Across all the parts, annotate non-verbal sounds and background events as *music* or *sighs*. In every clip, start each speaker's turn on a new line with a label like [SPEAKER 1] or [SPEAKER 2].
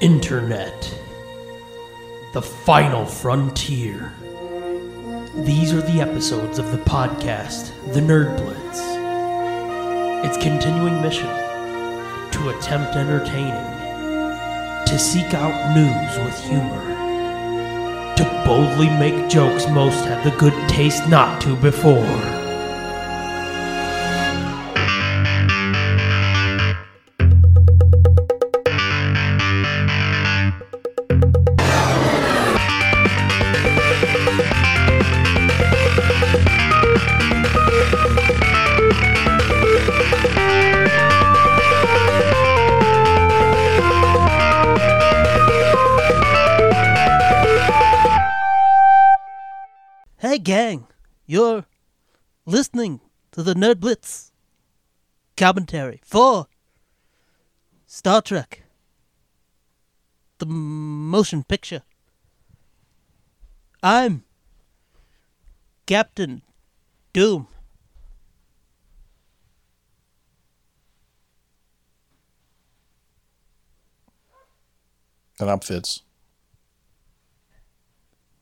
[SPEAKER 1] internet. The final frontier. These are the episodes of the podcast, The Nerd Blitz. Its continuing mission to attempt entertaining, to seek out news with humor, to boldly make jokes most had the good taste not to before. Hey, gang, you're listening to the Nerd Blitz commentary for Star Trek, the motion picture. I'm Captain Doom.
[SPEAKER 2] And I'm Fitz.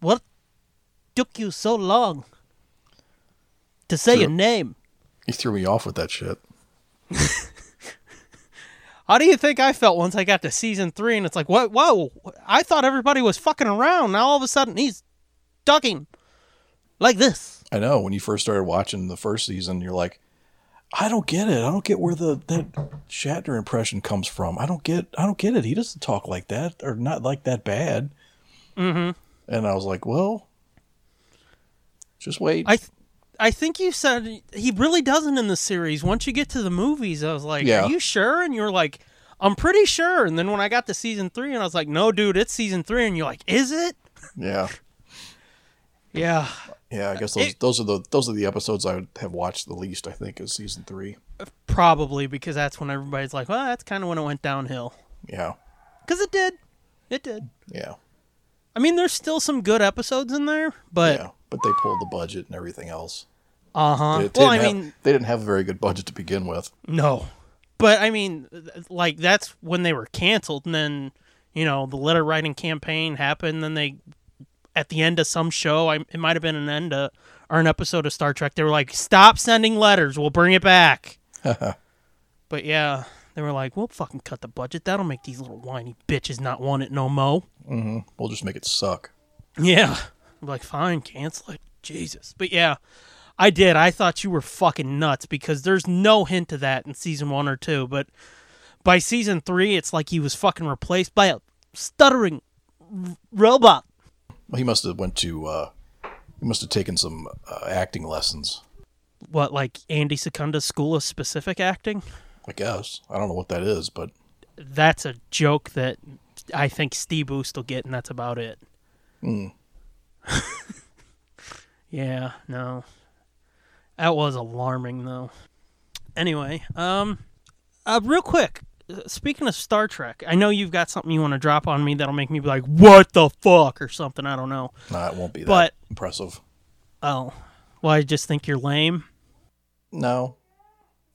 [SPEAKER 1] What took you so long to say your
[SPEAKER 2] Sure.
[SPEAKER 1] name?
[SPEAKER 2] You threw me off with that shit.
[SPEAKER 3] How do you think I felt once I got to season three and it's like, what? Whoa! I thought everybody was fucking around. Now all of a sudden he's ducking
[SPEAKER 1] Like this.
[SPEAKER 2] I know when you first started watching the first season, you're like, I don't get it. I don't get where the that Shatner impression comes from. I don't get. I don't get it. He doesn't talk like that, or not like that bad. Mm-hmm. And I was like, well, just wait.
[SPEAKER 3] I, th- I think you said he really doesn't in the series. Once you get to the movies, I was like,
[SPEAKER 2] Yeah.
[SPEAKER 3] "Are you sure?" And you're like, "I'm pretty sure." And then when I got to season three, and I was like, "No, dude, it's season three. And you're like, "Is it?"
[SPEAKER 2] yeah,
[SPEAKER 3] Yeah,
[SPEAKER 2] yeah. I guess those
[SPEAKER 3] It-
[SPEAKER 2] those are the those are the episodes I have watched the least. I think is season three.
[SPEAKER 3] probably because that's when everybody's like, "Well, that's kind of when it went downhill."
[SPEAKER 2] Yeah,
[SPEAKER 3] Because it did, it did.
[SPEAKER 2] yeah,
[SPEAKER 3] I mean, there's still some good episodes in there, but
[SPEAKER 2] yeah. But they pulled the budget and everything else.
[SPEAKER 3] uh huh.
[SPEAKER 2] They- they
[SPEAKER 3] Well, I
[SPEAKER 2] didn't have-
[SPEAKER 3] mean,
[SPEAKER 2] they didn't have a very good budget to begin with.
[SPEAKER 3] No. But I mean, th- like that's when they were canceled, and then you know the letter writing campaign happened. Then they, at the end of some show, I, it might have been an end of, or an episode of Star Trek. They were like, "Stop sending letters. We'll bring it back." but yeah, they were like, "We'll fucking cut the budget. That'll make these little whiny bitches not want it no mo."
[SPEAKER 2] We'll just make it suck.
[SPEAKER 3] Yeah. I'm like, fine, cancel it. Jesus. But yeah, I did. I thought you were fucking nuts because there's no hint of that in season one or two. But by season three, it's like he was fucking replaced by a stuttering r- robot.
[SPEAKER 2] Well, he must have went to. Uh, he must have taken some uh, acting lessons.
[SPEAKER 3] What, like Andy Secunda's School of Specific Acting?
[SPEAKER 2] I guess I don't know what that is, but
[SPEAKER 3] That's a joke that I think Steve Boost will get, and that's about it. *laughs* yeah, no. That was alarming, though. Anyway, um, uh, real quick, uh, speaking of Star Trek, I know you've got something you want to drop on me that'll make me be like, what the fuck, or something, I don't know.
[SPEAKER 2] nah, it won't be that
[SPEAKER 3] But-
[SPEAKER 2] impressive.
[SPEAKER 3] Oh, well, I just think you're lame.
[SPEAKER 2] No,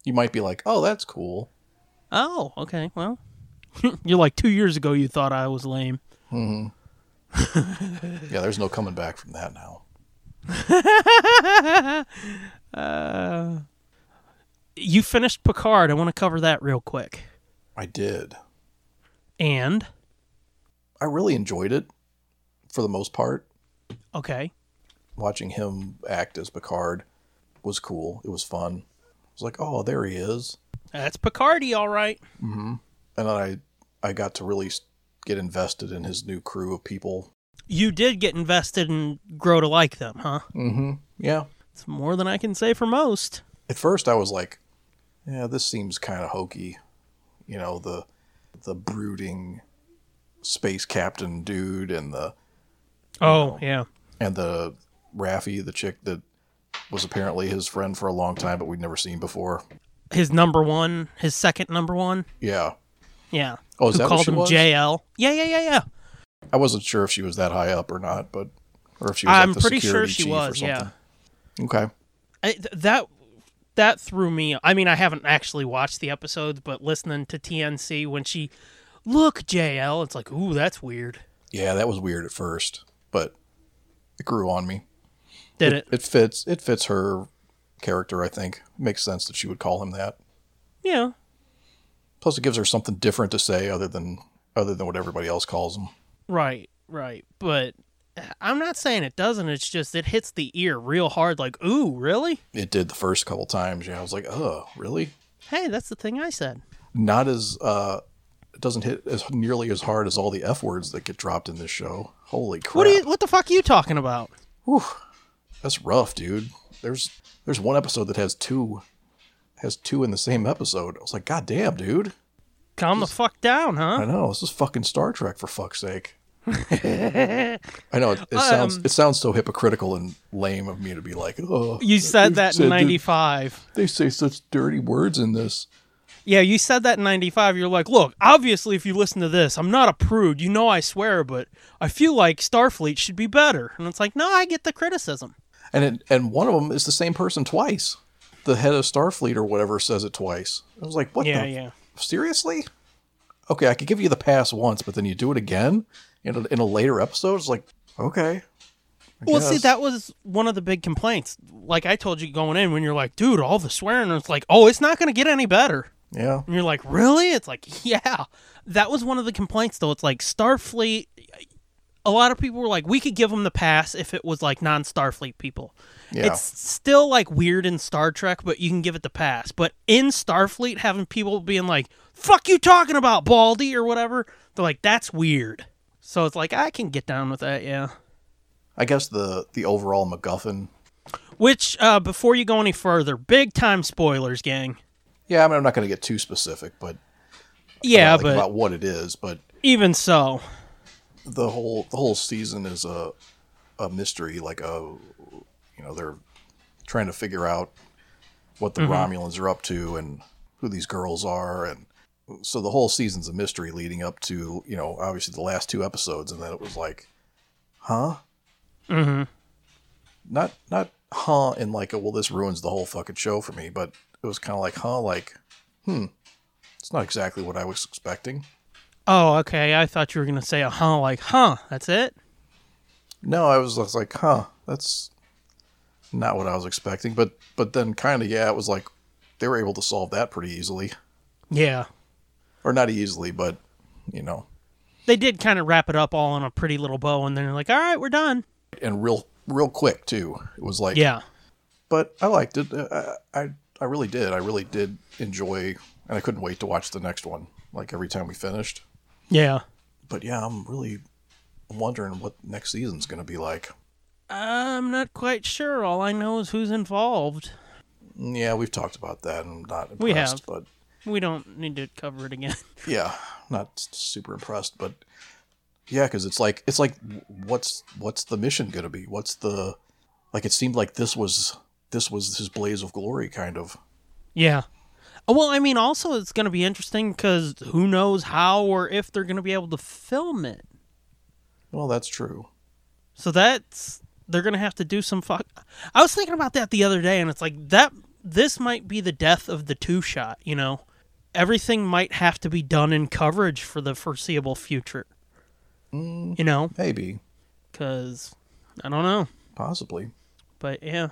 [SPEAKER 2] you might be like, "Oh, that's cool."
[SPEAKER 3] Oh, okay, well. *laughs* you're like, two years ago you thought I was lame.
[SPEAKER 2] Yeah, there's no coming back from that now.
[SPEAKER 3] You finished Picard, I want to cover that real quick.
[SPEAKER 2] I did.
[SPEAKER 3] And,
[SPEAKER 2] I really enjoyed it, for the most part.
[SPEAKER 3] okay,
[SPEAKER 2] Watching him act as Picard was cool. It was fun. I was like, "Oh, there he is,"
[SPEAKER 3] that's Picardy, all right.
[SPEAKER 2] and then I, I got to really s- get invested in his new crew of people.
[SPEAKER 3] you did get invested and grow to like them, huh?
[SPEAKER 2] Mm-hmm. Yeah,
[SPEAKER 3] It's more than I can say for most.
[SPEAKER 2] at first I was like, yeah, this seems kind of hokey. You know, the the brooding space captain dude and the
[SPEAKER 3] Oh, yeah.
[SPEAKER 2] and the Raffi, the chick that was apparently his friend for a long time but we'd never seen before.
[SPEAKER 3] His number one, his second number one.
[SPEAKER 2] Yeah.
[SPEAKER 3] Yeah.
[SPEAKER 2] Oh, is
[SPEAKER 3] Who
[SPEAKER 2] that what
[SPEAKER 3] called
[SPEAKER 2] she
[SPEAKER 3] him
[SPEAKER 2] was?
[SPEAKER 3] JL? Yeah, yeah, yeah, yeah.
[SPEAKER 2] I wasn't sure if she was that high up or not, but or if she was
[SPEAKER 3] I'm
[SPEAKER 2] like the
[SPEAKER 3] pretty sure
[SPEAKER 2] security
[SPEAKER 3] she
[SPEAKER 2] chief or
[SPEAKER 3] was, yeah.
[SPEAKER 2] something. Okay.
[SPEAKER 3] I, th- that that threw me. I mean, I haven't actually watched the episodes, but listening to TNC when she look, JL. It's like, ooh, that's weird.
[SPEAKER 2] Yeah, that was weird at first, but it grew on me.
[SPEAKER 3] Did it?
[SPEAKER 2] It fits. It fits her character. I think makes sense that she would call him that.
[SPEAKER 3] Yeah.
[SPEAKER 2] Plus, it gives her something different to say other than other than what everybody else calls him.
[SPEAKER 3] Right, right. But eh, I'm not saying it doesn't. It's just it hits the ear real hard. Like, ooh, really?
[SPEAKER 2] It did the first couple times. Yeah, I was like, oh, really?
[SPEAKER 3] Hey, that's the thing I said.
[SPEAKER 2] Not as uh, it doesn't hit as nearly as hard as all the f words that get dropped in this show. Holy crap!
[SPEAKER 3] What are you? What the fuck are you talking about?
[SPEAKER 2] Whew. That's rough, dude. There's there's one episode that has two has two in the same episode. I was like, God damn, dude.
[SPEAKER 3] Calm the fuck down,
[SPEAKER 2] I
[SPEAKER 3] huh?
[SPEAKER 2] know this is fucking Star Trek for
[SPEAKER 3] *laughs*
[SPEAKER 2] fuck's sake. I know it, it
[SPEAKER 3] Um,
[SPEAKER 2] sounds it sounds so hypocritical and lame of me to be like, oh,
[SPEAKER 3] You said
[SPEAKER 2] they
[SPEAKER 3] that in
[SPEAKER 2] that-
[SPEAKER 3] '95.
[SPEAKER 2] They say such dirty words in this.
[SPEAKER 3] Yeah, you said that in 95. You're like, look, obviously, if you listen to this, I'm not a prude. You know I swear, but I feel like Starfleet should be better. And it's like, no, I get the criticism.
[SPEAKER 2] And it, and one of them is the same person twice. The head of Starfleet or whatever says it twice. I was like, what?
[SPEAKER 3] Yeah,
[SPEAKER 2] the,
[SPEAKER 3] yeah.
[SPEAKER 2] Seriously? Okay, I could give you the pass once, but then you do it again in a, in a later episode. It's like, okay. I
[SPEAKER 3] Well, see,
[SPEAKER 2] guess.
[SPEAKER 3] that was one of the big complaints. Like I told you going in, when you're like, dude, all the swearing, it's like, oh, it's not going to get any better.
[SPEAKER 2] Yeah.
[SPEAKER 3] And you're like, really? It's like, yeah. That was one of the complaints, though. It's like Starfleet. A lot of people were like, we could give them the pass if it was like non Starfleet people.
[SPEAKER 2] Yeah.
[SPEAKER 3] It's still like weird in Star Trek, but you can give it the pass. But in Starfleet, having people being like, fuck you talking about, Baldy, or whatever, they're like, that's weird. So it's like, I can get down with that, yeah.
[SPEAKER 2] I guess the the overall MacGuffin.
[SPEAKER 3] Which, uh, before you go any further, big time spoilers, gang.
[SPEAKER 2] Yeah, I mean, I'm not going to get too specific, but
[SPEAKER 3] Yeah,
[SPEAKER 2] like,
[SPEAKER 3] but
[SPEAKER 2] about what it is, but
[SPEAKER 3] even so,
[SPEAKER 2] the whole the whole season is a a mystery. Like a you know they're trying to figure out what the Romulans are up to and who these girls are, and so the whole season's a mystery leading up to you know obviously the last two episodes, and then it was like, huh, mm-hmm. not not huh, and like a, well this ruins the whole fucking show for me, but it was kind of like huh, like hmm, it's not exactly what I was expecting.
[SPEAKER 3] oh, okay, I thought you were going to say, uh huh, like, huh, that's it?
[SPEAKER 2] No, I was, I was like, huh, that's not what I was expecting. But but then kind of yeah, it was like they were able to solve that pretty easily,
[SPEAKER 3] Yeah.
[SPEAKER 2] or not easily, but you know,
[SPEAKER 3] They did kind of wrap it up all in a pretty little bow, and then they're like, all right, we're done.
[SPEAKER 2] and real real quick too. It was like
[SPEAKER 3] Yeah.
[SPEAKER 2] but I liked it. I, I I really did. I really did enjoy, and I couldn't wait to watch the next one. Like every time we finished.
[SPEAKER 3] Yeah.
[SPEAKER 2] But yeah, I'm really wondering what next season's gonna be like.
[SPEAKER 3] I'm not quite sure. All I know is who's involved.
[SPEAKER 2] Mm, Yeah, we've talked about that. and I'm not impressed,
[SPEAKER 3] We have.
[SPEAKER 2] but
[SPEAKER 3] We don't need to cover it again. *laughs*
[SPEAKER 2] yeah not s- super impressed but yeah because it's like it's like what's what's the mission gonna be what's the like it seemed like this was this was his blaze of glory kind of
[SPEAKER 3] yeah. Uh, Well, I mean, also it's going to be interesting because who knows how or if they're going to be able to film it.
[SPEAKER 2] well that's true
[SPEAKER 3] So that's they're going to have to do some fuck. I was thinking about that the other day, and it's like that. This might be the death of the two shot. You know, everything might have to be done in coverage for the foreseeable future. You know,
[SPEAKER 2] maybe
[SPEAKER 3] because I don't know.
[SPEAKER 2] possibly
[SPEAKER 3] but yeah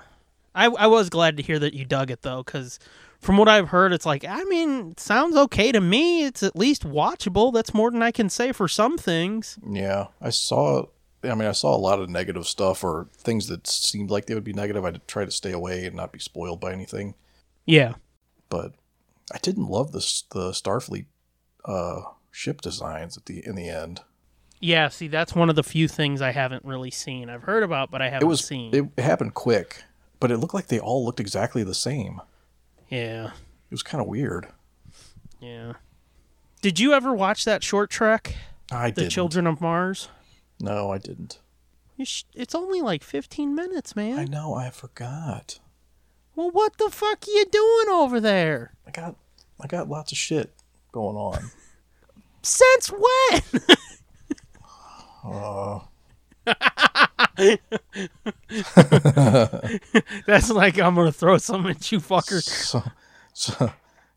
[SPEAKER 3] I, I was glad to hear that you dug it though because from what i've heard it's like i mean it sounds okay to me it's at least watchable that's more than i can say for some things
[SPEAKER 2] yeah i saw i mean i saw a lot of negative stuff or things that seemed like they would be negative i tried to stay away and not be spoiled by anything
[SPEAKER 3] yeah
[SPEAKER 2] but i didn't love the s- the starfleet uh ship designs at the in the end
[SPEAKER 3] yeah see that's one of the few things i haven't really seen i've heard about but i haven't
[SPEAKER 2] it was
[SPEAKER 3] seen
[SPEAKER 2] it happened quick but it looked like they all looked exactly the same
[SPEAKER 3] yeah
[SPEAKER 2] it was kind of weird
[SPEAKER 3] yeah did you ever watch that short trek
[SPEAKER 2] i
[SPEAKER 3] the
[SPEAKER 2] didn't
[SPEAKER 3] children of mars
[SPEAKER 2] no i didn't
[SPEAKER 3] you sh- it's only like 15 minutes man
[SPEAKER 2] i know i forgot
[SPEAKER 3] well what the fuck are you doing over there
[SPEAKER 2] i got i got lots of shit
[SPEAKER 3] *laughs*
[SPEAKER 2] going on
[SPEAKER 3] since when
[SPEAKER 2] *laughs* uh,
[SPEAKER 3] That's like I'm gonna throw something at you, fucker.
[SPEAKER 2] so, so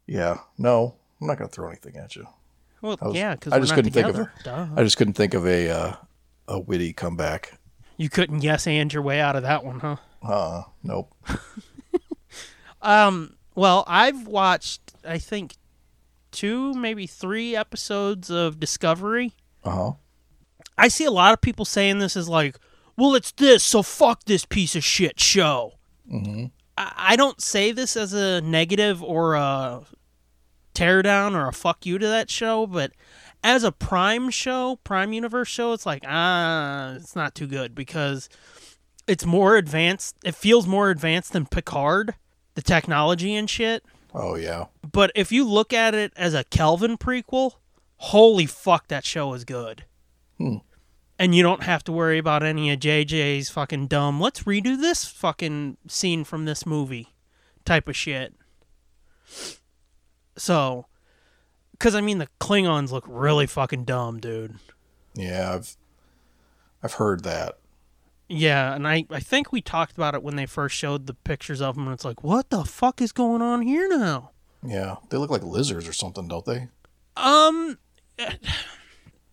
[SPEAKER 2] yeah no i'm not gonna throw anything at you
[SPEAKER 3] Well,
[SPEAKER 2] was-
[SPEAKER 3] yeah, because
[SPEAKER 2] I just couldn't think of
[SPEAKER 3] together. Duh.
[SPEAKER 2] I just couldn't think of a uh, a witty comeback.
[SPEAKER 3] You couldn't yes and your way out of that one, huh?
[SPEAKER 2] Uh, nope.
[SPEAKER 3] Well, I've watched I think two, maybe three episodes of Discovery.
[SPEAKER 2] Uh huh.
[SPEAKER 3] I see a lot of people saying this is like, well, it's this, so fuck this piece of shit show. Mm-hmm. I, I don't say this as a negative or a teardown or a fuck you to that show, but as a Prime show, Prime Universe show, it's like, ah, it's not too good because it's more advanced. It feels more advanced than Picard, the technology and shit.
[SPEAKER 2] Oh yeah.
[SPEAKER 3] But if you look at it as a Kelvin prequel, holy fuck, that show is good. And you don't have to worry about any of JJ's fucking dumb, let's redo this fucking scene from this movie type of shit. So, because I mean, the Klingons look really fucking dumb, dude.
[SPEAKER 2] Yeah. I've I've heard that.
[SPEAKER 3] Yeah, and I, I think we talked about it when they first showed the pictures of them, and it's like, what the fuck is going on here now?
[SPEAKER 2] Yeah. They look like lizards or something, don't they?
[SPEAKER 3] Um,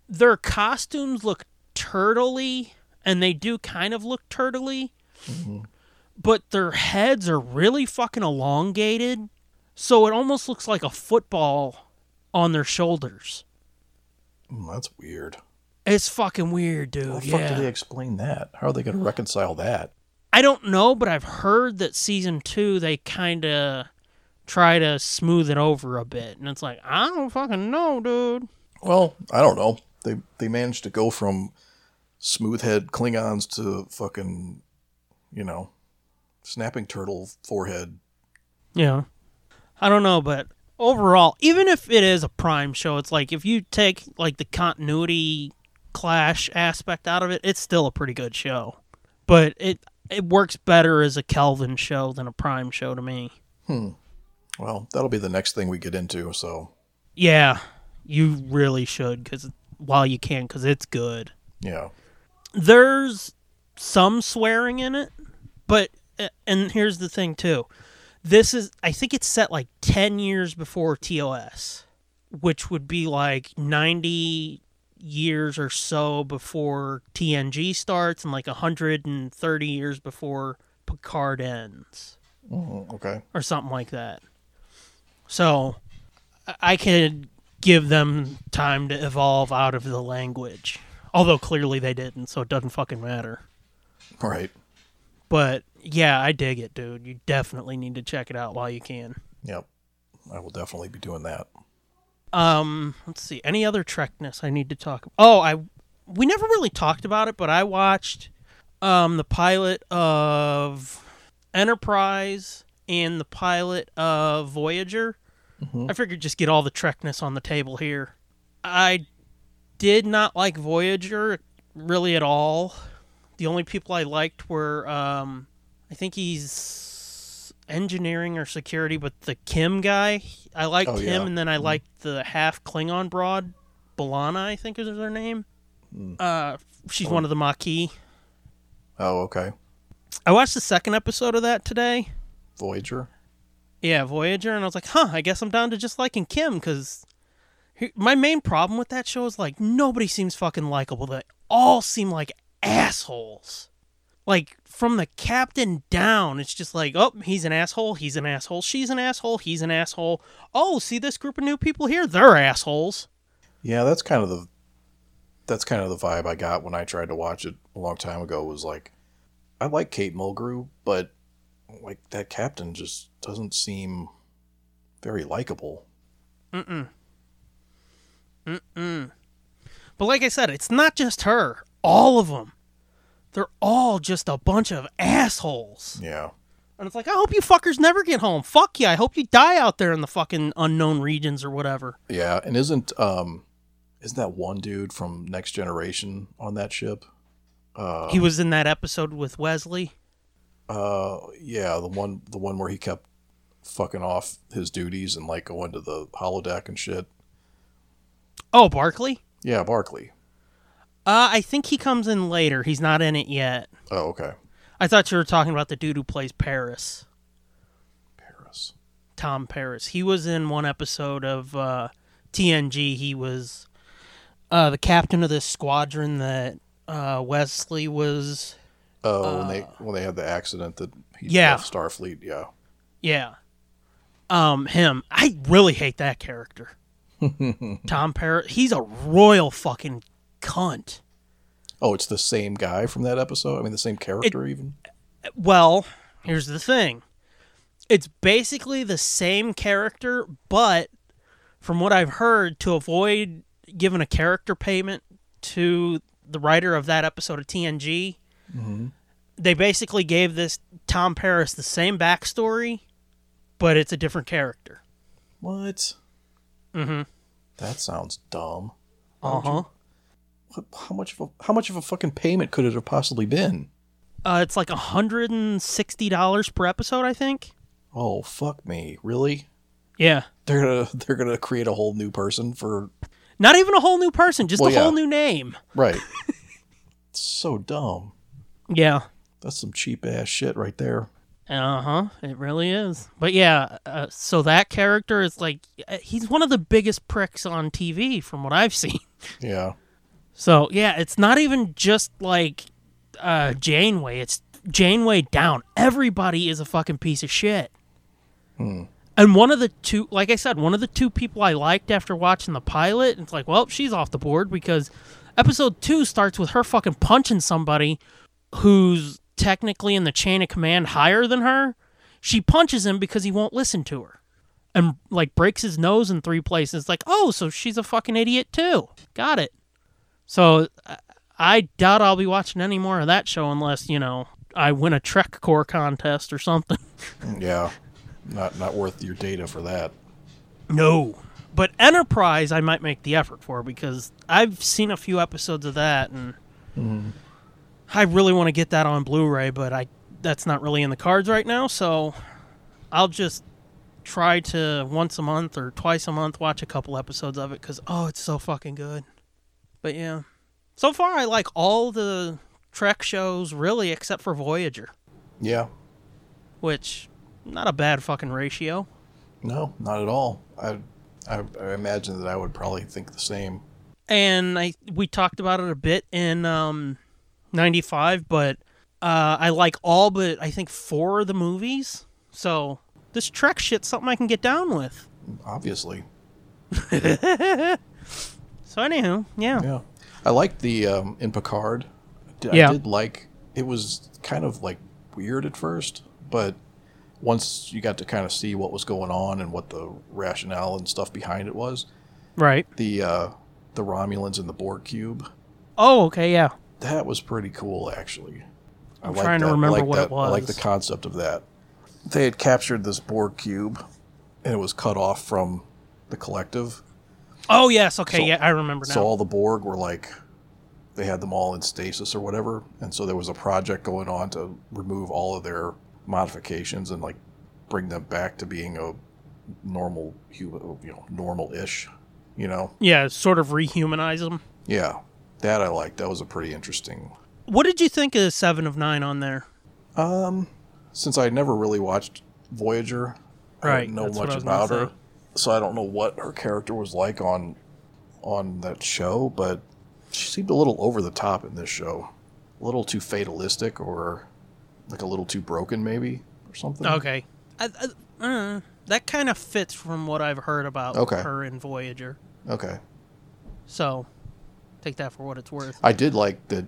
[SPEAKER 3] their costumes look turtley, and they do kind of look turtley, but their heads are really fucking elongated, so it almost looks like a football on their shoulders.
[SPEAKER 2] Mm, that's weird.
[SPEAKER 3] It's fucking weird, dude.
[SPEAKER 2] How the
[SPEAKER 3] Oh, yeah.
[SPEAKER 2] fuck do they explain that? How are they going to reconcile that?
[SPEAKER 3] I don't know, but I've heard that season two they kind of try to smooth it over a bit, and it's like I don't fucking know, dude.
[SPEAKER 2] Well, I don't know. They they managed to go from smoothhead Klingons to fucking, you know, snapping turtle forehead.
[SPEAKER 3] Yeah. I don't know, but overall, even if it is a prime show, it's like if you take like the continuity clash aspect out of it, it's still a pretty good show. But it it works better as a Kelvin show than a prime show to me.
[SPEAKER 2] Well, that'll be the next thing we get into. So
[SPEAKER 3] Yeah, you really should cuz while you can cuz it's good.
[SPEAKER 2] yeah,
[SPEAKER 3] there's some swearing in it, but and here's the thing too. This is I think it's set like 10 years before TOS, which would be like 90 years or so before TNG starts and like 130 years before Picard ends
[SPEAKER 2] Mm, okay.
[SPEAKER 3] or something like that. So I- I could give them time to evolve out of the language. Although clearly they didn't, so it doesn't fucking matter.
[SPEAKER 2] All right.
[SPEAKER 3] But yeah, I dig it, dude. You definitely need to check it out while you can.
[SPEAKER 2] Yep. I will definitely be doing that.
[SPEAKER 3] Um, let's see. Any other Trekness I need to talk Oh, I we never really talked about it, but I watched um the pilot of Enterprise and the pilot of Voyager.
[SPEAKER 2] Mm-hmm.
[SPEAKER 3] I figured just get all the Trekness on the table here. I did not like Voyager really at all. The only people I liked were um I think he's engineering or security, but the Kim guy, I liked
[SPEAKER 2] Oh,
[SPEAKER 3] him
[SPEAKER 2] yeah.
[SPEAKER 3] and then I liked the half Klingon broad, Balana, I think is her name.
[SPEAKER 2] Mm.
[SPEAKER 3] Uh she's one of the Maquis.
[SPEAKER 2] Oh, okay.
[SPEAKER 3] I watched the second episode of that today.
[SPEAKER 2] Voyager.
[SPEAKER 3] Yeah, Voyager, and I was like, huh, I guess I'm down to just liking Kim because my main problem with that show is like nobody seems fucking likable. They all seem like assholes. Like from the captain down, it's just like, oh, he's an asshole, he's an asshole, she's an asshole, he's an asshole. Oh, see this group of new people here? They're assholes.
[SPEAKER 2] Yeah, that's kind of the that's kind of the vibe I got when I tried to watch it a long time ago. Was like, I like Kate Mulgrew, but like that captain just doesn't seem very likable.
[SPEAKER 3] But like I said, it's not just her, all of them. They're all just a bunch of assholes.
[SPEAKER 2] Yeah.
[SPEAKER 3] And it's like, I hope you fuckers never get home. Fuck you. I hope you die out there in the fucking unknown regions or whatever.
[SPEAKER 2] Yeah, and isn't um isn't that one dude from Next Generation on that ship?
[SPEAKER 3] he was in that episode with Wesley.
[SPEAKER 2] Uh yeah, the one the one where he kept fucking off his duties and like going to the holodeck and shit.
[SPEAKER 3] Oh, Barkley?
[SPEAKER 2] Yeah, Barkley.
[SPEAKER 3] Uh, I think he comes in later. He's not in it yet.
[SPEAKER 2] Oh, okay.
[SPEAKER 3] I thought you were talking about the dude who plays Paris,
[SPEAKER 2] Paris.
[SPEAKER 3] Tom Paris. He was in one episode of uh, TNG, he was uh, the captain of this squadron that uh, Wesley was.
[SPEAKER 2] Oh, when they when they had the accident that he
[SPEAKER 3] Yeah.
[SPEAKER 2] left Starfleet, yeah.
[SPEAKER 3] Yeah. Um, him. I really hate that character. Tom Parrott. He's a royal fucking cunt.
[SPEAKER 2] Oh, it's the same guy from that episode. I mean, the same character even.
[SPEAKER 3] Well, here's the thing. It's basically the same character, but from what I've heard, to avoid giving a character payment to the writer of that episode of TNG, they basically gave this Tom Paris the same backstory, but it's a different character.
[SPEAKER 2] What? Mm-hmm. That sounds dumb.
[SPEAKER 3] Uh huh.
[SPEAKER 2] What, how much of a how much of a fucking payment could it have possibly been?
[SPEAKER 3] Uh, it's like hundred and sixty dollars per episode, I think.
[SPEAKER 2] Oh fuck me, really?
[SPEAKER 3] Yeah,
[SPEAKER 2] They're gonna *laughs* they're gonna create a whole new person for
[SPEAKER 3] not even a whole new person, just
[SPEAKER 2] Well,
[SPEAKER 3] a
[SPEAKER 2] yeah.
[SPEAKER 3] whole new name.
[SPEAKER 2] right. it's so dumb.
[SPEAKER 3] Yeah.
[SPEAKER 2] That's some cheap ass shit right there.
[SPEAKER 3] Uh huh. It really is. But yeah, uh, so that character is like uh, he's one of the biggest pricks on TV from what I've *laughs* seen.
[SPEAKER 2] Yeah.
[SPEAKER 3] So yeah, it's not even just like uh, Janeway. It's Janeway down. Everybody is a fucking piece of shit. And one of the two, like I said, one of the two people I liked after watching the pilot, it's like, well, she's off the board because episode two starts with her fucking punching somebody who's technically in the chain of command higher than her. She punches him because he won't listen to her and like breaks his nose in three places. Like, oh, so she's a fucking idiot too. Got it. So I- I doubt I'll be watching any more of that show unless, you know, I win a Trek Core contest or something.
[SPEAKER 2] Mm, Yeah. Not not worth your data for that.
[SPEAKER 3] No. But Enterprise, I might make the effort for because I've seen a few episodes of that and I really want to get that on Blu ray, but I that's not really in the cards right now. So I'll just try to once a month or twice a month watch a couple episodes of it because, oh, it's so fucking good. But yeah. So far, I like all the Trek shows really except for Voyager,
[SPEAKER 2] Yeah.
[SPEAKER 3] which not a bad fucking ratio.
[SPEAKER 2] No, not at all. I, I I imagine that I would probably think the same.
[SPEAKER 3] and I we talked about it a bit in um, '95, but uh, I like all but I think four of the movies. So this Trek shit's something I can get down with.
[SPEAKER 2] Obviously.
[SPEAKER 3] So anywho, yeah,
[SPEAKER 2] Yeah. I liked the um, in Picard. I did- I
[SPEAKER 3] Yeah.
[SPEAKER 2] did like it was kind of like weird at first, but once you got to kind of see what was going on and what the rationale and stuff behind it was,
[SPEAKER 3] right.
[SPEAKER 2] the uh, the Romulans and the Borg cube
[SPEAKER 3] Oh, okay, yeah,
[SPEAKER 2] that was pretty cool actually. I
[SPEAKER 3] I'm
[SPEAKER 2] like
[SPEAKER 3] trying to
[SPEAKER 2] that. I
[SPEAKER 3] remember
[SPEAKER 2] like
[SPEAKER 3] what
[SPEAKER 2] that.
[SPEAKER 3] it
[SPEAKER 2] I like the
[SPEAKER 3] was.
[SPEAKER 2] concept of that. They had captured this Borg cube, and it was cut off from the collective.
[SPEAKER 3] oh yes, okay,
[SPEAKER 2] So-
[SPEAKER 3] yeah, I remember now.
[SPEAKER 2] So all the Borg were like, they had them all in stasis or whatever, and so there was a project going on to remove all of their modifications and like bring them back to being a normal human, you know, normal-ish, you know.
[SPEAKER 3] yeah, sort of rehumanize them.
[SPEAKER 2] Yeah, that I liked. That was a pretty interesting.
[SPEAKER 3] What did you think of Seven of Nine on there?
[SPEAKER 2] Um, since I never really watched Voyager, I
[SPEAKER 3] Right,
[SPEAKER 2] don't know
[SPEAKER 3] that's what I
[SPEAKER 2] much
[SPEAKER 3] was gonna
[SPEAKER 2] about her,
[SPEAKER 3] say.
[SPEAKER 2] so I don't know what her character was like on on that show. But she seemed a little over the top in this show, a little too fatalistic, or like a little too broken, maybe or something.
[SPEAKER 3] Mm. Okay, I, I, uh, that kind of fits from what I've heard about
[SPEAKER 2] Okay.
[SPEAKER 3] her in Voyager.
[SPEAKER 2] Okay.
[SPEAKER 3] So take that for what it's worth.
[SPEAKER 2] I did like that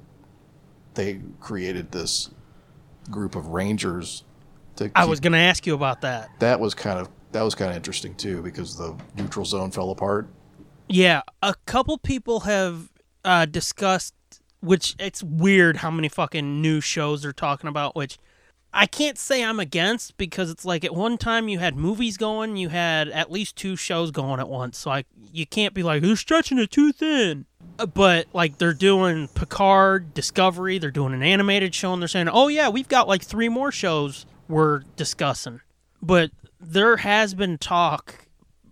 [SPEAKER 2] they created this group of rangers. To
[SPEAKER 3] I
[SPEAKER 2] keep-
[SPEAKER 3] was gonna ask you about that.
[SPEAKER 2] that was kind of that was kind of interesting too because the neutral zone fell apart.
[SPEAKER 3] Yeah, a couple people have uh, discussed, which it's weird how many fucking new shows they're talking about, which I can't say I'm against because it's like at one time you had movies going, you had at least two shows going at once. So I, you can't be like, they're stretching it too thin. Uh, But like they're doing Picard, Discovery, they're doing an animated show, and they're saying, oh yeah, we've got like three more shows we're discussing. But there has been talk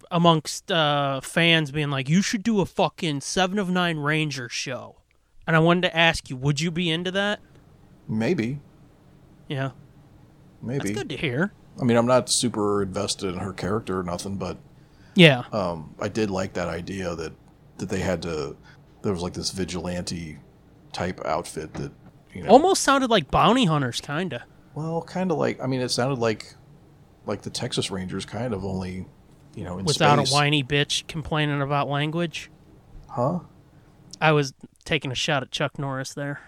[SPEAKER 3] amongst uh, fans being like, you should do a fucking Seven of Nine Ranger show. And I wanted to ask you, would you be into that?
[SPEAKER 2] Maybe,
[SPEAKER 3] Yeah.
[SPEAKER 2] maybe.
[SPEAKER 3] It's good to hear.
[SPEAKER 2] I mean, I'm not super invested in her character or nothing, but
[SPEAKER 3] Yeah.
[SPEAKER 2] um, I did like that idea that that they had to. There was like this vigilante type outfit that you know.
[SPEAKER 3] Almost sounded like bounty hunters, kind of.
[SPEAKER 2] Well, kind of like I mean, it sounded like like the Texas Rangers, kind of only you know in
[SPEAKER 3] Without
[SPEAKER 2] space.
[SPEAKER 3] a whiny bitch complaining about language.
[SPEAKER 2] huh?
[SPEAKER 3] I was taking a shot at Chuck Norris there.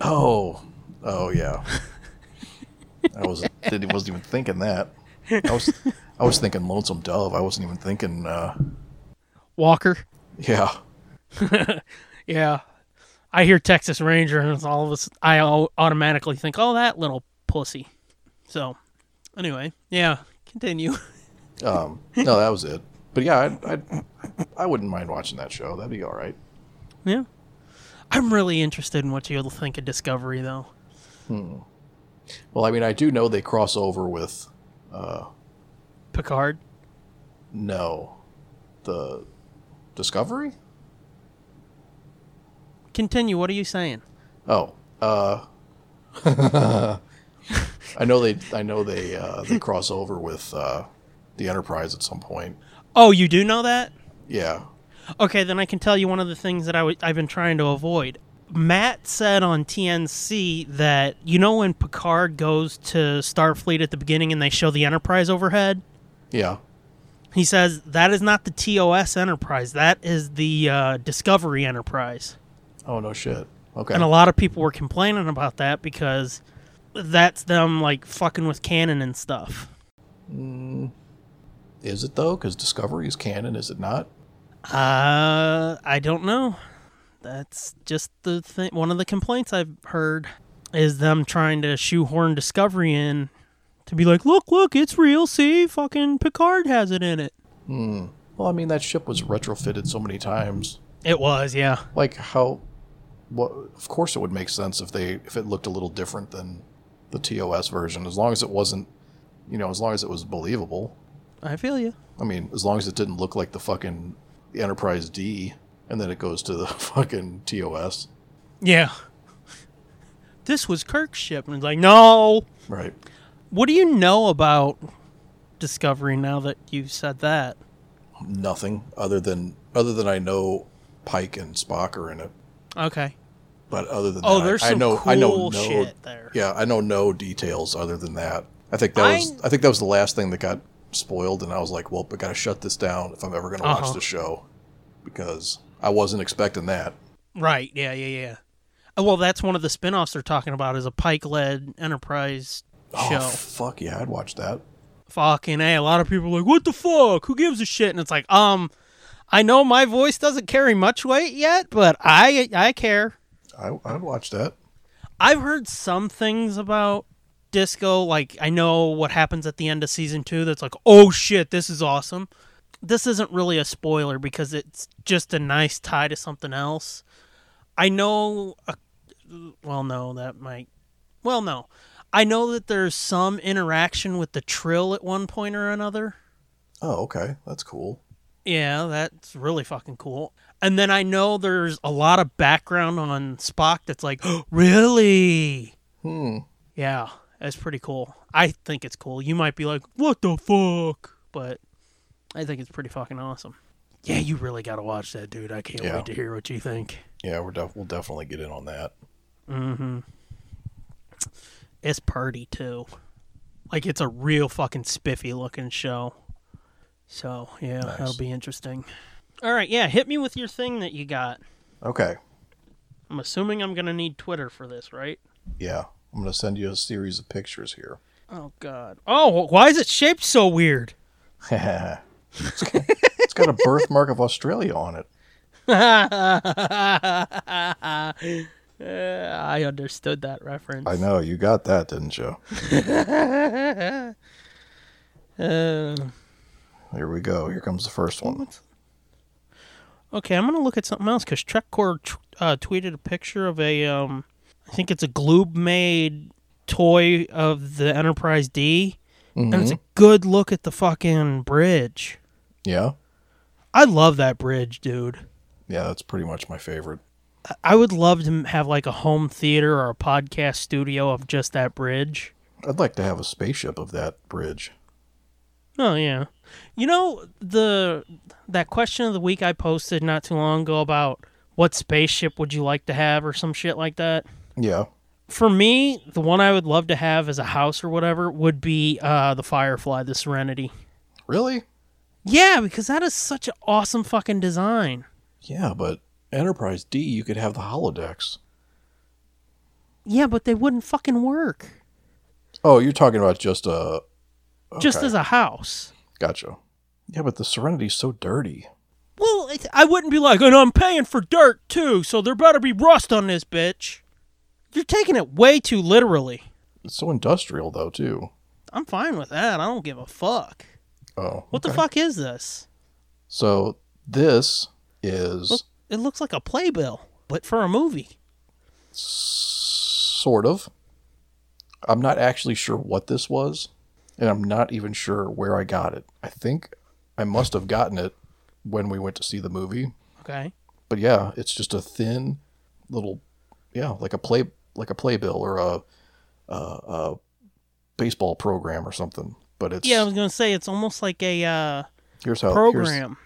[SPEAKER 2] Oh, oh yeah. I was didn't, wasn't even thinking that. I was I was thinking lonesome dove. I wasn't even thinking. uh
[SPEAKER 3] Walker.
[SPEAKER 2] Yeah,
[SPEAKER 3] Yeah. I hear Texas Ranger, and it's all of us. I au- automatically think, oh, that little pussy. So, anyway, yeah, continue.
[SPEAKER 2] um, no, that was it. But yeah, I, I I wouldn't mind watching that show. That'd be all right.
[SPEAKER 3] yeah. I'm really interested in what you'll think of Discovery, though.
[SPEAKER 2] Well, I mean, I do know they cross over with
[SPEAKER 3] Picard?
[SPEAKER 2] no, the Discovery.
[SPEAKER 3] Continue. What are you saying?
[SPEAKER 2] Oh, uh, *laughs* I know they. I know they. Uh, they cross over with uh, the Enterprise at some point.
[SPEAKER 3] Oh, you do know that?
[SPEAKER 2] Yeah.
[SPEAKER 3] Okay, then I can tell you one of the things that i w- I've been trying to avoid. Matt said on TNC that you know when Picard goes to Starfleet at the beginning and they show the Enterprise overhead?
[SPEAKER 2] Yeah.
[SPEAKER 3] He says that is not the TOS Enterprise. That is the uh, Discovery Enterprise.
[SPEAKER 2] Oh no shit. Okay.
[SPEAKER 3] And a lot of people were complaining about that because that's them like fucking with canon and stuff.
[SPEAKER 2] Is it though? Because Discovery is canon, is it not?
[SPEAKER 3] Uh, I don't know. That's just the thing. One of the complaints I've heard is them trying to shoehorn Discovery in to be like, look, look, it's real. See, fucking Picard has it in it.
[SPEAKER 2] Well, I mean that ship was retrofitted so many times.
[SPEAKER 3] It was, yeah.
[SPEAKER 2] Like how? What? Of course, it would make sense if they if it looked a little different than the TOS version, as long as it wasn't, you know, as long as it was believable.
[SPEAKER 3] I feel you.
[SPEAKER 2] I mean, as long as it didn't look like the fucking Enterprise D, and then it goes to the *laughs* fucking TOS,
[SPEAKER 3] Yeah. This was Kirk's ship. And it's like, no.
[SPEAKER 2] right?
[SPEAKER 3] What do you know about Discovery now that you've said that?
[SPEAKER 2] Nothing other than other than I know Pike and Spock are in it,
[SPEAKER 3] Okay.
[SPEAKER 2] but other than
[SPEAKER 3] Oh,
[SPEAKER 2] that, I-
[SPEAKER 3] there's
[SPEAKER 2] I,
[SPEAKER 3] some
[SPEAKER 2] know
[SPEAKER 3] cool
[SPEAKER 2] I know no
[SPEAKER 3] shit there.
[SPEAKER 2] Yeah, I know no details other than that. I think that was
[SPEAKER 3] I-
[SPEAKER 2] I think that was the last thing that got spoiled, and I was like, well, I gotta shut this down if I'm ever gonna
[SPEAKER 3] Uh-huh.
[SPEAKER 2] watch the show because I wasn't expecting that.
[SPEAKER 3] Right. Yeah, yeah, yeah. Uh, Well, that's one of the spin-offs they're talking about is a Pike-led Enterprise
[SPEAKER 2] Oh
[SPEAKER 3] show.
[SPEAKER 2] fuck yeah, I'd watch that.
[SPEAKER 3] Fucking A. A lot of people are like, what the fuck? Who gives a shit? And it's like, um, I know my voice doesn't carry much weight yet, but I I care.
[SPEAKER 2] I, I'd watch that.
[SPEAKER 3] I've heard some things about Disco. Like I know what happens at the end of season two. That's like, oh shit, this is awesome. This isn't really a spoiler because it's just a nice tie to something else. I know. A, well, no, that might. Well, no, I know that there's some interaction with the Trill at one point or another.
[SPEAKER 2] Oh okay, that's cool.
[SPEAKER 3] Yeah, that's really fucking cool. And then I know there's a lot of background on Spock that's like, *gasps* really?
[SPEAKER 2] Hmm.
[SPEAKER 3] Yeah, that's pretty cool. I think it's cool. You might be like, what the fuck? But I think it's pretty fucking awesome. Yeah, you really got to watch that, dude. I can't
[SPEAKER 2] Yeah.
[SPEAKER 3] wait to hear what you think.
[SPEAKER 2] Yeah, we're def- we'll definitely get in on that.
[SPEAKER 3] It's party, too. Like, it's a real fucking spiffy looking show. So, yeah, that'll be interesting. All right, yeah, hit me with your thing that you got.
[SPEAKER 2] Okay.
[SPEAKER 3] I'm assuming I'm going to need Twitter for this, right?
[SPEAKER 2] Yeah. I'm going to send you a series of pictures here. *laughs*
[SPEAKER 3] Oh, God. Oh, why is it shaped so weird?
[SPEAKER 2] it's got- it's got a birthmark of Australia on it.
[SPEAKER 3] Uh, I understood that reference.
[SPEAKER 2] I know. You got that, didn't you?
[SPEAKER 3] Uh,
[SPEAKER 2] Here we go. Here comes the first one.
[SPEAKER 3] okay, I'm gonna look at something else because Trekcore t- uh, tweeted a picture of a, um, I think it's a Gloob made toy of the Enterprise D, and it's a good look at the fucking bridge.
[SPEAKER 2] Yeah.
[SPEAKER 3] I love that bridge, dude.
[SPEAKER 2] Yeah, that's pretty much my favorite.
[SPEAKER 3] I- I would love to m- have like a home theater or a podcast studio of just that bridge.
[SPEAKER 2] I'd like to have a spaceship of that bridge.
[SPEAKER 3] Oh yeah. You know the that question of the week I posted not too long ago about what spaceship would you like to have or some shit like that.
[SPEAKER 2] Yeah.
[SPEAKER 3] For me, the one I would love to have as a house or whatever would be uh, the Firefly, the Serenity.
[SPEAKER 2] Really?
[SPEAKER 3] Yeah, because that is such an awesome fucking design.
[SPEAKER 2] Yeah, but Enterprise D, you could have the holodecks.
[SPEAKER 3] Yeah, but they wouldn't fucking work.
[SPEAKER 2] Oh, you're talking about just a.
[SPEAKER 3] Just
[SPEAKER 2] Okay.
[SPEAKER 3] as a house.
[SPEAKER 2] Gotcha. Yeah, but the Serenity's so dirty.
[SPEAKER 3] Well, it, I wouldn't be like, and I'm paying for dirt too, so there better be rust on this bitch. You're taking it way too literally.
[SPEAKER 2] It's so industrial, though, too.
[SPEAKER 3] I'm fine with that. I don't give a fuck.
[SPEAKER 2] Oh.
[SPEAKER 3] What the
[SPEAKER 2] okay.
[SPEAKER 3] fuck is this?
[SPEAKER 2] So this is
[SPEAKER 3] It looks like a playbill, but for a movie.
[SPEAKER 2] sort of. I'm not actually sure what this was, and I'm not even sure where I got it. I think I must have gotten it when we went to see the movie.
[SPEAKER 3] Okay.
[SPEAKER 2] But yeah, it's just a thin little, yeah, like a play, like a playbill or a, a, a baseball program or something. But it's
[SPEAKER 3] Yeah, I was gonna say it's almost like a uh,
[SPEAKER 2] here's how Here's,
[SPEAKER 3] program.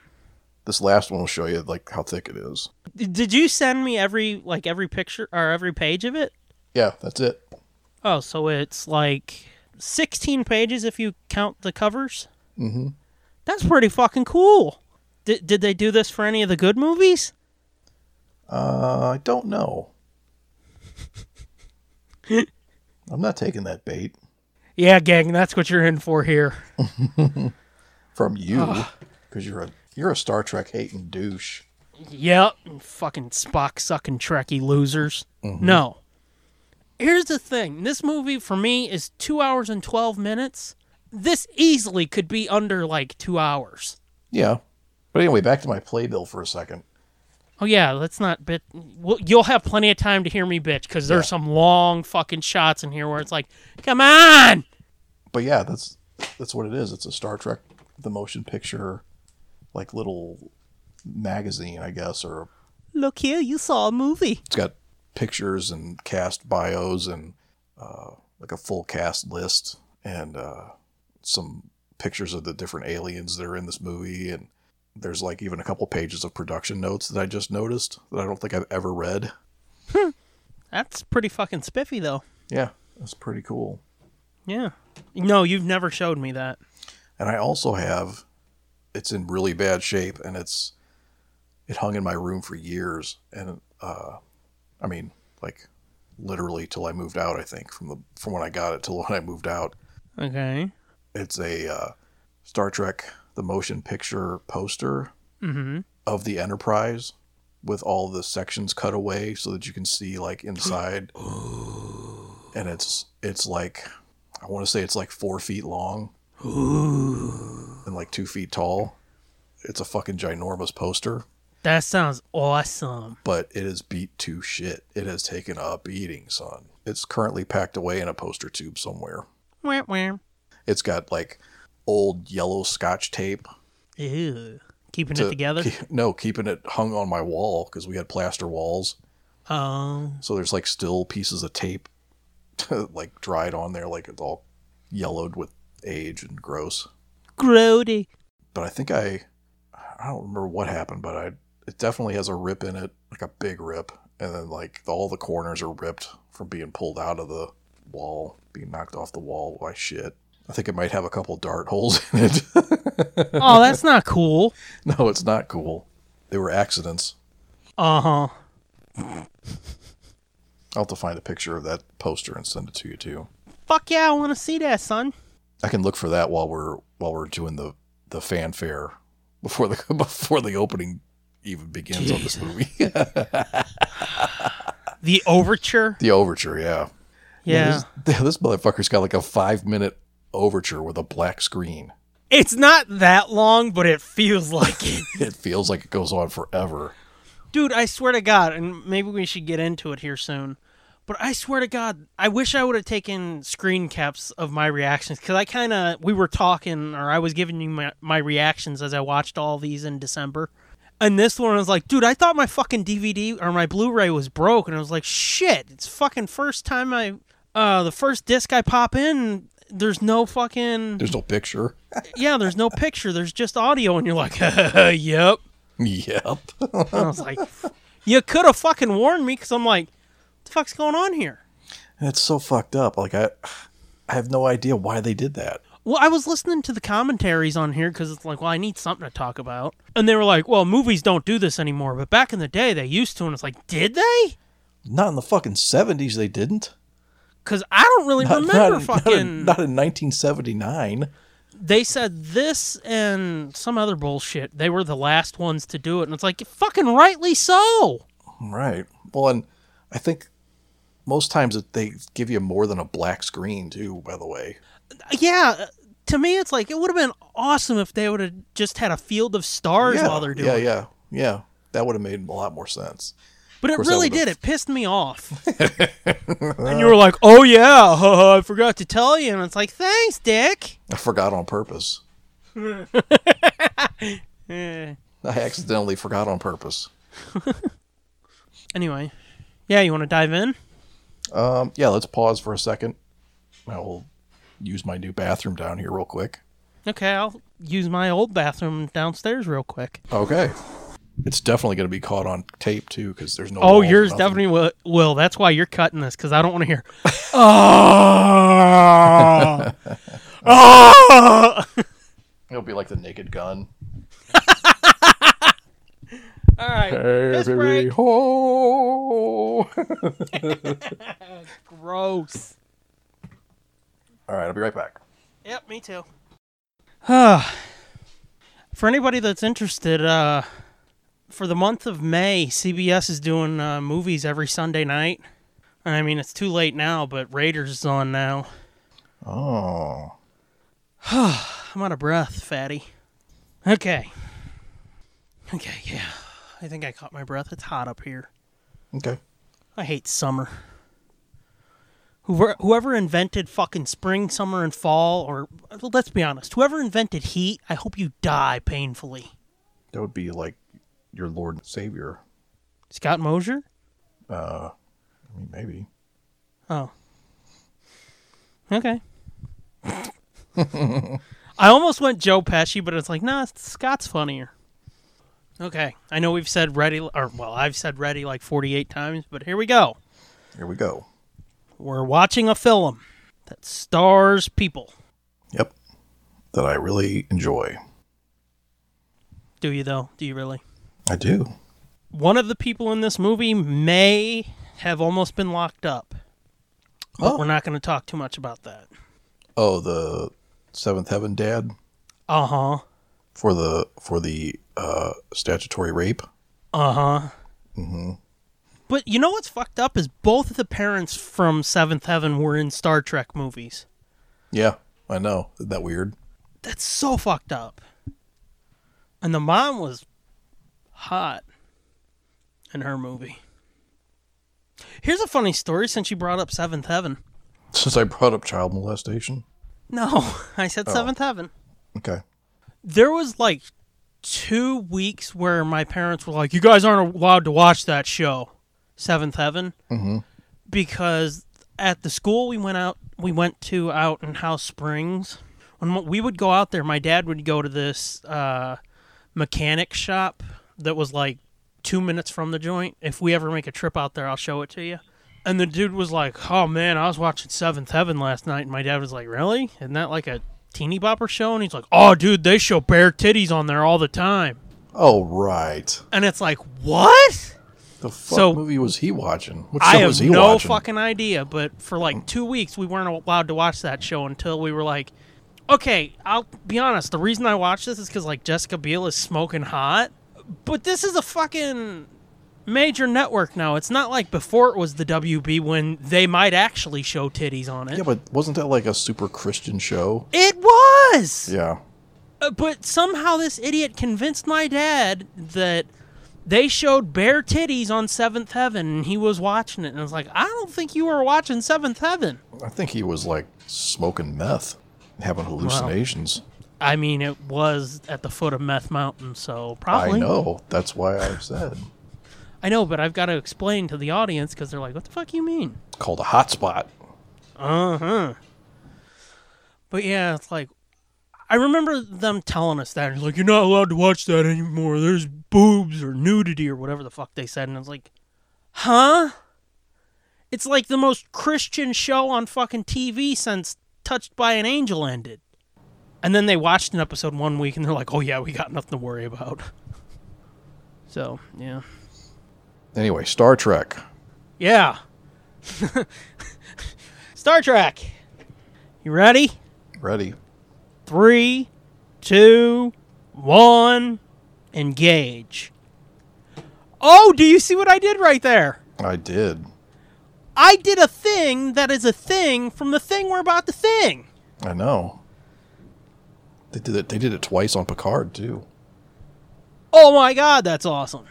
[SPEAKER 2] this last one will show you like how thick it is.
[SPEAKER 3] D- Did you send me every like every picture or every page of it?
[SPEAKER 2] Yeah, that's it.
[SPEAKER 3] Oh, so it's like sixteen pages if you count the covers. Mm-hmm.
[SPEAKER 2] Mhm.
[SPEAKER 3] That's pretty fucking cool. Did did they do this for any of the good movies?
[SPEAKER 2] Uh, I don't know. *laughs* I'm not taking that bait
[SPEAKER 3] Yeah, gang, that's what you're in for here.
[SPEAKER 2] from you because you're a you're a Star Trek hating douche.
[SPEAKER 3] Yep, fucking Spock sucking Trekkie losers. No. Here's the thing this movie for me is two hours and 12 minutes. This easily could be under like two hours.
[SPEAKER 2] Yeah, but anyway, back to my playbill for a second.
[SPEAKER 3] Oh, yeah, let's not bit. Well, you'll have plenty of time to hear me bitch because there's some long fucking shots in here where it's like, come on.
[SPEAKER 2] But yeah, that's that's what it is. It's a Star Trek the motion picture like little magazine, I guess, or
[SPEAKER 3] Look here, you saw a movie.
[SPEAKER 2] it's got pictures and cast bios and uh, like a full cast list and uh, some pictures of the different aliens that are in this movie and there's like even a couple pages of production notes that I just noticed that I don't think I've ever read.
[SPEAKER 3] That's pretty fucking spiffy, though.
[SPEAKER 2] Yeah, that's pretty cool.
[SPEAKER 3] Yeah. No, you've never showed me that.
[SPEAKER 2] And I also have it's in really bad shape and it's it hung in my room for years and uh I mean like literally till I moved out I think from the from when I got it till *laughs* when I moved out
[SPEAKER 3] Okay.
[SPEAKER 2] it's a uh, Star Trek the motion picture poster
[SPEAKER 3] Mhm.
[SPEAKER 2] of the Enterprise with all the sections cut away so that you can see like inside. and it's it's like I want to say it's like four feet long and like two feet tall. It's a fucking ginormous poster,
[SPEAKER 3] That sounds awesome.
[SPEAKER 2] but it is beat to shit. It has taken a beating, son. It's currently packed away in a poster tube somewhere.
[SPEAKER 3] Wham, wham.
[SPEAKER 2] It's got like old yellow scotch tape
[SPEAKER 3] Ew. Keeping it
[SPEAKER 2] to-
[SPEAKER 3] together.
[SPEAKER 2] ke- no, keeping it hung on my wall because we had plaster walls.
[SPEAKER 3] Oh.
[SPEAKER 2] So there's like still pieces of tape, *laughs* like dried on there, like it's all yellowed with age and gross.
[SPEAKER 3] Grody.
[SPEAKER 2] But I think I, I don't remember what happened, but I, it definitely has a rip in it, like a big rip, and then like all the corners are ripped from being pulled out of the wall, being knocked off the wall by shit. I think it might have a couple dart holes *laughs* in it.
[SPEAKER 3] Oh, that's not cool.
[SPEAKER 2] no, it's not cool. They were accidents.
[SPEAKER 3] Uh huh.
[SPEAKER 2] I'll have to find a picture of that poster and send it to you too.
[SPEAKER 3] Fuck yeah, I want to see that, son.
[SPEAKER 2] I can look for that while we're while we're doing the the fanfare before the *laughs* before the opening even begins on this movie. *laughs*
[SPEAKER 3] The overture.
[SPEAKER 2] the overture, yeah.
[SPEAKER 3] Yeah.
[SPEAKER 2] This, *laughs* this motherfucker's got like a five minute overture with a black screen.
[SPEAKER 3] It's not that long, but it feels like it.
[SPEAKER 2] It feels like it goes on forever.
[SPEAKER 3] Dude, I swear to God, and maybe we should get into it here soon. But I swear to God, I wish I would have taken screen caps of my reactions because I kind of we were talking, or I was giving you my, my reactions as I watched all these in December. And this one I was like, dude, I thought my fucking DVD or my Blu-ray was broke, and I was like, shit, it's fucking first time I, uh, the first disc I pop in, there's no fucking
[SPEAKER 2] There's no picture. *laughs*
[SPEAKER 3] yeah. There's no picture. There's just audio, and you're like, *laughs* yep.
[SPEAKER 2] yep.
[SPEAKER 3] And I was like, you could have fucking warned me because I'm like, what the fuck's going on here?
[SPEAKER 2] That's so fucked up. Like I, I have no idea why they did that.
[SPEAKER 3] Well, I was listening to the commentaries on here because it's like, well, I need something to talk about. And they were like, well, movies don't do this anymore. But back in the day, they used to. And it's like, did they?
[SPEAKER 2] Not in the fucking seventies. They didn't.
[SPEAKER 3] Because I don't really
[SPEAKER 2] Not,
[SPEAKER 3] remember
[SPEAKER 2] not in- not
[SPEAKER 3] fucking.
[SPEAKER 2] in, not in 1979.
[SPEAKER 3] they said this and some other bullshit. They were the last ones to do it. And it's like, fucking rightly so.
[SPEAKER 2] Right. Well, and I think most times that they give you more than a black screen too. By the way,
[SPEAKER 3] Yeah. uh, To me, it's like, it would have been awesome if they would have just had a field of stars while they're doing
[SPEAKER 2] yeah,
[SPEAKER 3] it.
[SPEAKER 2] yeah, yeah. That would have made a lot more sense.
[SPEAKER 3] But it
[SPEAKER 2] course, I
[SPEAKER 3] really
[SPEAKER 2] would've-
[SPEAKER 3] did. It pissed me off. and you were like, "Oh yeah, I forgot to tell you." And it's like, "Thanks, Dick."
[SPEAKER 2] I forgot on purpose.
[SPEAKER 3] Eh.
[SPEAKER 2] I accidentally forgot on purpose.
[SPEAKER 3] Anyway, yeah, you want to dive in?
[SPEAKER 2] Um, yeah, let's pause for a second. I will use my new bathroom down here real quick.
[SPEAKER 3] Okay, I'll use my old bathroom downstairs real quick.
[SPEAKER 2] Okay. It's definitely going to be caught on tape too, because there's no.
[SPEAKER 3] Oh,
[SPEAKER 2] walls or
[SPEAKER 3] yours
[SPEAKER 2] nothing.
[SPEAKER 3] definitely will. will. That's why you're cutting this because I don't want to hear.
[SPEAKER 1] Ah!
[SPEAKER 3] Ah."
[SPEAKER 2] It'll be like the Naked Gun.
[SPEAKER 3] *laughs* All right, piss break.
[SPEAKER 2] Ho!
[SPEAKER 3] Gross.
[SPEAKER 2] All right, I'll be right back.
[SPEAKER 3] Yep, me too. for anybody that's interested, uh, for the month of May, CBS is doing uh, movies every Sunday night. And I mean, it's too late now, but Raiders is on now.
[SPEAKER 2] Oh,
[SPEAKER 3] I'm out of breath, fatty. Okay. Okay, yeah. I think I caught my breath. It's hot up here.
[SPEAKER 2] okay.
[SPEAKER 3] I hate summer. Whoever, whoever invented fucking spring, summer, and fall, or well, let's be honest, whoever invented heat, I hope you die painfully.
[SPEAKER 2] That would be like your Lord and Savior.
[SPEAKER 3] Scott Mosier?
[SPEAKER 2] I mean, maybe.
[SPEAKER 3] Oh. Okay. I almost went Joe Pesci, but it's like, nah, Scott's funnier. Okay. I know we've said ready, or, well, I've said ready like 48 times, but here we go.
[SPEAKER 2] Here we go.
[SPEAKER 3] We're watching a film that stars people.
[SPEAKER 2] Yep. That I really enjoy.
[SPEAKER 3] Do you, though? Do you really?
[SPEAKER 2] I do.
[SPEAKER 3] One of the people in this movie may have almost been locked up. But
[SPEAKER 2] Oh.
[SPEAKER 3] we're not going to talk too much about that.
[SPEAKER 2] Oh, the Seventh Heaven Dad
[SPEAKER 3] Uh huh.
[SPEAKER 2] for the for the uh, statutory rape.
[SPEAKER 3] Uh huh. Mm-hmm. But you know what's fucked up is both of the parents from Seventh Heaven were in Star Trek movies.
[SPEAKER 2] Yeah, I know. Isn't that weird? *laughs*
[SPEAKER 3] That's so fucked up. And the mom was hot in her movie. Here's a funny story since you brought up Seventh Heaven.
[SPEAKER 2] Since I brought up child molestation.
[SPEAKER 3] No, *laughs* I said Seventh Heaven.
[SPEAKER 2] Okay.
[SPEAKER 3] There was like two weeks where my parents were like, "You guys aren't allowed to watch that show, Seventh Heaven," mm-hmm. because at the school we went out, we went to out in House Springs. When we would go out there, my dad would go to this uh, mechanic shop that was like two minutes from the joint. If we ever make a trip out there, I'll show it to you. And the dude was like, "Oh man, I was watching Seventh Heaven last night," and my dad was like, "Really? Isn't that like a teeny bopper show?" And he's like, "Oh, dude, they show bare titties on there all the time."
[SPEAKER 2] Oh right.
[SPEAKER 3] And it's like, "What?"
[SPEAKER 2] The fuck
[SPEAKER 3] So-
[SPEAKER 2] movie was he watching? What show
[SPEAKER 3] I have
[SPEAKER 2] was he
[SPEAKER 3] no
[SPEAKER 2] watching? Mm.
[SPEAKER 3] fucking idea. But for like two weeks, we weren't allowed to watch that show until we were like, "Okay, I'll be honest. The reason I watch this is because like Jessica Biel is smoking hot, but this is a fucking." Major network now. It's not like before it was the WB when they might actually show titties on it.
[SPEAKER 2] Yeah, but wasn't that like a super Christian show?
[SPEAKER 3] It was.
[SPEAKER 2] Yeah.
[SPEAKER 3] Uh, but somehow this idiot convinced my dad that they showed bare titties on Seventh Heaven, and he was watching it. And I was like, I don't think you were watching Seventh Heaven.
[SPEAKER 2] I think he was like smoking meth, having hallucinations.
[SPEAKER 3] I mean, it was at the foot of Meth Mountain, so probably.
[SPEAKER 2] I know. That's why I said
[SPEAKER 3] I know, but I've got to explain to the audience because they're like, "What the fuck you mean?"
[SPEAKER 2] called a hotspot.
[SPEAKER 3] Uh huh. Uh-huh. But yeah, it's like I remember them telling us that. It's like you're not allowed to watch that anymore. There's boobs or nudity or whatever the fuck they said, and I was like, huh? It's like the most Christian show on fucking TV since Touched by an Angel ended. And then they watched an episode one week and they're like, oh yeah, we got nothing to worry about. *laughs* So, yeah.
[SPEAKER 2] Anyway, Star Trek.
[SPEAKER 3] Yeah. *laughs* Star Trek. You ready?
[SPEAKER 2] Ready.
[SPEAKER 3] Three, two, one, engage. Oh, do you see what I did right there?
[SPEAKER 2] I did.
[SPEAKER 3] I did a thing that is a thing from the thing we're about to thing.
[SPEAKER 2] I know. They did it. They did it twice on Picard too.
[SPEAKER 3] Oh my god, that's awesome.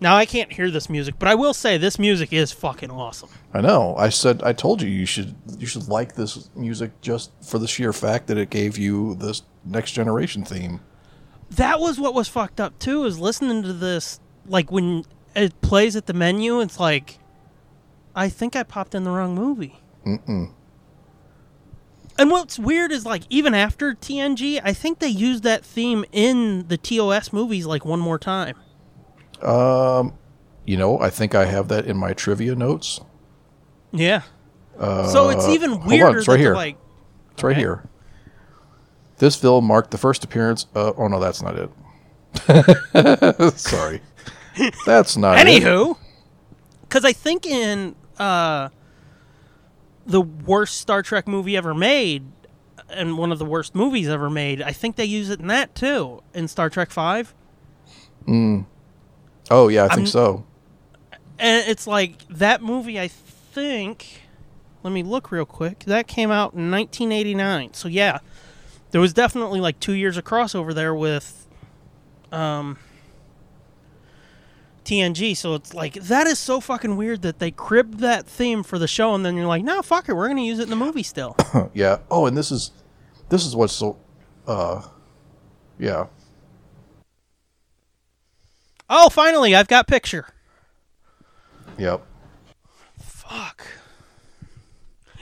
[SPEAKER 3] Now I can't hear this music, but I will say this music is fucking awesome.
[SPEAKER 2] I know. I said. I told you you should. You should like this music just for the sheer fact that it gave you this next generation theme.
[SPEAKER 3] That was what was fucked up too, is listening to this like when it plays at the menu, it's like I think I popped in the wrong movie.
[SPEAKER 2] Mm-mm.
[SPEAKER 3] And what's weird is like even after TNG, I think they used that theme in the TOS movies like one more time.
[SPEAKER 2] Um, you know, I think I have that in my trivia notes.
[SPEAKER 3] Yeah. so it's even
[SPEAKER 2] Uh, hold on,
[SPEAKER 3] weirder
[SPEAKER 2] it's right
[SPEAKER 3] that they're
[SPEAKER 2] here.
[SPEAKER 3] like
[SPEAKER 2] It's right here. This film marked the first appearance. Uh, oh no, that's not it. *laughs* Sorry, that's not. it.
[SPEAKER 3] Anywho, because I think in uh, the worst Star Trek movie ever made, and one of the worst movies ever made, I think they use it in that too in Star Trek Five.
[SPEAKER 2] Oh yeah, I think
[SPEAKER 3] I'm-
[SPEAKER 2] so.
[SPEAKER 3] And it's like that movie. I think, let me look real quick. That came out in 1989. So yeah, there was definitely like two years of crossover there with, um. TNG, so it's like that is so fucking weird that they cribbed that theme for the show, and then you're like, no, fuck it, we're gonna use it in the movie still.
[SPEAKER 2] Huh, yeah. Oh, and this is this is what's so. Uh, yeah.
[SPEAKER 3] oh, finally, I've got picture.
[SPEAKER 2] Yep.
[SPEAKER 3] Fuck.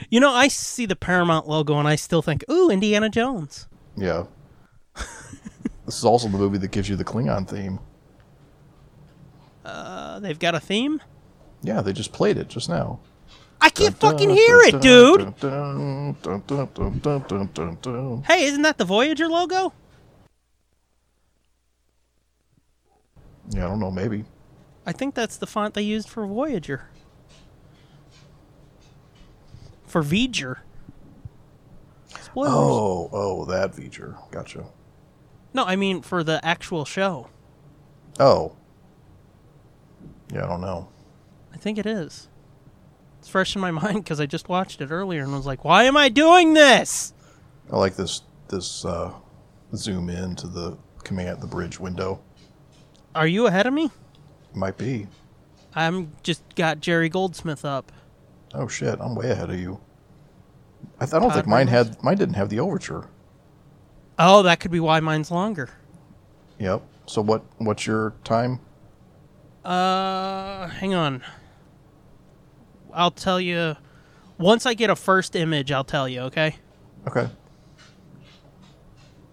[SPEAKER 3] You know, I see the Paramount logo and I still think, ooh, Indiana Jones.
[SPEAKER 2] Yeah. *laughs* this is also the movie that gives you the Klingon theme.
[SPEAKER 3] Uh, they've got a theme.
[SPEAKER 2] Yeah, they just played it just now.
[SPEAKER 3] I can't fucking hear it, dude.
[SPEAKER 2] dude.
[SPEAKER 3] Hey, isn't that the Voyager logo?
[SPEAKER 2] Yeah, I don't know. Maybe.
[SPEAKER 3] I think that's the font they used for Voyager. For Voyager. Spoilers.
[SPEAKER 2] Oh, oh, that feature. Gotcha.
[SPEAKER 3] No, I mean for the actual show.
[SPEAKER 2] Oh. Yeah, I don't know.
[SPEAKER 3] I think it is. It's fresh in my *laughs* mind because I just watched it earlier and was like, why am I doing this?
[SPEAKER 2] I like this this uh, zoom in to the command the bridge window.
[SPEAKER 3] Are you ahead of me?
[SPEAKER 2] Might be.
[SPEAKER 3] I'm just got Jerry Goldsmith up.
[SPEAKER 2] Oh shit, I'm way ahead of you. I, th- I don't
[SPEAKER 3] Pod
[SPEAKER 2] think mine
[SPEAKER 3] Raiders?
[SPEAKER 2] had mine didn't have the overture.
[SPEAKER 3] Oh, that could be why mine's longer.
[SPEAKER 2] Yep. So what what's your time?
[SPEAKER 3] Uh, hang on. I'll tell you once I get a first image. I'll tell you. Okay.
[SPEAKER 2] Okay.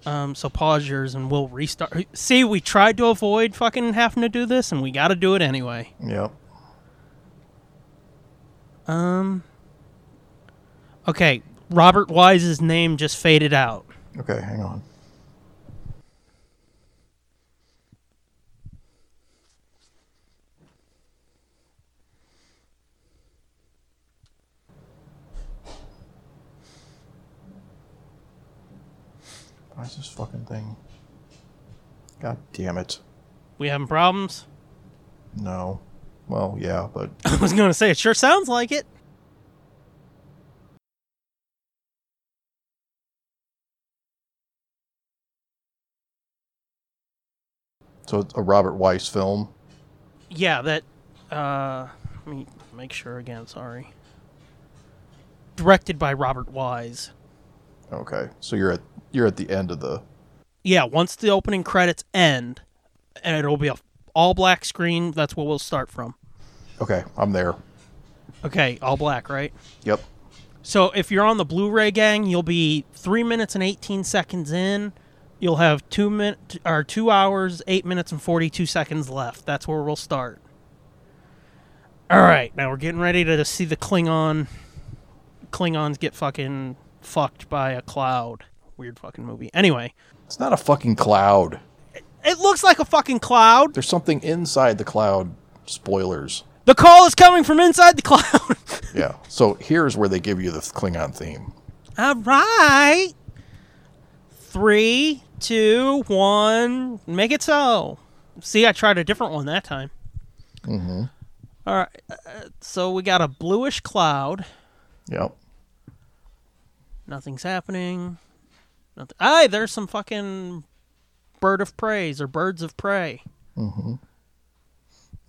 [SPEAKER 3] Um, so pause yours and we'll restart. See, we tried to avoid fucking having to do this, and we got to do it anyway.
[SPEAKER 2] Yep.
[SPEAKER 3] Um. Okay, Robert Wise's name just faded out.
[SPEAKER 2] Okay, hang on. Why is this fucking thing? God damn it.
[SPEAKER 3] We having problems? *laughs*
[SPEAKER 2] No. Well, yeah, but
[SPEAKER 3] I was gonna say it sure sounds like it.
[SPEAKER 2] so it's a Robert Weiss film.
[SPEAKER 3] Yeah, that. Uh, let me make sure again. Sorry. Directed by Robert Wise.
[SPEAKER 2] Okay. So you're at you're at the end of the
[SPEAKER 3] Yeah, once the opening credits end, and it'll be a all black screen. That's what we'll start from.
[SPEAKER 2] Okay, I'm there.
[SPEAKER 3] Okay, all black, right?
[SPEAKER 2] Yep.
[SPEAKER 3] So if you're on the Blu-ray gang, you'll be three minutes and eighteen seconds in. You'll have two min or two hours, eight minutes and forty-two seconds left. That's where we'll start. All right, now we're getting ready to see the Klingon. Klingons get fucking fucked by a cloud. Weird fucking movie. Anyway,
[SPEAKER 2] It's not a fucking cloud.
[SPEAKER 3] it looks like a fucking cloud.
[SPEAKER 2] There's something inside the cloud.
[SPEAKER 3] *laughs*
[SPEAKER 2] Spoilers.
[SPEAKER 3] The call is coming from inside the *laughs* cloud.
[SPEAKER 2] Yeah. So here's where they give you the Klingon theme.
[SPEAKER 3] All right. Three, two, one. Make it so. See, I tried a different one that time. Mm-hmm. All right. Uh, so we got a bluish cloud.
[SPEAKER 2] Yep.
[SPEAKER 3] Nothing's happening. Nothing. Aye, there's some fucking bird of praise or birds of prey.
[SPEAKER 2] No,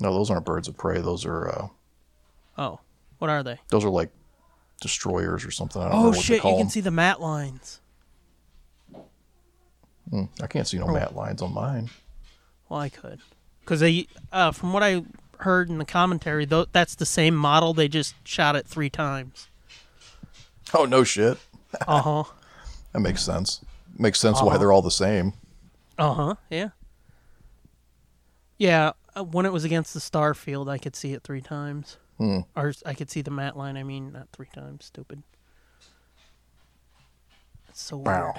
[SPEAKER 2] those aren't birds of prey. Those are uh,
[SPEAKER 3] Oh, what are they?
[SPEAKER 2] those are like destroyers or something. I don't know
[SPEAKER 3] Oh
[SPEAKER 2] what they
[SPEAKER 3] shit!
[SPEAKER 2] call
[SPEAKER 3] You can
[SPEAKER 2] them.
[SPEAKER 3] see the mat lines.
[SPEAKER 2] I can't see no
[SPEAKER 3] Oh.
[SPEAKER 2] mat lines on mine.
[SPEAKER 3] Well, I could, because they, uh, from what I heard in the commentary, though, that's the same model. They just shot it three times.
[SPEAKER 2] Oh no shit.
[SPEAKER 3] Uh huh.
[SPEAKER 2] That makes sense. Makes sense
[SPEAKER 3] Uh-huh.
[SPEAKER 2] why they're all the same.
[SPEAKER 3] Uh huh. Yeah. Yeah. uh, When it was against the star field, I could see it three times. Or s- I could see the mat line. I mean, not three times. Stupid. It's so weird.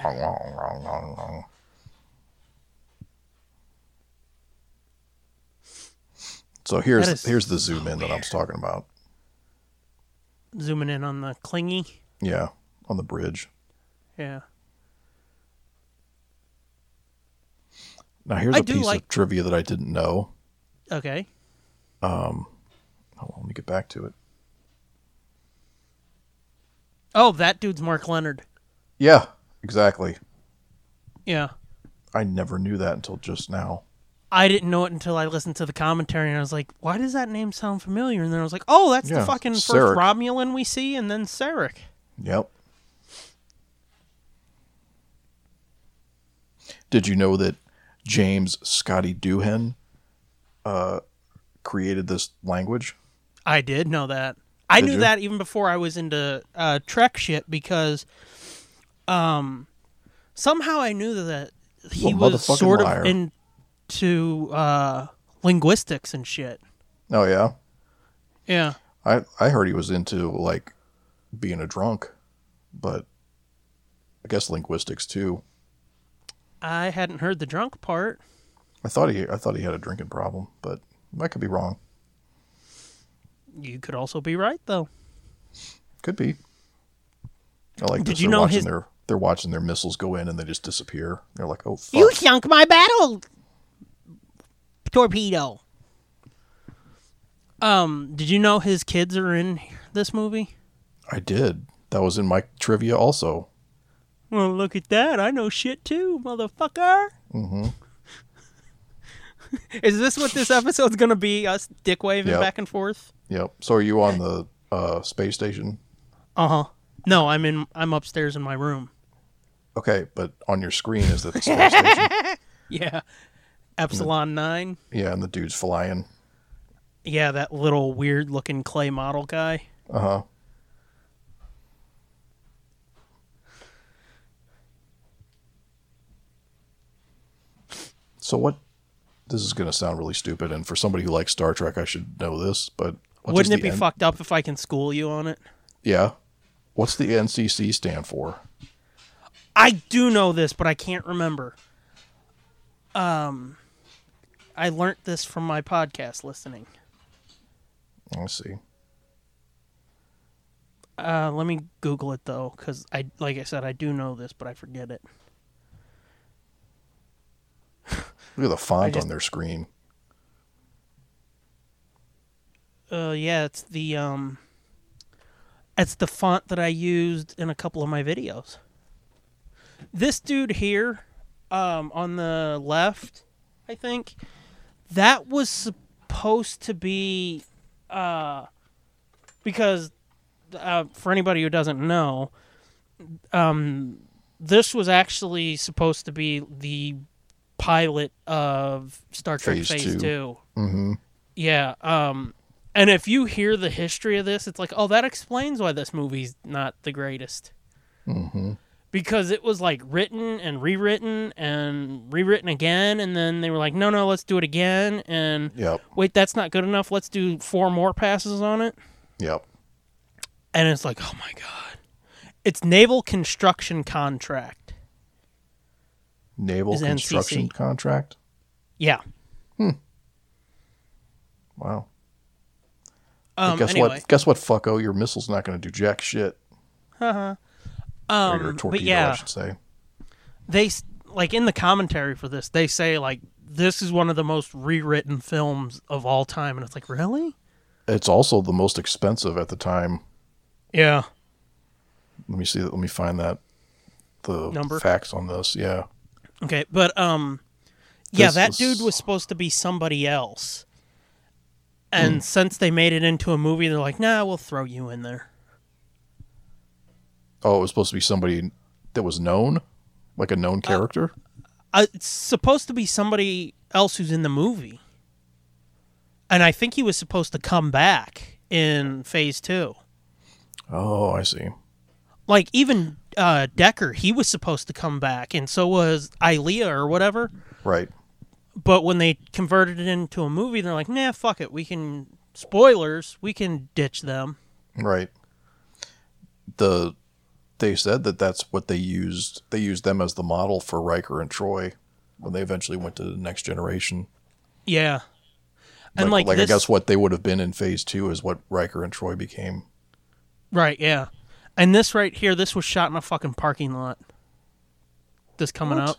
[SPEAKER 2] So here's
[SPEAKER 3] That is
[SPEAKER 2] here's the zoom in that I was talking about.
[SPEAKER 3] Zooming in on the clingy.
[SPEAKER 2] Yeah, on the bridge.
[SPEAKER 3] Yeah.
[SPEAKER 2] Now here's
[SPEAKER 3] I
[SPEAKER 2] a
[SPEAKER 3] do
[SPEAKER 2] piece
[SPEAKER 3] like-
[SPEAKER 2] of trivia that I didn't know.
[SPEAKER 3] Okay.
[SPEAKER 2] Hold on, let me get back to it.
[SPEAKER 3] Oh, that dude's Mark Leonard.
[SPEAKER 2] Yeah, exactly.
[SPEAKER 3] Yeah.
[SPEAKER 2] I never knew that until just now.
[SPEAKER 3] I didn't know it until I listened to the commentary, and I was like, "Why does that name sound familiar?" And then I was like, "Oh, that's
[SPEAKER 2] Yeah,
[SPEAKER 3] the fucking
[SPEAKER 2] Sarek.
[SPEAKER 3] first Romulan we see, and then Sarek."
[SPEAKER 2] Yep. Did you know that James Scotty Doohan uh, created this language?
[SPEAKER 3] I did know that. I
[SPEAKER 2] Did
[SPEAKER 3] knew
[SPEAKER 2] you?
[SPEAKER 3] that even before I was into uh, Trek shit because, um, somehow I knew that he
[SPEAKER 2] Well,
[SPEAKER 3] was
[SPEAKER 2] motherfucking
[SPEAKER 3] sort
[SPEAKER 2] liar.
[SPEAKER 3] of into uh, linguistics and shit.
[SPEAKER 2] Oh yeah,
[SPEAKER 3] Yeah.
[SPEAKER 2] I I heard he was into like being a drunk, but I guess linguistics too.
[SPEAKER 3] I hadn't heard the drunk part.
[SPEAKER 2] I thought he I thought he had a drinking problem, but I could be wrong.
[SPEAKER 3] You could also be right though.
[SPEAKER 2] Could be. I like
[SPEAKER 3] Did
[SPEAKER 2] this.
[SPEAKER 3] you
[SPEAKER 2] they're
[SPEAKER 3] know
[SPEAKER 2] watching
[SPEAKER 3] his-
[SPEAKER 2] their they're watching their missiles go in and they just disappear. They're like, oh fuck.
[SPEAKER 3] You sunk my battle torpedo. Um, did you know his kids are in this movie?
[SPEAKER 2] I did. That was in my trivia also.
[SPEAKER 3] Well, look at that. I know shit too, motherfucker. Mm-hmm. *laughs* Is this what this episode's gonna be? Us dick waving
[SPEAKER 2] Yep.
[SPEAKER 3] back and forth?
[SPEAKER 2] Yep. So are you on the uh, space station?
[SPEAKER 3] Uh huh. No, I'm in. I'm upstairs in my room.
[SPEAKER 2] Okay, but on your screen is that the space station?
[SPEAKER 3] *laughs* Yeah.
[SPEAKER 2] Mm.
[SPEAKER 3] Epsilon nine.
[SPEAKER 2] Yeah, and the dude's flying.
[SPEAKER 3] Yeah, that little weird looking clay model guy.
[SPEAKER 2] Uh huh. So what? This is gonna sound really stupid, and for somebody who likes Star Trek, I should know this. But what does
[SPEAKER 3] Wouldn't it
[SPEAKER 2] the
[SPEAKER 3] be
[SPEAKER 2] N-
[SPEAKER 3] fucked up if I can school you on it?
[SPEAKER 2] Yeah. What's the NCC stand for?
[SPEAKER 3] I do know this, but I can't remember. Um, I learnt this from my podcast listening.
[SPEAKER 2] Let's see.
[SPEAKER 3] Uh, let me Google it though, because I, like I said, I do know this, but I forget it.
[SPEAKER 2] Look at the font
[SPEAKER 3] just-
[SPEAKER 2] on their screen.
[SPEAKER 3] Uh, yeah, it's the um, it's the font that I used in a couple of my videos. This dude here, um, on the left, I think, that was supposed to be, uh, because, uh, for anybody who doesn't know, um, this was actually supposed to be the pilot of Star Trek
[SPEAKER 2] Phase
[SPEAKER 3] Phase,
[SPEAKER 2] two.
[SPEAKER 3] Two.
[SPEAKER 2] Mm-hmm.
[SPEAKER 3] Yeah. Um, And if you hear the history of this, it's like, oh, that explains why this movie's not the greatest.
[SPEAKER 2] Mm-hmm.
[SPEAKER 3] Because it was like written and rewritten and rewritten again. And then they were like, no, no, let's do it again. And
[SPEAKER 2] Yep.
[SPEAKER 3] wait, that's not good enough. Let's do four more passes on it.
[SPEAKER 2] Yep.
[SPEAKER 3] And it's like, oh my God. It's Naval Construction Contract.
[SPEAKER 2] Naval
[SPEAKER 3] Is
[SPEAKER 2] construction
[SPEAKER 3] NCC.
[SPEAKER 2] contract.
[SPEAKER 3] Yeah.
[SPEAKER 2] Wow.
[SPEAKER 3] Um,
[SPEAKER 2] guess
[SPEAKER 3] anyway.
[SPEAKER 2] what? Guess what? Fucko, your missile's not going to do jack shit. or your
[SPEAKER 3] Uh-huh. Um, but
[SPEAKER 2] torpedo, I
[SPEAKER 3] yeah,
[SPEAKER 2] should say.
[SPEAKER 3] they s- like in the commentary for this, they say like this is one of the most rewritten films of all time, and it's like really,
[SPEAKER 2] It's also the most expensive at the time.
[SPEAKER 3] yeah,
[SPEAKER 2] Let me see. Let me find that. The
[SPEAKER 3] Number?
[SPEAKER 2] facts on this. Yeah.
[SPEAKER 3] okay, but um, yeah,
[SPEAKER 2] This
[SPEAKER 3] that
[SPEAKER 2] was-
[SPEAKER 3] dude was supposed to be somebody else, and
[SPEAKER 2] Hmm.
[SPEAKER 3] since they made it into a movie, they're like, nah, we'll throw you in there.
[SPEAKER 2] Oh, it was supposed to be somebody that was known, like a known character.
[SPEAKER 3] Uh, it's supposed to be somebody else who's in the movie, and I think he was supposed to come back in phase two.
[SPEAKER 2] oh, I see.
[SPEAKER 3] like even uh, Decker, he was supposed to come back, and so was Ilea or whatever.
[SPEAKER 2] Right.
[SPEAKER 3] But when they converted it into a movie, they're like, "Nah, fuck it. We can spoilers. We can ditch them."
[SPEAKER 2] Right. The they said that that's what they used. They used them as the model for Riker and Troy when they eventually went to the next generation.
[SPEAKER 3] Yeah, and
[SPEAKER 2] like,
[SPEAKER 3] like,
[SPEAKER 2] I
[SPEAKER 3] this,
[SPEAKER 2] guess what they would have been in Phase Two is what Riker and Troy became.
[SPEAKER 3] right? Yeah, and this right here, this was shot in a fucking parking lot. This coming
[SPEAKER 2] What?
[SPEAKER 3] up.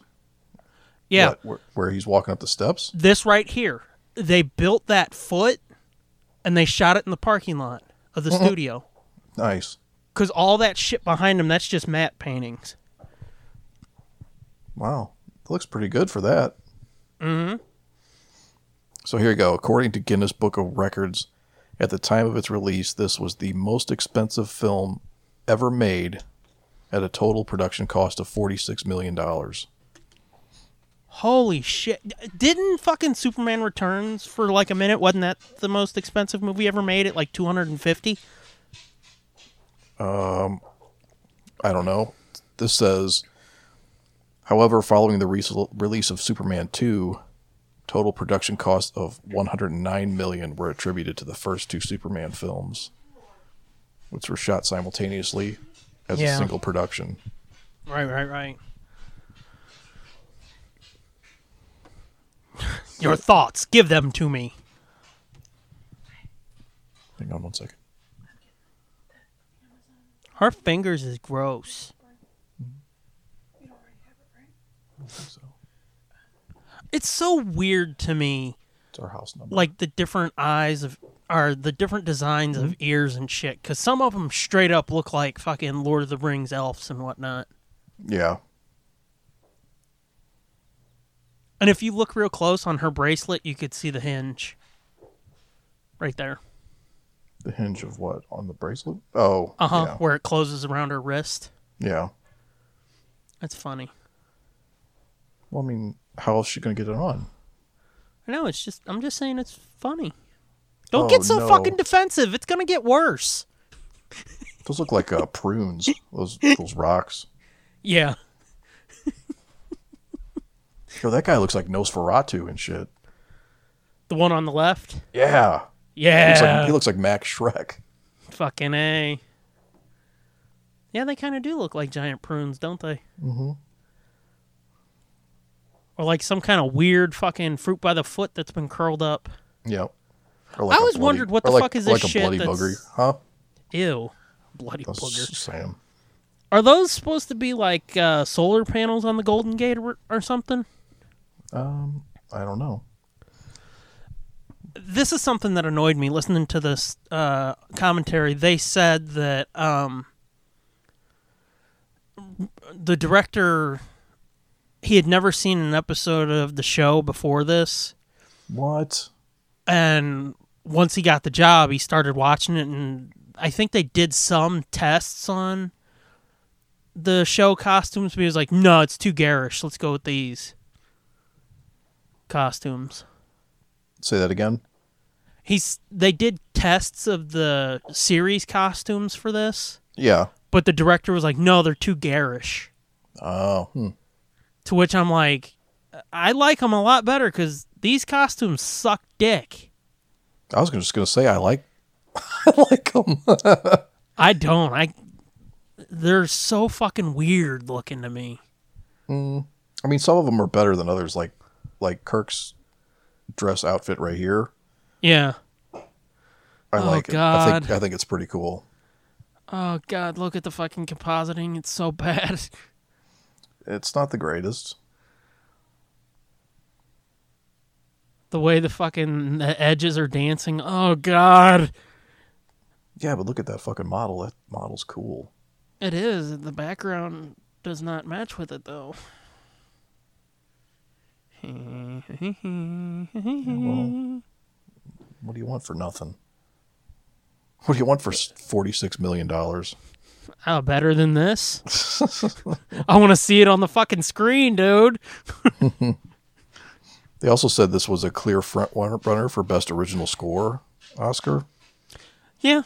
[SPEAKER 3] Yeah,
[SPEAKER 2] What, where, where he's walking up the steps.
[SPEAKER 3] this right here, they built that foot, and they shot it in the parking lot of
[SPEAKER 2] Mm-hmm.
[SPEAKER 3] the studio.
[SPEAKER 2] Nice.
[SPEAKER 3] Because all that shit behind him, that's just matte paintings.
[SPEAKER 2] Wow. looks pretty good for that. Mm-hmm. So here you go. According to Guinness Book of Records, at the time of its release, this was the most expensive film ever made at a total production cost of $46 million.
[SPEAKER 3] Holy shit. Didn't fucking Superman Returns for like a minute wasn't that the most expensive movie ever made at like 250?
[SPEAKER 2] I don't know. This says, however, following the re- release of Superman 2, total production costs of 109 million were attributed to the first two Superman films, which were shot simultaneously as
[SPEAKER 3] Yeah.
[SPEAKER 2] a single production.
[SPEAKER 3] Right, right, right. *laughs* Your thoughts, give them to me.
[SPEAKER 2] Hang on one second.
[SPEAKER 3] Her fingers is gross.
[SPEAKER 2] So
[SPEAKER 3] It's so weird to me
[SPEAKER 2] it's our house number.
[SPEAKER 3] like the different eyes of are the different designs of ears and shit cuz some of them straight up look like fucking Lord of the Rings elves and whatnot.
[SPEAKER 2] yeah.
[SPEAKER 3] And if you look real close on her bracelet, you could see the hinge. Right there.
[SPEAKER 2] The hinge of what? On the bracelet? Oh.
[SPEAKER 3] Uh huh.
[SPEAKER 2] yeah.
[SPEAKER 3] Where it closes around her wrist.
[SPEAKER 2] Yeah.
[SPEAKER 3] That's funny.
[SPEAKER 2] Well, I mean, how else is she going to get it on?
[SPEAKER 3] I know, it's just, I'm just saying it's funny. Don't
[SPEAKER 2] Oh,
[SPEAKER 3] get so
[SPEAKER 2] no.
[SPEAKER 3] fucking defensive. It's going to get worse.
[SPEAKER 2] Those look like uh, prunes, those, those rocks.
[SPEAKER 3] Yeah.
[SPEAKER 2] Yo, that guy looks like Nosferatu and shit.
[SPEAKER 3] The one on the left.
[SPEAKER 2] Yeah. He
[SPEAKER 3] Yeah.
[SPEAKER 2] looks like, he looks like Max Shrek.
[SPEAKER 3] fucking A. Yeah, they kind of do look like giant prunes, don't they? Mm hmm.
[SPEAKER 2] Mm-hmm.
[SPEAKER 3] Or like some kind of weird fucking fruit by the foot that's been curled up.
[SPEAKER 2] Yep.
[SPEAKER 3] I always wondered what the fuck is this
[SPEAKER 2] like
[SPEAKER 3] shit
[SPEAKER 2] a bloody
[SPEAKER 3] that's-
[SPEAKER 2] booger, huh?
[SPEAKER 3] Ew. Bloody
[SPEAKER 2] That's
[SPEAKER 3] booger.
[SPEAKER 2] Sam.
[SPEAKER 3] Are those supposed to be like uh, solar panels on the Golden Gate or, or something?
[SPEAKER 2] Um, I don't know.
[SPEAKER 3] This is something that annoyed me listening to this uh, commentary. They said that um, the director he had never seen an episode of the show before this,
[SPEAKER 2] What?
[SPEAKER 3] and once he got the job, he started watching it, and I think they did some tests on the show costumes, but he was like, "No, it's too garish. Let's go with these costumes."
[SPEAKER 2] Say that again.
[SPEAKER 3] he's they did tests of the series costumes for this,
[SPEAKER 2] Yeah.
[SPEAKER 3] but the director was like, "No, they're too garish."
[SPEAKER 2] Oh. hmm.
[SPEAKER 3] To which I'm like, I like them a lot better because these costumes suck dick.
[SPEAKER 2] I was just gonna say I like. *laughs* I like them.
[SPEAKER 3] I don't. I they're so fucking weird looking to me.
[SPEAKER 2] I mean, some of them are better than others. Like, like Kirk's dress outfit right here.
[SPEAKER 3] Yeah.
[SPEAKER 2] I
[SPEAKER 3] Oh,
[SPEAKER 2] like it. I
[SPEAKER 3] God.
[SPEAKER 2] think I think it's pretty cool.
[SPEAKER 3] Oh god, look at the fucking compositing. It's so *laughs* bad.
[SPEAKER 2] It's not the greatest.
[SPEAKER 3] The way the fucking the edges are dancing. Oh god.
[SPEAKER 2] Yeah, but look at that fucking model. That model's cool.
[SPEAKER 3] It is. The background does not match with it though.
[SPEAKER 2] What do you want for nothing? What do you want for forty six million dollars?
[SPEAKER 3] Oh, better than this? I want to see it on the fucking screen, dude.
[SPEAKER 2] They also said this was a clear front runner for best original score Oscar,
[SPEAKER 3] Yeah.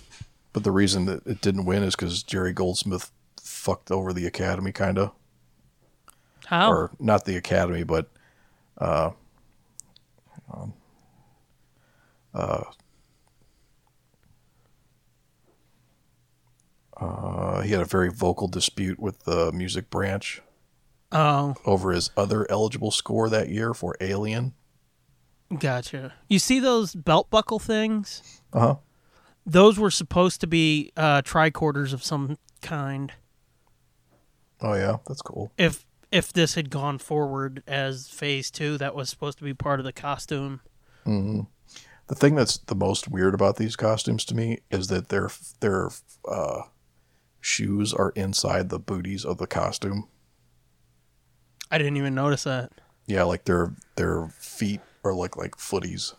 [SPEAKER 2] but the reason that it didn't win is because Jerry Goldsmith fucked over the Academy, kind of,
[SPEAKER 3] How?
[SPEAKER 2] or not the Academy, but uh, uh, hang on. uh, uh, he had a very vocal dispute with the music branch
[SPEAKER 3] oh,
[SPEAKER 2] over his other eligible score that year for Alien.
[SPEAKER 3] gotcha. You see those belt buckle things?
[SPEAKER 2] Uh huh.
[SPEAKER 3] Those were supposed to be uh, tricorders of some kind.
[SPEAKER 2] Oh yeah, that's cool.
[SPEAKER 3] If if this had gone forward as phase two, that was supposed to be part of the costume.
[SPEAKER 2] The thing that's the most weird about these costumes to me is that their their uh, shoes are inside the booties of the costume.
[SPEAKER 3] I didn't even notice that.
[SPEAKER 2] Yeah, like their their feet are like like footies.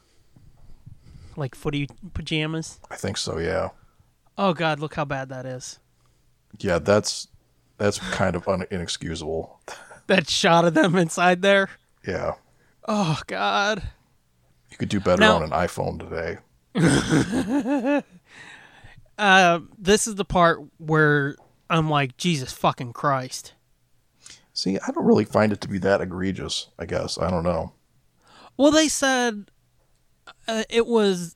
[SPEAKER 3] Like footy pajamas.
[SPEAKER 2] I think so. Yeah,
[SPEAKER 3] Oh god, look how bad that is.
[SPEAKER 2] yeah. That's that's kind of un- inexcusable.
[SPEAKER 3] That shot of them inside there.
[SPEAKER 2] Yeah,
[SPEAKER 3] Oh god.
[SPEAKER 2] you could do better
[SPEAKER 3] Now-
[SPEAKER 2] on an iPhone today.
[SPEAKER 3] Uh, this is the part where I'm like, Jesus fucking Christ.
[SPEAKER 2] See, I don't really find it to be that egregious. I guess I don't know.
[SPEAKER 3] Well, they said uh, it was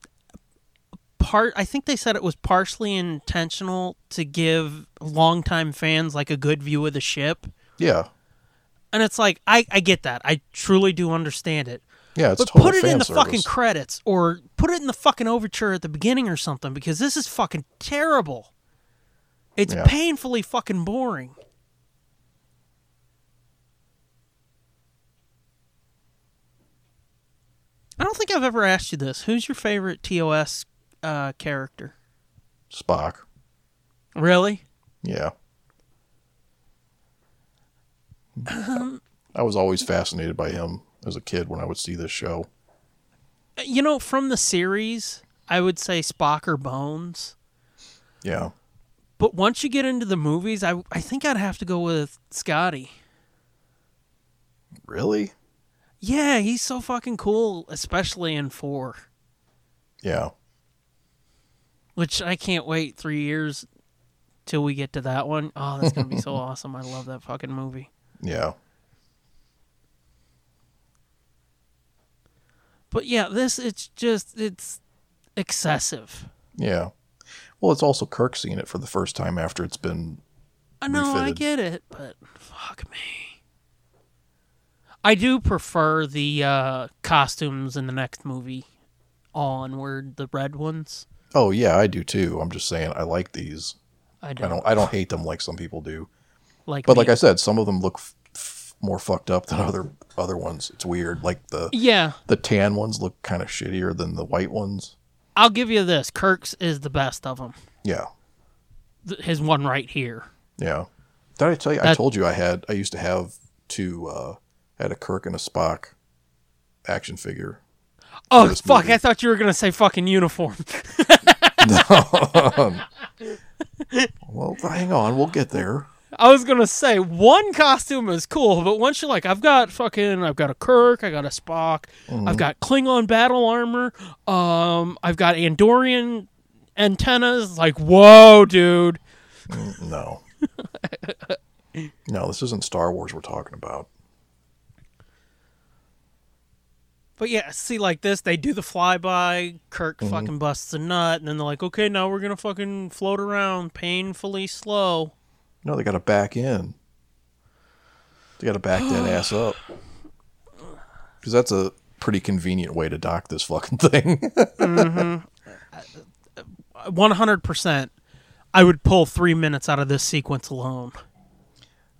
[SPEAKER 3] part. I think they said it was partially intentional to give longtime fans like a good view of the ship,
[SPEAKER 2] Yeah,
[SPEAKER 3] and it's like I I get that. I truly do understand it.
[SPEAKER 2] yeah. It's
[SPEAKER 3] But
[SPEAKER 2] total
[SPEAKER 3] put it
[SPEAKER 2] fan
[SPEAKER 3] in the
[SPEAKER 2] service.
[SPEAKER 3] fucking credits, or put it in the fucking overture at the beginning, or something, because this is fucking terrible. It's
[SPEAKER 2] Yeah.
[SPEAKER 3] painfully fucking boring. I don't think I've ever asked you this. Who's your favorite TOS uh, character?
[SPEAKER 2] Spock.
[SPEAKER 3] Really?
[SPEAKER 2] Yeah. I was always fascinated by him as a kid when I would see this show.
[SPEAKER 3] Uh, You know, from the series, I would say Spock or Bones.
[SPEAKER 2] Yeah.
[SPEAKER 3] But once you get into the movies, I I think I'd have to go with Scotty.
[SPEAKER 2] Really?
[SPEAKER 3] Yeah, he's so fucking cool, especially in four,
[SPEAKER 2] Yeah.
[SPEAKER 3] which I can't wait three years till we get to that one. Oh, that's gonna be
[SPEAKER 2] *laughs*
[SPEAKER 3] so awesome! I love that fucking movie.
[SPEAKER 2] Yeah.
[SPEAKER 3] But yeah, this it's just it's excessive.
[SPEAKER 2] Yeah. Well, it's also Kirk seeing it for the first time after it's been.
[SPEAKER 3] I know I
[SPEAKER 2] Refitted.
[SPEAKER 3] get it, but fuck me. I do prefer the uh, costumes in the next movie onward, the red ones.
[SPEAKER 2] Oh yeah, I do too. I'm just saying I like these.
[SPEAKER 3] I don't,
[SPEAKER 2] I don't. I don't hate them like some people do.
[SPEAKER 3] like,
[SPEAKER 2] But
[SPEAKER 3] me.
[SPEAKER 2] like I said, some of them look f- f- more fucked up than other other ones. It's weird. Like the
[SPEAKER 3] yeah,
[SPEAKER 2] the tan ones look kind of shittier than the white ones.
[SPEAKER 3] I'll give you this. Kirk's is the best of them.
[SPEAKER 2] Yeah.
[SPEAKER 3] th- his one right here.
[SPEAKER 2] Yeah. Did I tell you? I
[SPEAKER 3] That-
[SPEAKER 2] told you I had. I used to have two. Uh, I had a Kirk and a Spock action figure.
[SPEAKER 3] Oh
[SPEAKER 2] this
[SPEAKER 3] fuck!
[SPEAKER 2] movie.
[SPEAKER 3] I thought you were gonna say fucking uniform. *laughs*
[SPEAKER 2] Well, hang on. We'll get there.
[SPEAKER 3] I was gonna say one costume is cool, but once you're like, I've got fucking, I've got a Kirk, I got a Spock, I've got Klingon battle armor, um, I've got Andorian antennas. Like, whoa, dude.
[SPEAKER 2] No. no, this isn't Star Wars we're talking about.
[SPEAKER 3] But yeah, see, like this, they do the flyby. Kirk fucking busts a nut, and then they're like, okay, now we're gonna fucking float around painfully slow.
[SPEAKER 2] No, they got to back in. They got to back that ass up. Because that's a pretty convenient way to dock this fucking thing. *laughs*
[SPEAKER 3] 100%. I would pull three minutes out of this sequence alone.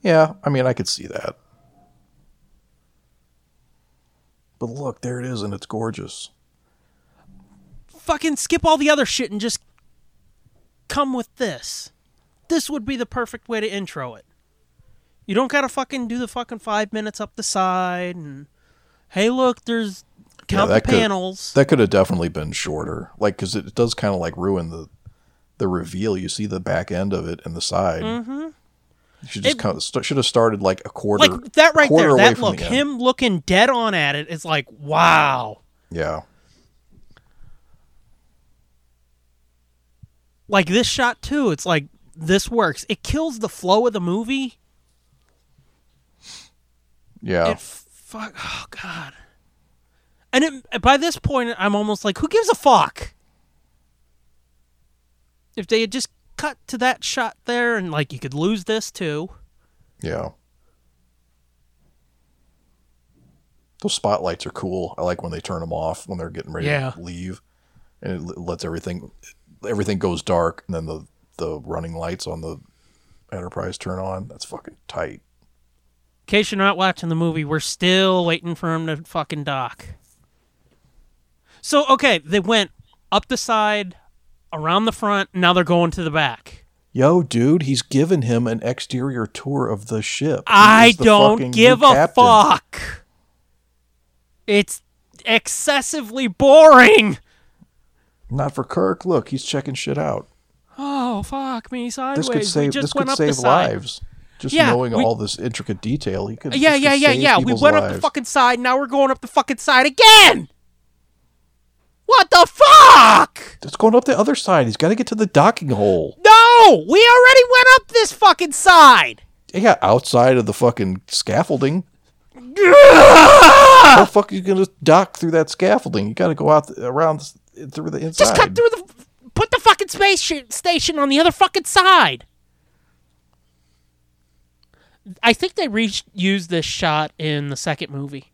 [SPEAKER 2] yeah, I mean, I could see that. But look, there it is, and it's gorgeous.
[SPEAKER 3] Fucking skip all the other shit and just come with this. This would be the perfect way to intro it. You don't gotta fucking do the fucking five minutes up the side and hey, look, there's count
[SPEAKER 2] that
[SPEAKER 3] the
[SPEAKER 2] could-
[SPEAKER 3] panels.
[SPEAKER 2] That could have definitely been shorter. Like, because it does kind of like ruin the the reveal. You see the back end of it and the side. Mm-hmm. You should just
[SPEAKER 3] It-
[SPEAKER 2] kind of st- should have started like a quarter,
[SPEAKER 3] like that right
[SPEAKER 2] quarter
[SPEAKER 3] there,
[SPEAKER 2] away
[SPEAKER 3] that
[SPEAKER 2] from
[SPEAKER 3] look,
[SPEAKER 2] the end.
[SPEAKER 3] him looking dead on at it is like, wow.
[SPEAKER 2] Yeah,
[SPEAKER 3] like this shot too it's like this works it kills the flow of the movie
[SPEAKER 2] yeah.
[SPEAKER 3] it f- fuck oh god and it, by this point i'm almost like who gives a fuck if they had just cut to that shot there and like you could lose this too
[SPEAKER 2] Yeah. Those spotlights are cool. I like when they turn them off when they're getting ready
[SPEAKER 3] Yeah.
[SPEAKER 2] to leave, and it l- lets everything everything goes dark, and then the the running lights on the Enterprise turn on. That's fucking tight.
[SPEAKER 3] in case you're not watching the movie we're still waiting for him to fucking dock so okay they went up the side around the front now they're going to the back
[SPEAKER 2] Yo, dude, he's given him an exterior tour of the ship. He
[SPEAKER 3] I
[SPEAKER 2] is the fucking
[SPEAKER 3] don't
[SPEAKER 2] new
[SPEAKER 3] give a
[SPEAKER 2] captain.
[SPEAKER 3] fuck. It's excessively boring.
[SPEAKER 2] Not for Kirk. Look, he's checking shit out.
[SPEAKER 3] Oh fuck me sideways.
[SPEAKER 2] This could
[SPEAKER 3] we
[SPEAKER 2] save.
[SPEAKER 3] just
[SPEAKER 2] This
[SPEAKER 3] went
[SPEAKER 2] could
[SPEAKER 3] up the
[SPEAKER 2] save
[SPEAKER 3] side.
[SPEAKER 2] lives. Just
[SPEAKER 3] Yeah,
[SPEAKER 2] knowing
[SPEAKER 3] we-
[SPEAKER 2] all this intricate detail, he could.
[SPEAKER 3] Yeah,
[SPEAKER 2] this could
[SPEAKER 3] yeah, yeah,
[SPEAKER 2] save
[SPEAKER 3] yeah. We
[SPEAKER 2] people's
[SPEAKER 3] went up the
[SPEAKER 2] lives.
[SPEAKER 3] fucking side. Now we're going up the fucking side again. What the fuck?
[SPEAKER 2] It's going up the other side. He's got to get to the docking hole.
[SPEAKER 3] No, we already went up this fucking side. *laughs*
[SPEAKER 2] Yeah, outside of the fucking scaffolding.
[SPEAKER 3] Ugh! Ah.
[SPEAKER 2] How the fuck are you gonna dock through that scaffolding? You got to go out th- around th- through the inside.
[SPEAKER 3] Just cut through the. Put the fucking space sh- station on the other fucking side. I think they re- used this shot in the second movie,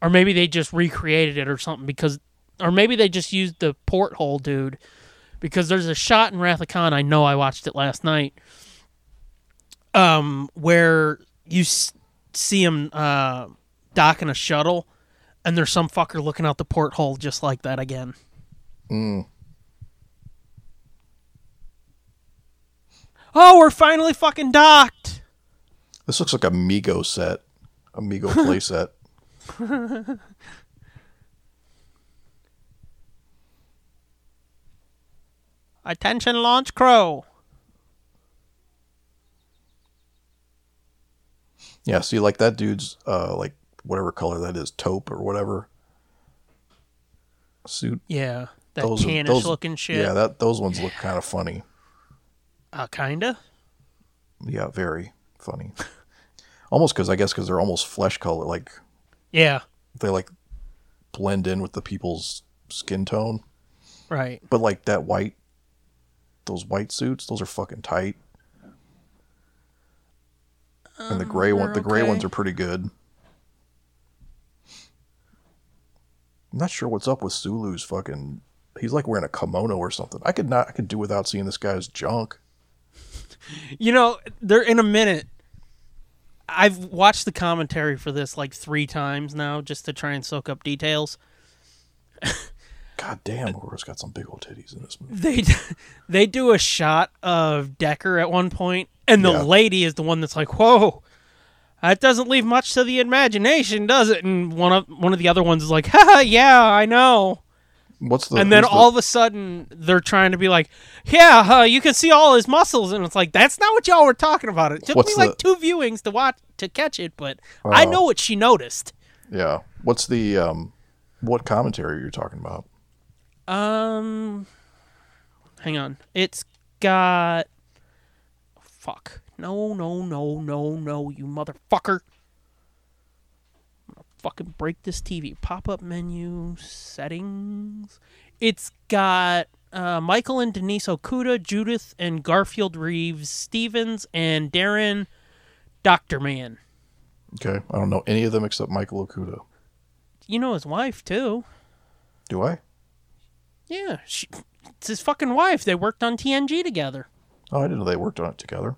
[SPEAKER 3] or maybe they just recreated it or something because, or maybe they just used the porthole dude, because there's a shot in Wrath of Khan. I know I watched it last night. Um, where you s- see him uh, docking a shuttle, and there's some fucker looking out the porthole just like that again. Oh, we're finally fucking docked.
[SPEAKER 2] This looks like a Mego set,
[SPEAKER 3] *laughs*
[SPEAKER 2] a Mego playset.
[SPEAKER 3] Attention, launch crew.
[SPEAKER 2] Yeah, see, like that dude's, uh, like whatever color that is, taupe or whatever suit.
[SPEAKER 3] Yeah, that
[SPEAKER 2] Those are-
[SPEAKER 3] tannish
[SPEAKER 2] those-
[SPEAKER 3] looking shit.
[SPEAKER 2] Yeah, that those ones look kind of funny.
[SPEAKER 3] uh, kinda.
[SPEAKER 2] Yeah, very funny. almost because I guess because they're almost flesh color, like
[SPEAKER 3] Yeah,
[SPEAKER 2] they like blend in with the people's skin tone.
[SPEAKER 3] right.
[SPEAKER 2] But like that white, those white suits, those are fucking tight. And the gray one, the gray
[SPEAKER 3] Oh, okay.
[SPEAKER 2] ones are pretty good. I'm not sure what's up with Sulu's fucking. He's like wearing a kimono or something. I could not. I could do without seeing this guy's junk.
[SPEAKER 3] You know, they're in a minute. I've watched the commentary for this like three times now just to try and soak up details.
[SPEAKER 2] God damn, Horace got some big old titties in this movie.
[SPEAKER 3] They *laughs* they do a shot of Decker at one point, and the
[SPEAKER 2] Yeah.
[SPEAKER 3] lady is the one that's like, "Whoa." That doesn't leave much to the imagination, does it? And one of one of the other ones is like, "Ha, yeah, I know."
[SPEAKER 2] What's the
[SPEAKER 3] and then
[SPEAKER 2] who's the-
[SPEAKER 3] all of a sudden they're trying to be like, "Yeah, uh, you can see all his muscles," and it's like that's not what y'all were talking about. It took
[SPEAKER 2] What's
[SPEAKER 3] me like
[SPEAKER 2] the-
[SPEAKER 3] two viewings to watch to catch it, but I know what she noticed.
[SPEAKER 2] yeah? What's the um? What commentary you're talking about?
[SPEAKER 3] Um, hang on, it's got fuck. No, no, no, no, no, you motherfucker! I'm gonna fucking break this TV. Pop up menu settings. It's got uh, Michael and Denise Okuda, Judith and Garfield Reeves Stevens, and Darren Doctor Man.
[SPEAKER 2] Okay, I don't know any of them except Michael Okuda.
[SPEAKER 3] You know his wife too.
[SPEAKER 2] Do I?
[SPEAKER 3] Yeah, she, it's his fucking wife. They worked on TNG together.
[SPEAKER 2] Oh, I didn't know they worked on it together.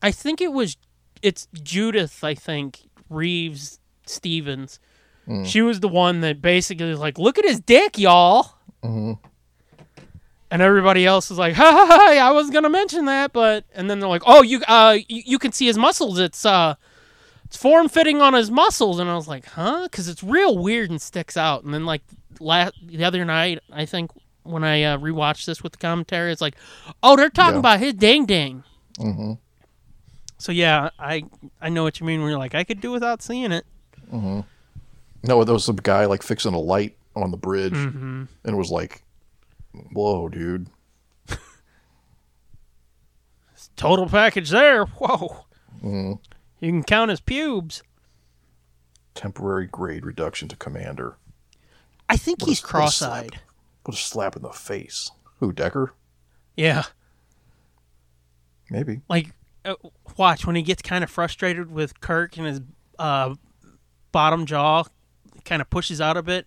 [SPEAKER 3] I think it was it's Judith, I think, Reeves Stevens. She was the one that basically was like, Look at his dick, y'all. And everybody else is like, ha, ha, ha, I was gonna mention that, but and then they're like, Oh, you uh you, you can see his muscles, it's uh it's form fitting on his muscles and I was like, huh? Because it's real weird and sticks out. And then like la the other night, I think when I uh, rewatched this with the commentary, it's like, oh, they're talking
[SPEAKER 2] Yeah.
[SPEAKER 3] about his dang dang. So yeah, I I know what you mean. When you're like, I could do without seeing it.
[SPEAKER 2] No, there was some guy like fixing a light on the bridge, and it was like, "Whoa, dude!"
[SPEAKER 3] Total package there. Whoa.
[SPEAKER 2] Mm-hmm.
[SPEAKER 3] You can count his pubes.
[SPEAKER 2] Temporary grade reduction to commander.
[SPEAKER 3] I think he's
[SPEAKER 2] a- what a slap.
[SPEAKER 3] cross-eyed.
[SPEAKER 2] What a slap in the face! Who Decker?
[SPEAKER 3] Yeah.
[SPEAKER 2] Maybe.
[SPEAKER 3] like uh, watch when he gets kind of frustrated with Kirk and his uh, bottom jaw kind of pushes out a bit.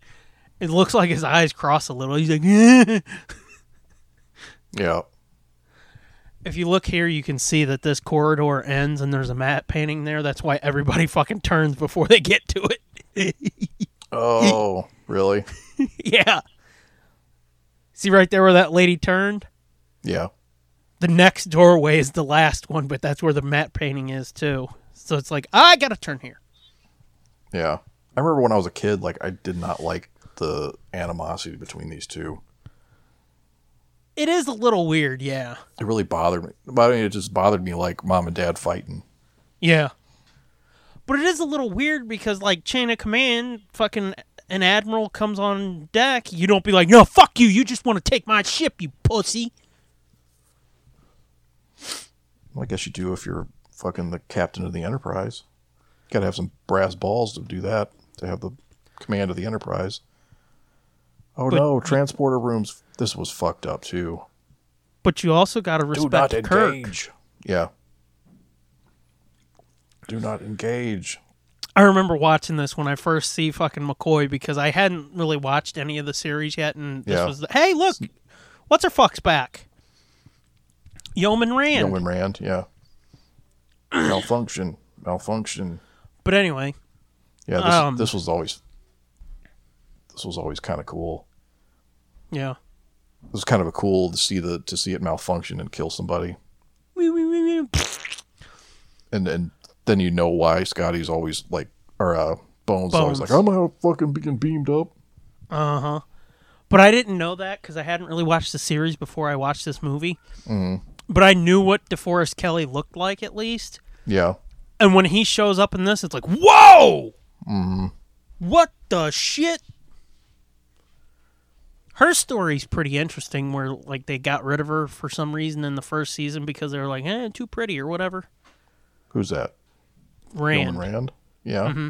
[SPEAKER 3] It looks like his eyes cross a little. He's like, *laughs*
[SPEAKER 2] Yeah.
[SPEAKER 3] if you look here, you can see that this corridor ends and there's a matte painting there. That's why everybody *laughs* fucking turns before they get to it.
[SPEAKER 2] Oh, really?
[SPEAKER 3] *laughs* yeah. See right there where that lady turned?
[SPEAKER 2] Yeah.
[SPEAKER 3] The next doorway is the last one, but that's where the matte painting is too. So it's like, I got to turn here.
[SPEAKER 2] Yeah. I remember when I was a kid, like I did not like the animosity between these two.
[SPEAKER 3] It is a little weird, yeah.
[SPEAKER 2] It really bothered me. But I mean, it just bothered me like mom and dad fighting.
[SPEAKER 3] Yeah. But it is a little weird because like chain of command, fucking an admiral comes on deck, you don't be like, no, fuck you, you just want to take my ship, you pussy.
[SPEAKER 2] Well, I guess you do if you're fucking the captain of the Enterprise. Got to have some brass balls to do that. To have the command of the Enterprise. Oh no, transporter rooms. This was fucked up too.
[SPEAKER 3] But you also gotta respect Kirk.
[SPEAKER 2] Yeah. Do not engage.
[SPEAKER 3] I remember watching this when I first see fucking McCoy because I hadn't really watched any of the series yet, and this
[SPEAKER 2] Yeah.
[SPEAKER 3] was the, hey, look, what's her fuck's back? Yeoman Rand.
[SPEAKER 2] Young and Rand, yeah. Malfunction. Malfunction.
[SPEAKER 3] But anyway,
[SPEAKER 2] Yeah, this,
[SPEAKER 3] Um,
[SPEAKER 2] this was always this was always kind of cool.
[SPEAKER 3] yeah.
[SPEAKER 2] It was kind of a cool to see the to see it malfunction and kill somebody,
[SPEAKER 3] Wee, wee, wee, wee.
[SPEAKER 2] and and then you know why Scotty's always like or uh, Bones, is always like
[SPEAKER 3] Bones.
[SPEAKER 2] I'm not fucking being beamed up.
[SPEAKER 3] But I didn't know that because I hadn't really watched the series before I watched this movie. But I knew what DeForest Kelly looked like at least.
[SPEAKER 2] Yeah,
[SPEAKER 3] And when he shows up in this, it's like, whoa! What the shit? Her story's pretty interesting where like they got rid of her for some reason in the first season because they were like, eh, too pretty or whatever.
[SPEAKER 2] who's that?
[SPEAKER 3] Rand. Mm-hmm.
[SPEAKER 2] Young Rand. Yeah,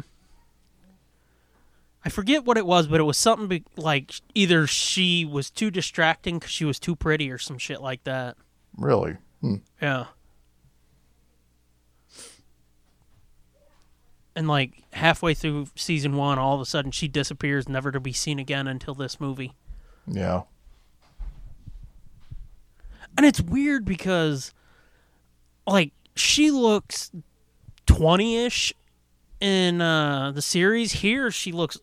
[SPEAKER 3] I forget what it was, but it was something be- like either she was too distracting because she was too pretty or some shit like that.
[SPEAKER 2] really. Hmm.
[SPEAKER 3] Yeah. And like halfway through season one, all of a sudden she disappears, never to be seen again until this movie.
[SPEAKER 2] Yeah,
[SPEAKER 3] And it's weird because, like, she looks 20 ish in uh, the series. Here, she looks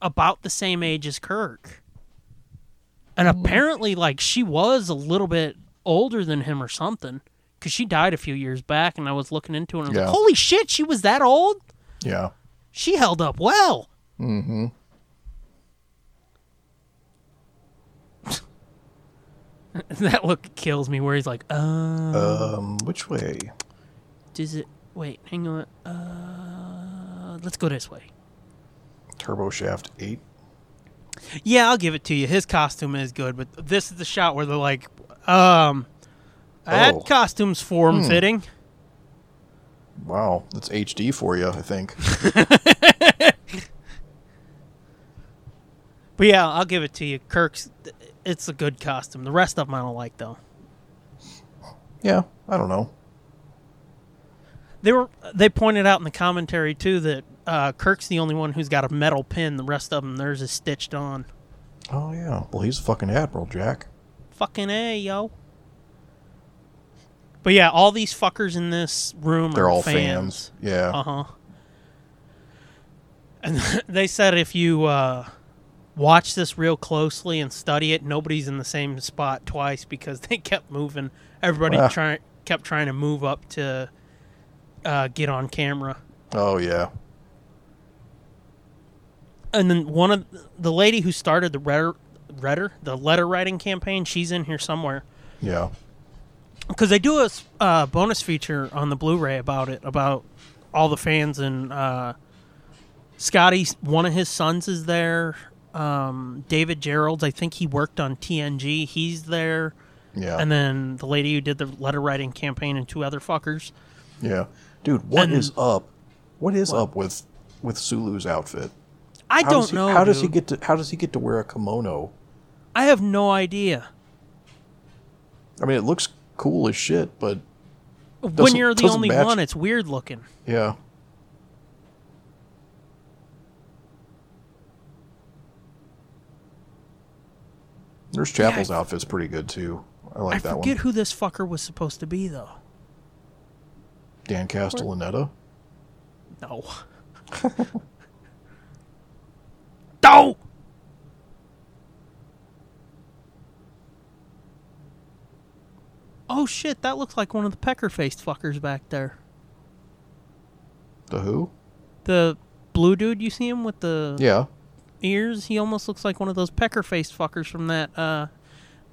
[SPEAKER 3] about the same age as Kirk. And apparently, like, she was a little bit older than him or something because she died a few years back. And I was looking into it and I was
[SPEAKER 2] Yeah.
[SPEAKER 3] like, holy shit, she was that old?
[SPEAKER 2] yeah.
[SPEAKER 3] She held up well. Mm hmm. *laughs* that look kills me. Where he's like, um,
[SPEAKER 2] Um, which way?
[SPEAKER 3] does it? Wait, hang on. Uh, let's go this way.
[SPEAKER 2] Turbo shaft eight.
[SPEAKER 3] Yeah, I'll give it to you. His costume is good, but this is the shot where they're like, um, that
[SPEAKER 2] Oh.
[SPEAKER 3] costume's form fitting.
[SPEAKER 2] Wow, that's HD for you, I think.
[SPEAKER 3] But yeah, I'll give it to you. Kirk's, it's a good costume. The rest of them I don't like though.
[SPEAKER 2] *laughs* yeah, I don't know.
[SPEAKER 3] They were they pointed out in the commentary too that uh, Kirk's the only one who's got a metal pin. The rest of them theirs is stitched on.
[SPEAKER 2] Oh yeah, well he's a fucking admiral, Jack.
[SPEAKER 3] Fucking a yo. But yeah, all these fuckers in this room
[SPEAKER 2] They're
[SPEAKER 3] are
[SPEAKER 2] all
[SPEAKER 3] fans.
[SPEAKER 2] fans. Yeah.
[SPEAKER 3] Uh huh. And *laughs* they said if you uh, watch this real closely and study it, nobody's in the same spot twice because *laughs* they kept moving. Everybody
[SPEAKER 2] Ah.
[SPEAKER 3] trying kept trying to move up to uh, get on camera.
[SPEAKER 2] Oh yeah.
[SPEAKER 3] and then one of th- the lady who started the letter, letter the letter writing campaign, she's in here somewhere
[SPEAKER 2] Yeah.
[SPEAKER 3] because they do a s- uh, bonus feature on the Blu-ray about it, about all the fans and uh, Scotty. One of his sons is there. Um, David Gerald's, I think he worked on TNG. He's there,
[SPEAKER 2] Yeah.
[SPEAKER 3] and then the lady who did the letter writing campaign and two other fuckers.
[SPEAKER 2] yeah. Dude, what
[SPEAKER 3] and-
[SPEAKER 2] is up? What is up with with Sulu's outfit?
[SPEAKER 3] I
[SPEAKER 2] How
[SPEAKER 3] don't
[SPEAKER 2] does he,
[SPEAKER 3] know.
[SPEAKER 2] How does he
[SPEAKER 3] dude.
[SPEAKER 2] get to how does he get to wear a kimono?
[SPEAKER 3] I have no idea.
[SPEAKER 2] I mean, it looks cool as shit, but
[SPEAKER 3] when
[SPEAKER 2] Doesn't-
[SPEAKER 3] you're the
[SPEAKER 2] doesn't
[SPEAKER 3] only
[SPEAKER 2] match-
[SPEAKER 3] one, it's weird looking.
[SPEAKER 2] yeah. Nurse Chapel's outfit's pretty good too. I like
[SPEAKER 3] I
[SPEAKER 2] that
[SPEAKER 3] forget
[SPEAKER 2] one.
[SPEAKER 3] who this fucker was supposed to be though.
[SPEAKER 2] Dan Castellaneta. *laughs*
[SPEAKER 3] No. no. Oh shit, that looks like one of the pecker-faced fuckers back there.
[SPEAKER 2] The who?
[SPEAKER 3] The blue dude, you see him with the
[SPEAKER 2] Yeah.
[SPEAKER 3] ears? He almost looks like one of those pecker-faced fuckers from that uh,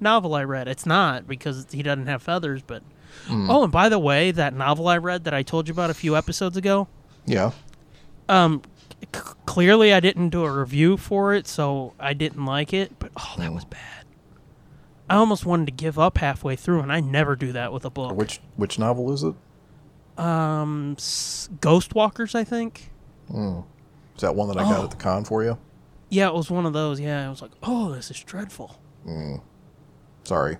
[SPEAKER 3] novel I read. It's not because he doesn't have feathers, but
[SPEAKER 2] Hmm.
[SPEAKER 3] Oh, and by the way, that novel I read that I told you about a few episodes ago,
[SPEAKER 2] Yeah.
[SPEAKER 3] Um, c- c- clearly I didn't do a review for it, so I didn't like it. But oh, that was bad. I almost wanted to give up halfway through, and I never do that with a book.
[SPEAKER 2] Which which novel is it?
[SPEAKER 3] um, s- Ghost Walkers, I think.
[SPEAKER 2] Is that one that I got
[SPEAKER 3] Oh.
[SPEAKER 2] at the con for you?
[SPEAKER 3] Yeah, it was one of those. Yeah, I was like, oh, this is dreadful.
[SPEAKER 2] Sorry.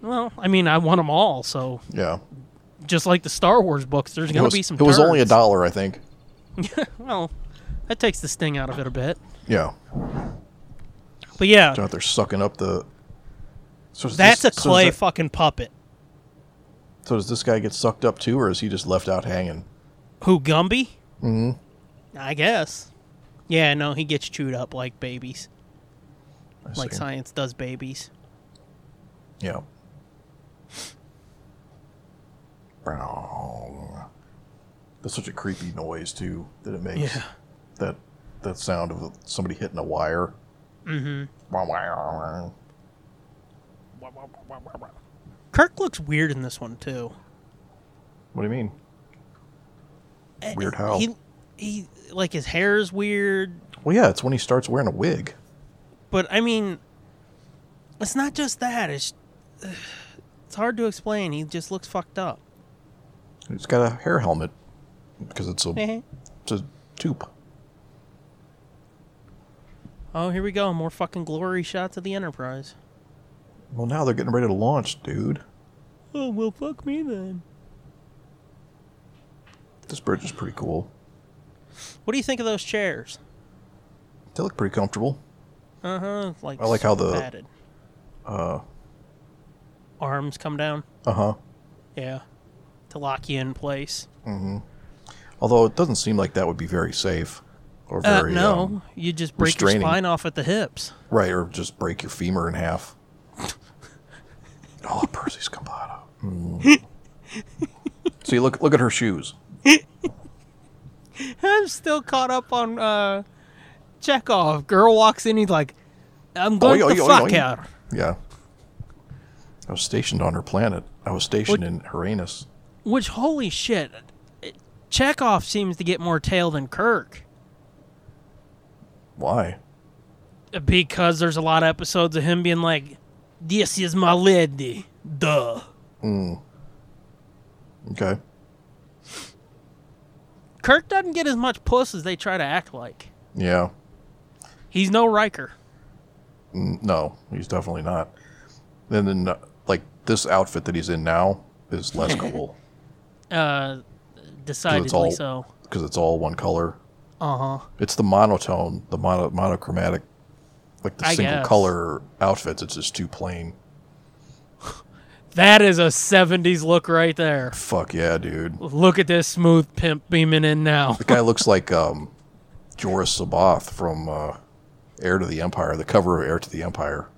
[SPEAKER 3] Well, I mean, I want them all, so
[SPEAKER 2] Yeah.
[SPEAKER 3] just like the Star Wars books, there's
[SPEAKER 2] It
[SPEAKER 3] gonna
[SPEAKER 2] was,
[SPEAKER 3] be some.
[SPEAKER 2] it was only a
[SPEAKER 3] turds.
[SPEAKER 2] dollar, I think.
[SPEAKER 3] Well, that takes the sting out of it a bit.
[SPEAKER 2] Yeah.
[SPEAKER 3] But yeah,
[SPEAKER 2] They're out there sucking up the. So does
[SPEAKER 3] that's a
[SPEAKER 2] this- so does
[SPEAKER 3] clay
[SPEAKER 2] that-
[SPEAKER 3] fucking puppet.
[SPEAKER 2] so does this guy get sucked up too, or is he just left out hanging?
[SPEAKER 3] Who Gumby? Mm-hmm. I guess. Yeah, no, he gets chewed up like babies,
[SPEAKER 2] I
[SPEAKER 3] like
[SPEAKER 2] see.
[SPEAKER 3] science does babies.
[SPEAKER 2] Yeah. Brown. That's such a creepy noise too that it makes.
[SPEAKER 3] Yeah.
[SPEAKER 2] That that sound of somebody hitting a wire. Mm-hmm.
[SPEAKER 3] Kirk looks weird in this one too.
[SPEAKER 2] What do you mean? Weird how?
[SPEAKER 3] Eh, He, he, like his hair is weird,
[SPEAKER 2] Well, yeah, it's when he starts wearing a wig.
[SPEAKER 3] but I mean, it's not just that. It's *sighs* it's hard to explain. He just looks fucked up. *laughs*
[SPEAKER 2] He's got a hair helmet because it's a
[SPEAKER 3] Eh. *laughs*
[SPEAKER 2] it's a tube.
[SPEAKER 3] oh, here we go. More fucking glory shots of the Enterprise.
[SPEAKER 2] Well, now they're getting ready to launch, dude.
[SPEAKER 3] Oh well, fuck me then.
[SPEAKER 2] This bridge is pretty cool.
[SPEAKER 3] What do you think of those chairs?
[SPEAKER 2] They look pretty comfortable.
[SPEAKER 3] Uh huh. Like
[SPEAKER 2] I like how the-
[SPEAKER 3] padded. uh arms come down.
[SPEAKER 2] Uh huh.
[SPEAKER 3] Yeah, to lock you in place.
[SPEAKER 2] Although it doesn't seem like that would be very safe, or
[SPEAKER 3] Uh,
[SPEAKER 2] very
[SPEAKER 3] no,
[SPEAKER 2] um,
[SPEAKER 3] you just break your
[SPEAKER 2] restraining.
[SPEAKER 3] spine off at the hips.
[SPEAKER 2] right, or just break your femur in half. oh, Percy's Campana. Mm. *laughs* See, look look at her shoes.
[SPEAKER 3] *laughs* I'm still caught up on uh Chekhov. Girl walks in, he's like, "I'm going
[SPEAKER 2] Oi, oi,
[SPEAKER 3] to
[SPEAKER 2] oi,
[SPEAKER 3] fuck
[SPEAKER 2] oi.
[SPEAKER 3] her."
[SPEAKER 2] Yeah. I was stationed on her planet. I was stationed in Uranus.
[SPEAKER 3] Which holy shit, Chekhov seems to get more tail than Kirk
[SPEAKER 2] Why?
[SPEAKER 3] because there's a lot of episodes of him being like, "This is my lady," duh.
[SPEAKER 2] Okay.
[SPEAKER 3] Kirk doesn't get as much puss as they try to act like.
[SPEAKER 2] Yeah.
[SPEAKER 3] He's no Riker.
[SPEAKER 2] N- No, he's definitely not. And then, uh, like this outfit that he's in now
[SPEAKER 3] *laughs*
[SPEAKER 2] is less cool
[SPEAKER 3] Uh, decidedly
[SPEAKER 2] all-
[SPEAKER 3] so.
[SPEAKER 2] because it's all one color.
[SPEAKER 3] Uh huh.
[SPEAKER 2] It's the monotone, the mono, monochromatic, like the
[SPEAKER 3] I
[SPEAKER 2] single
[SPEAKER 3] guess.
[SPEAKER 2] color outfits. It's just too plain.
[SPEAKER 3] That is a '70s look right there.
[SPEAKER 2] Fuck yeah, dude.
[SPEAKER 3] Look at this smooth pimp beaming in now.
[SPEAKER 2] The guy looks like um, Joris Sabath from uh, Heir to the Empire, the cover of Heir to the Empire.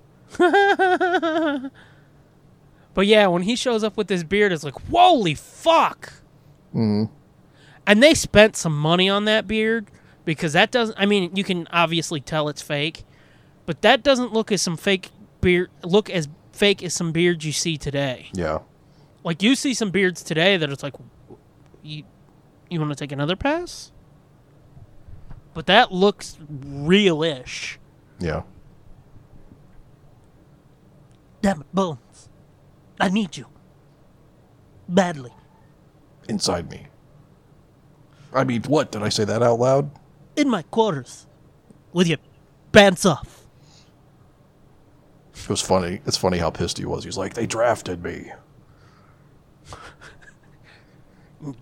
[SPEAKER 3] But yeah, when he shows up with this beard, it's like, holy fuck. And they spent some money on that beard because that doesn't. I mean, you can obviously tell it's fake, but that doesn't look as some fake beard look as fake as some beards you see today.
[SPEAKER 2] Yeah.
[SPEAKER 3] Like you see some beards today that it's like, you you want to take another pass? But that looks real-ish.
[SPEAKER 2] Yeah.
[SPEAKER 3] Damn it, Bones! I need you badly.
[SPEAKER 2] Inside me. I mean, what? Did I say that out loud?
[SPEAKER 3] in my quarters with your pants off.
[SPEAKER 2] It was funny. It's funny how pissed he was. He's like, they drafted me.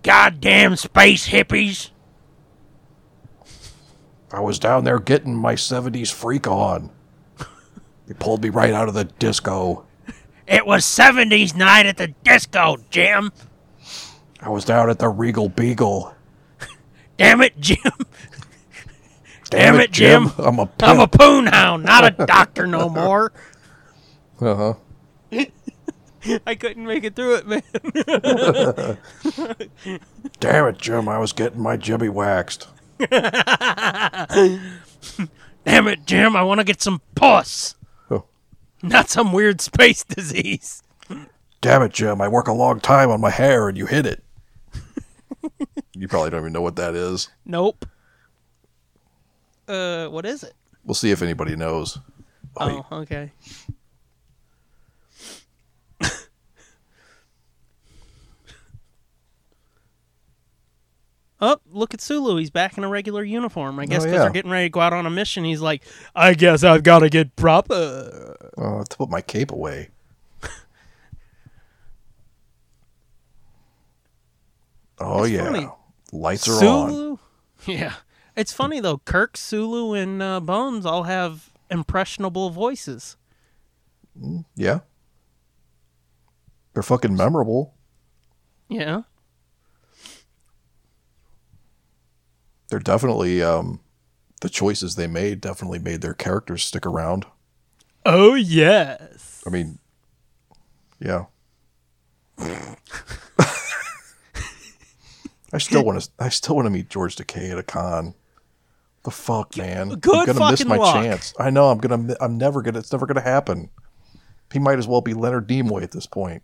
[SPEAKER 3] Goddamn space hippies.
[SPEAKER 2] I was down there getting my 70s freak on. They pulled me right out of the disco.
[SPEAKER 3] It was 70s night at the disco, Jim.
[SPEAKER 2] I was down at the Regal Beagle.
[SPEAKER 3] Damn it, Jim. *laughs*
[SPEAKER 2] Damn,
[SPEAKER 3] Damn
[SPEAKER 2] it,
[SPEAKER 3] it, Jim.
[SPEAKER 2] Jim. I'm a
[SPEAKER 3] I'm a
[SPEAKER 2] pimp.
[SPEAKER 3] poon hound, not a doctor no more.
[SPEAKER 2] Uh-huh.
[SPEAKER 3] *laughs* I couldn't make it through it, man. *laughs*
[SPEAKER 2] Damn it, Jim. I was getting my jibby waxed.
[SPEAKER 3] Damn it, Jim. I want to get some puss,
[SPEAKER 2] Oh.
[SPEAKER 3] not some weird space *laughs* disease.
[SPEAKER 2] Damn it, Jim. I work a long time on my hair and you hit it. *laughs* you probably don't even know what that is.
[SPEAKER 3] Nope. Uh, what is it?
[SPEAKER 2] We'll see if anybody knows. Wait.
[SPEAKER 3] Oh, okay. oh, look at Sulu. He's back in a regular uniform. I guess because
[SPEAKER 2] yeah.
[SPEAKER 3] they're getting ready to go out on a mission. He's like, I guess I've got to get proper.
[SPEAKER 2] Uh, I have to put my cape away. *laughs* oh
[SPEAKER 3] It's
[SPEAKER 2] yeah,
[SPEAKER 3] funny.
[SPEAKER 2] lights are on.
[SPEAKER 3] *laughs* Sulu? Yeah. It's funny, though. Kirk, Sulu, and uh, Bones all have impressionable voices.
[SPEAKER 2] Yeah, they're fucking memorable.
[SPEAKER 3] Yeah.
[SPEAKER 2] They're definitely um, the choices they made definitely made their characters stick around.
[SPEAKER 3] Oh, yes.
[SPEAKER 2] I mean, yeah. I still want to. I still want to meet George Takei at a con. The fuck, man!
[SPEAKER 3] good
[SPEAKER 2] I'm gonna miss
[SPEAKER 3] fucking
[SPEAKER 2] my
[SPEAKER 3] luck.
[SPEAKER 2] chance. I know. I'm gonna. mi- I'm never gonna. It's never gonna happen. He might as well be Leonard Nimoy at this point.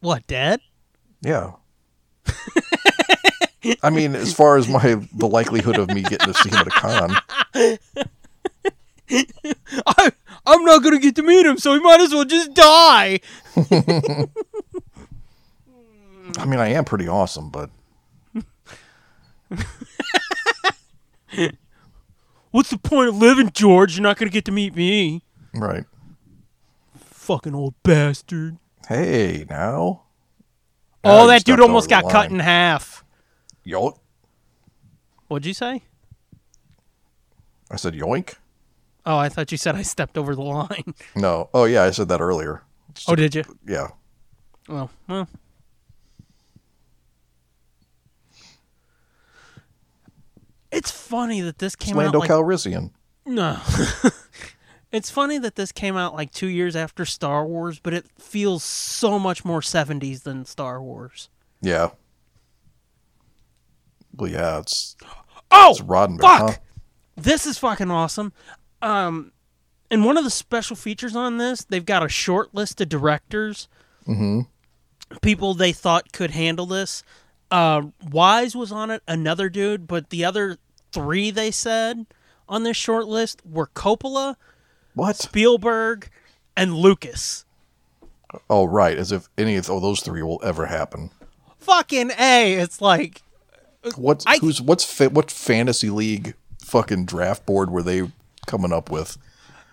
[SPEAKER 3] What, Dad?
[SPEAKER 2] Yeah. I mean, as far as my the likelihood of me getting to see him at a con,
[SPEAKER 3] I, I'm not going to get to meet him, so he might as well just die.
[SPEAKER 2] I mean, I am pretty awesome, but
[SPEAKER 3] What's the point of living, George? You're not going to get to meet me.
[SPEAKER 2] right.
[SPEAKER 3] Fucking old bastard.
[SPEAKER 2] Hey, now.
[SPEAKER 3] Oh,
[SPEAKER 2] you
[SPEAKER 3] that
[SPEAKER 2] stepped
[SPEAKER 3] dude almost
[SPEAKER 2] over
[SPEAKER 3] got
[SPEAKER 2] the
[SPEAKER 3] cut
[SPEAKER 2] line.
[SPEAKER 3] in half.
[SPEAKER 2] Yoink!
[SPEAKER 3] What'd you say?
[SPEAKER 2] I said yoink.
[SPEAKER 3] Oh, I thought you said I stepped over the *laughs* line.
[SPEAKER 2] No. Oh yeah, I said that earlier.
[SPEAKER 3] Oh, did you?
[SPEAKER 2] Yeah.
[SPEAKER 3] Oh, well. It's funny that this
[SPEAKER 2] It's
[SPEAKER 3] came
[SPEAKER 2] Lando
[SPEAKER 3] out like
[SPEAKER 2] Calrissian. *laughs*
[SPEAKER 3] no. *laughs* it's funny that this came out like two years after Star Wars, but it feels so much more '70s than Star Wars.
[SPEAKER 2] Yeah. Well, yeah, it's
[SPEAKER 3] Oh,
[SPEAKER 2] it's Roddenberry.
[SPEAKER 3] fuck!
[SPEAKER 2] huh?
[SPEAKER 3] This is fucking awesome. Um, and one of the special features on this, they've got a short list of directors, mm-hmm. people they thought could handle this. Uh, Wise was on it, another dude, but the other three they said on this short list were Coppola,
[SPEAKER 2] What?
[SPEAKER 3] Spielberg, and Lucas.
[SPEAKER 2] Oh, right. As if any of those three will ever happen.
[SPEAKER 3] Fucking a! It's like
[SPEAKER 2] What's
[SPEAKER 3] I-
[SPEAKER 2] who's what's fa- what fantasy league fucking draft board were they coming up with?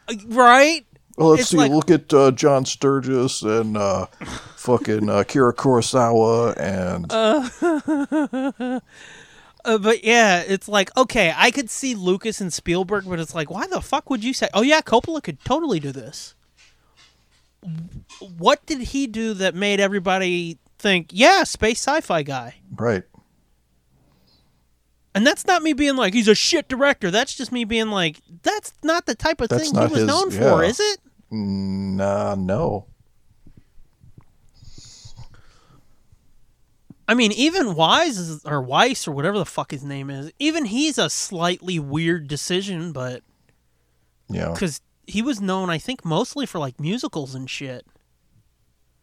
[SPEAKER 3] uh, right.
[SPEAKER 2] Well, let's
[SPEAKER 3] It's
[SPEAKER 2] see.
[SPEAKER 3] like-
[SPEAKER 2] look at uh, John Sturgis and uh, fucking uh, Kira Kurosawa and
[SPEAKER 3] Uh, but yeah, it's like okay, I could see Lucas and Spielberg, but it's like, why the fuck would you say? Oh yeah, Coppola could totally do this. What did he do that made everybody think, yeah, space sci-fi guy?
[SPEAKER 2] right.
[SPEAKER 3] And that's not me being like he's a shit director. That's just me being like, that's not the type of
[SPEAKER 2] That's
[SPEAKER 3] thing he
[SPEAKER 2] not
[SPEAKER 3] was
[SPEAKER 2] his-
[SPEAKER 3] known for,
[SPEAKER 2] yeah.
[SPEAKER 3] is it?
[SPEAKER 2] Nah, no.
[SPEAKER 3] I mean, even Wise is, or Weiss or whatever the fuck his name is, even he's a slightly weird decision, but
[SPEAKER 2] Yeah,
[SPEAKER 3] because he was known, I think, mostly for like musicals and shit.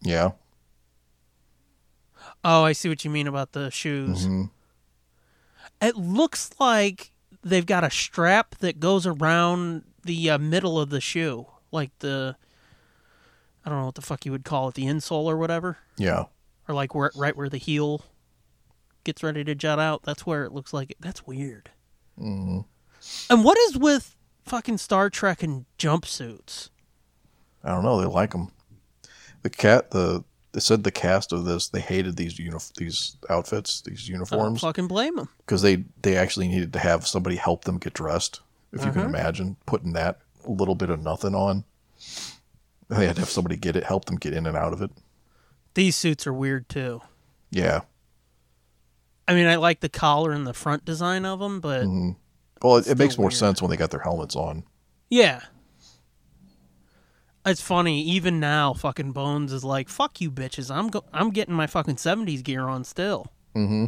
[SPEAKER 2] yeah.
[SPEAKER 3] Oh, I see what you mean about the shoes. It looks like they've got a strap that goes around the uh, middle of the shoe, like the I don't know what the fuck you would call it, the insole or whatever,
[SPEAKER 2] Yeah.
[SPEAKER 3] or like where right where the heel gets ready to jut out. That's where it looks like it. That's weird. Mm-hmm. And what is with fucking Star Trek and jumpsuits?
[SPEAKER 2] I don't know. They like them. The cat. The they said the cast of this. They hated these unif- these outfits, these
[SPEAKER 3] I don't
[SPEAKER 2] uniforms,
[SPEAKER 3] fucking blame them.
[SPEAKER 2] because they they actually needed to have somebody help them get dressed. If you can imagine putting that little bit of nothing on, they had to have somebody get it, help them get in and out of it.
[SPEAKER 3] These suits are weird too.
[SPEAKER 2] Yeah.
[SPEAKER 3] I mean, I like the collar and the front design of them, but.
[SPEAKER 2] Well, it, it makes more
[SPEAKER 3] weird.
[SPEAKER 2] sense when they got their helmets on.
[SPEAKER 3] Yeah. It's funny, even now, fucking Bones is like, "Fuck you, bitches! I'm go- I'm getting my fucking seventies gear on still." Mm-hmm.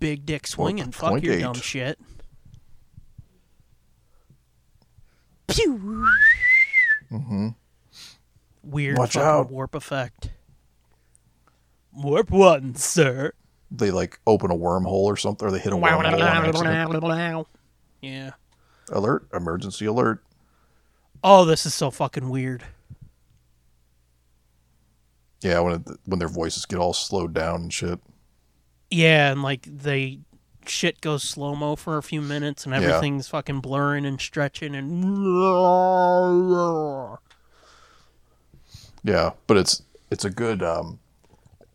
[SPEAKER 3] Big dick swinging. Fuck
[SPEAKER 2] point
[SPEAKER 3] your
[SPEAKER 2] eight.
[SPEAKER 3] dumb shit. Pew. Mm-hmm. Weird
[SPEAKER 2] Mm-hmm. Watch
[SPEAKER 3] fucking
[SPEAKER 2] out.
[SPEAKER 3] warp effect. Warp one, sir.
[SPEAKER 2] They like open a wormhole or something, or they hit a wormhole. on accident.
[SPEAKER 3] Yeah.
[SPEAKER 2] Alert! Emergency alert!
[SPEAKER 3] Oh, this is so fucking weird.
[SPEAKER 2] Yeah, when it, when their voices get all slowed down and shit.
[SPEAKER 3] Yeah, and like they shit goes slow mo for a few minutes, and
[SPEAKER 2] Yeah.
[SPEAKER 3] everything's fucking blurring and stretching, and *laughs*
[SPEAKER 2] Yeah, but it's it's a good. Um,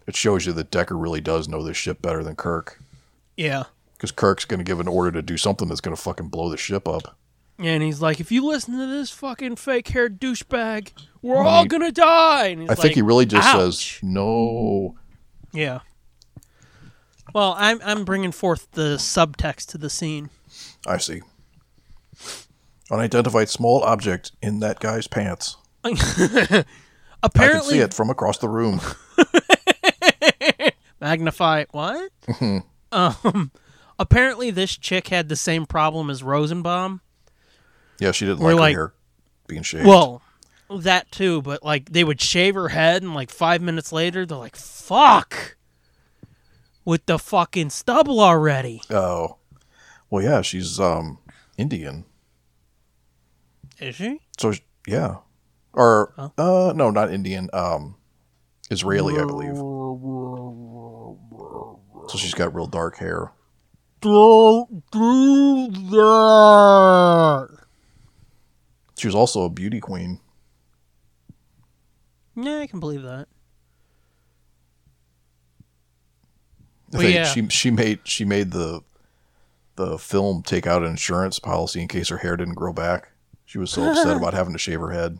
[SPEAKER 2] it shows you that Decker really does know this ship better than Kirk,
[SPEAKER 3] yeah,
[SPEAKER 2] because Kirk's going to give an order to do something that's going to fucking blow the ship up.
[SPEAKER 3] and he's like, "If you listen to this fucking fake haired douchebag, we're
[SPEAKER 2] Well,
[SPEAKER 3] all
[SPEAKER 2] he-
[SPEAKER 3] gonna die." And he's
[SPEAKER 2] I think he really just says
[SPEAKER 3] "Ouch."
[SPEAKER 2] no.
[SPEAKER 3] "Yeah." Well, I'm I'm bringing forth the subtext to the scene.
[SPEAKER 2] I see. Unidentified small object in that guy's pants. I can
[SPEAKER 3] Apparently,
[SPEAKER 2] see it from across the room.
[SPEAKER 3] magnify what? um,
[SPEAKER 2] Mm-hmm.
[SPEAKER 3] apparently this chick had the same problem as Rosenbaum.
[SPEAKER 2] Yeah, she didn't
[SPEAKER 3] We're
[SPEAKER 2] like,
[SPEAKER 3] like-
[SPEAKER 2] her hair being
[SPEAKER 3] *clears throat*
[SPEAKER 2] shaved.
[SPEAKER 3] Well, that too, but like they would shave her head, and like five minutes later, they're like, "Fuck," with the fucking stubble already.
[SPEAKER 2] oh, well, yeah, she's um Indian.
[SPEAKER 3] Is she?
[SPEAKER 2] So sh- yeah, or uh, no, not Indian. Um, Israeli, I believe. So she's got real dark hair.
[SPEAKER 3] Don't do that.
[SPEAKER 2] She was also a beauty queen.
[SPEAKER 3] Yeah, I can believe that. Well,
[SPEAKER 2] They-
[SPEAKER 3] yeah.
[SPEAKER 2] She she made she made the the film take out an insurance policy in case her hair didn't grow back. She was
[SPEAKER 3] *laughs*
[SPEAKER 2] so upset about having to shave her head.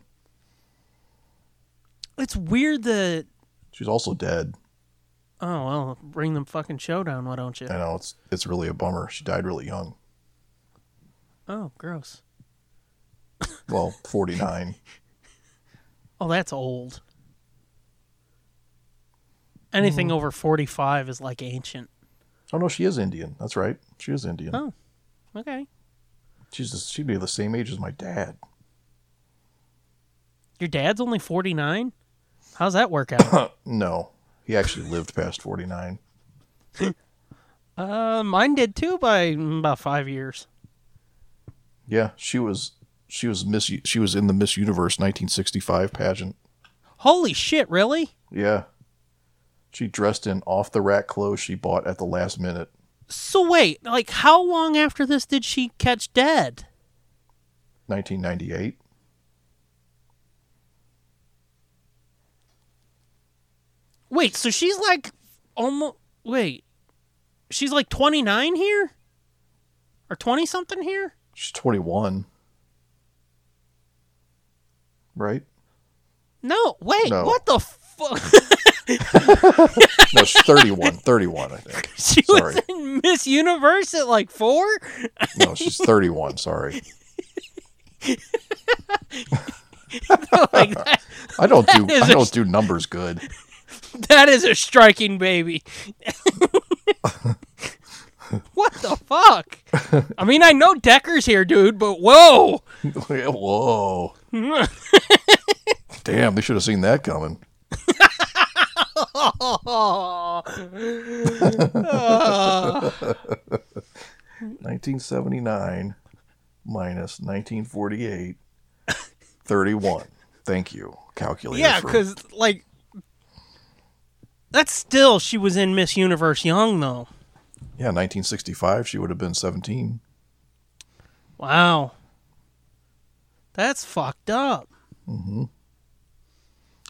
[SPEAKER 3] It's weird that.
[SPEAKER 2] She's also dead.
[SPEAKER 3] Oh well, bring them fucking showdown, why don't you?
[SPEAKER 2] I know it's it's really a bummer. She died really young.
[SPEAKER 3] Oh, gross. *laughs*
[SPEAKER 2] Well, forty nine.
[SPEAKER 3] Oh, that's old. Anything over forty-five is like ancient.
[SPEAKER 2] oh no, she is Indian. That's right. She is Indian.
[SPEAKER 3] Oh. Okay.
[SPEAKER 2] She's just, she'd be the same age as my dad.
[SPEAKER 3] Your dad's only 49? How's that work out?
[SPEAKER 2] No, he actually lived past forty nine.
[SPEAKER 3] uh, mine did too by mm, about five years.
[SPEAKER 2] Yeah, she was she was Miss U- she was in the Miss Universe nineteen sixty five pageant.
[SPEAKER 3] Holy shit, really?
[SPEAKER 2] Yeah, she dressed in off the rack clothes she bought at the last minute.
[SPEAKER 3] So wait, like how long after this did she catch dead?
[SPEAKER 2] Nineteen ninety eight.
[SPEAKER 3] Wait, so she's like almost wait. She's like 29 here? Or 20 something here?
[SPEAKER 2] She's twenty one. Right?
[SPEAKER 3] No, wait.
[SPEAKER 2] No.
[SPEAKER 3] What the fuck?
[SPEAKER 2] No, she's 31. 31, I think.
[SPEAKER 3] *laughs* she
[SPEAKER 2] Sorry.
[SPEAKER 3] was in Miss Universe at like 4?
[SPEAKER 2] No, she's 31. Sorry.
[SPEAKER 3] *laughs* Like
[SPEAKER 2] *laughs*
[SPEAKER 3] that,
[SPEAKER 2] I don't do
[SPEAKER 3] is
[SPEAKER 2] I
[SPEAKER 3] a-
[SPEAKER 2] don't do numbers good.
[SPEAKER 3] *laughs* that is a striking baby. *laughs* what the fuck? I mean, I know Decker's here, dude, but whoa.
[SPEAKER 2] Whoa. Damn, they should have seen that coming.
[SPEAKER 3] Oh.
[SPEAKER 2] 1979 minus 1948 31. Thank you. Calculator.
[SPEAKER 3] Yeah,
[SPEAKER 2] for-
[SPEAKER 3] because like that's still she was in Miss Universe Young though.
[SPEAKER 2] yeah, 1965 she would have been 17.
[SPEAKER 3] Wow, that's fucked up.
[SPEAKER 2] And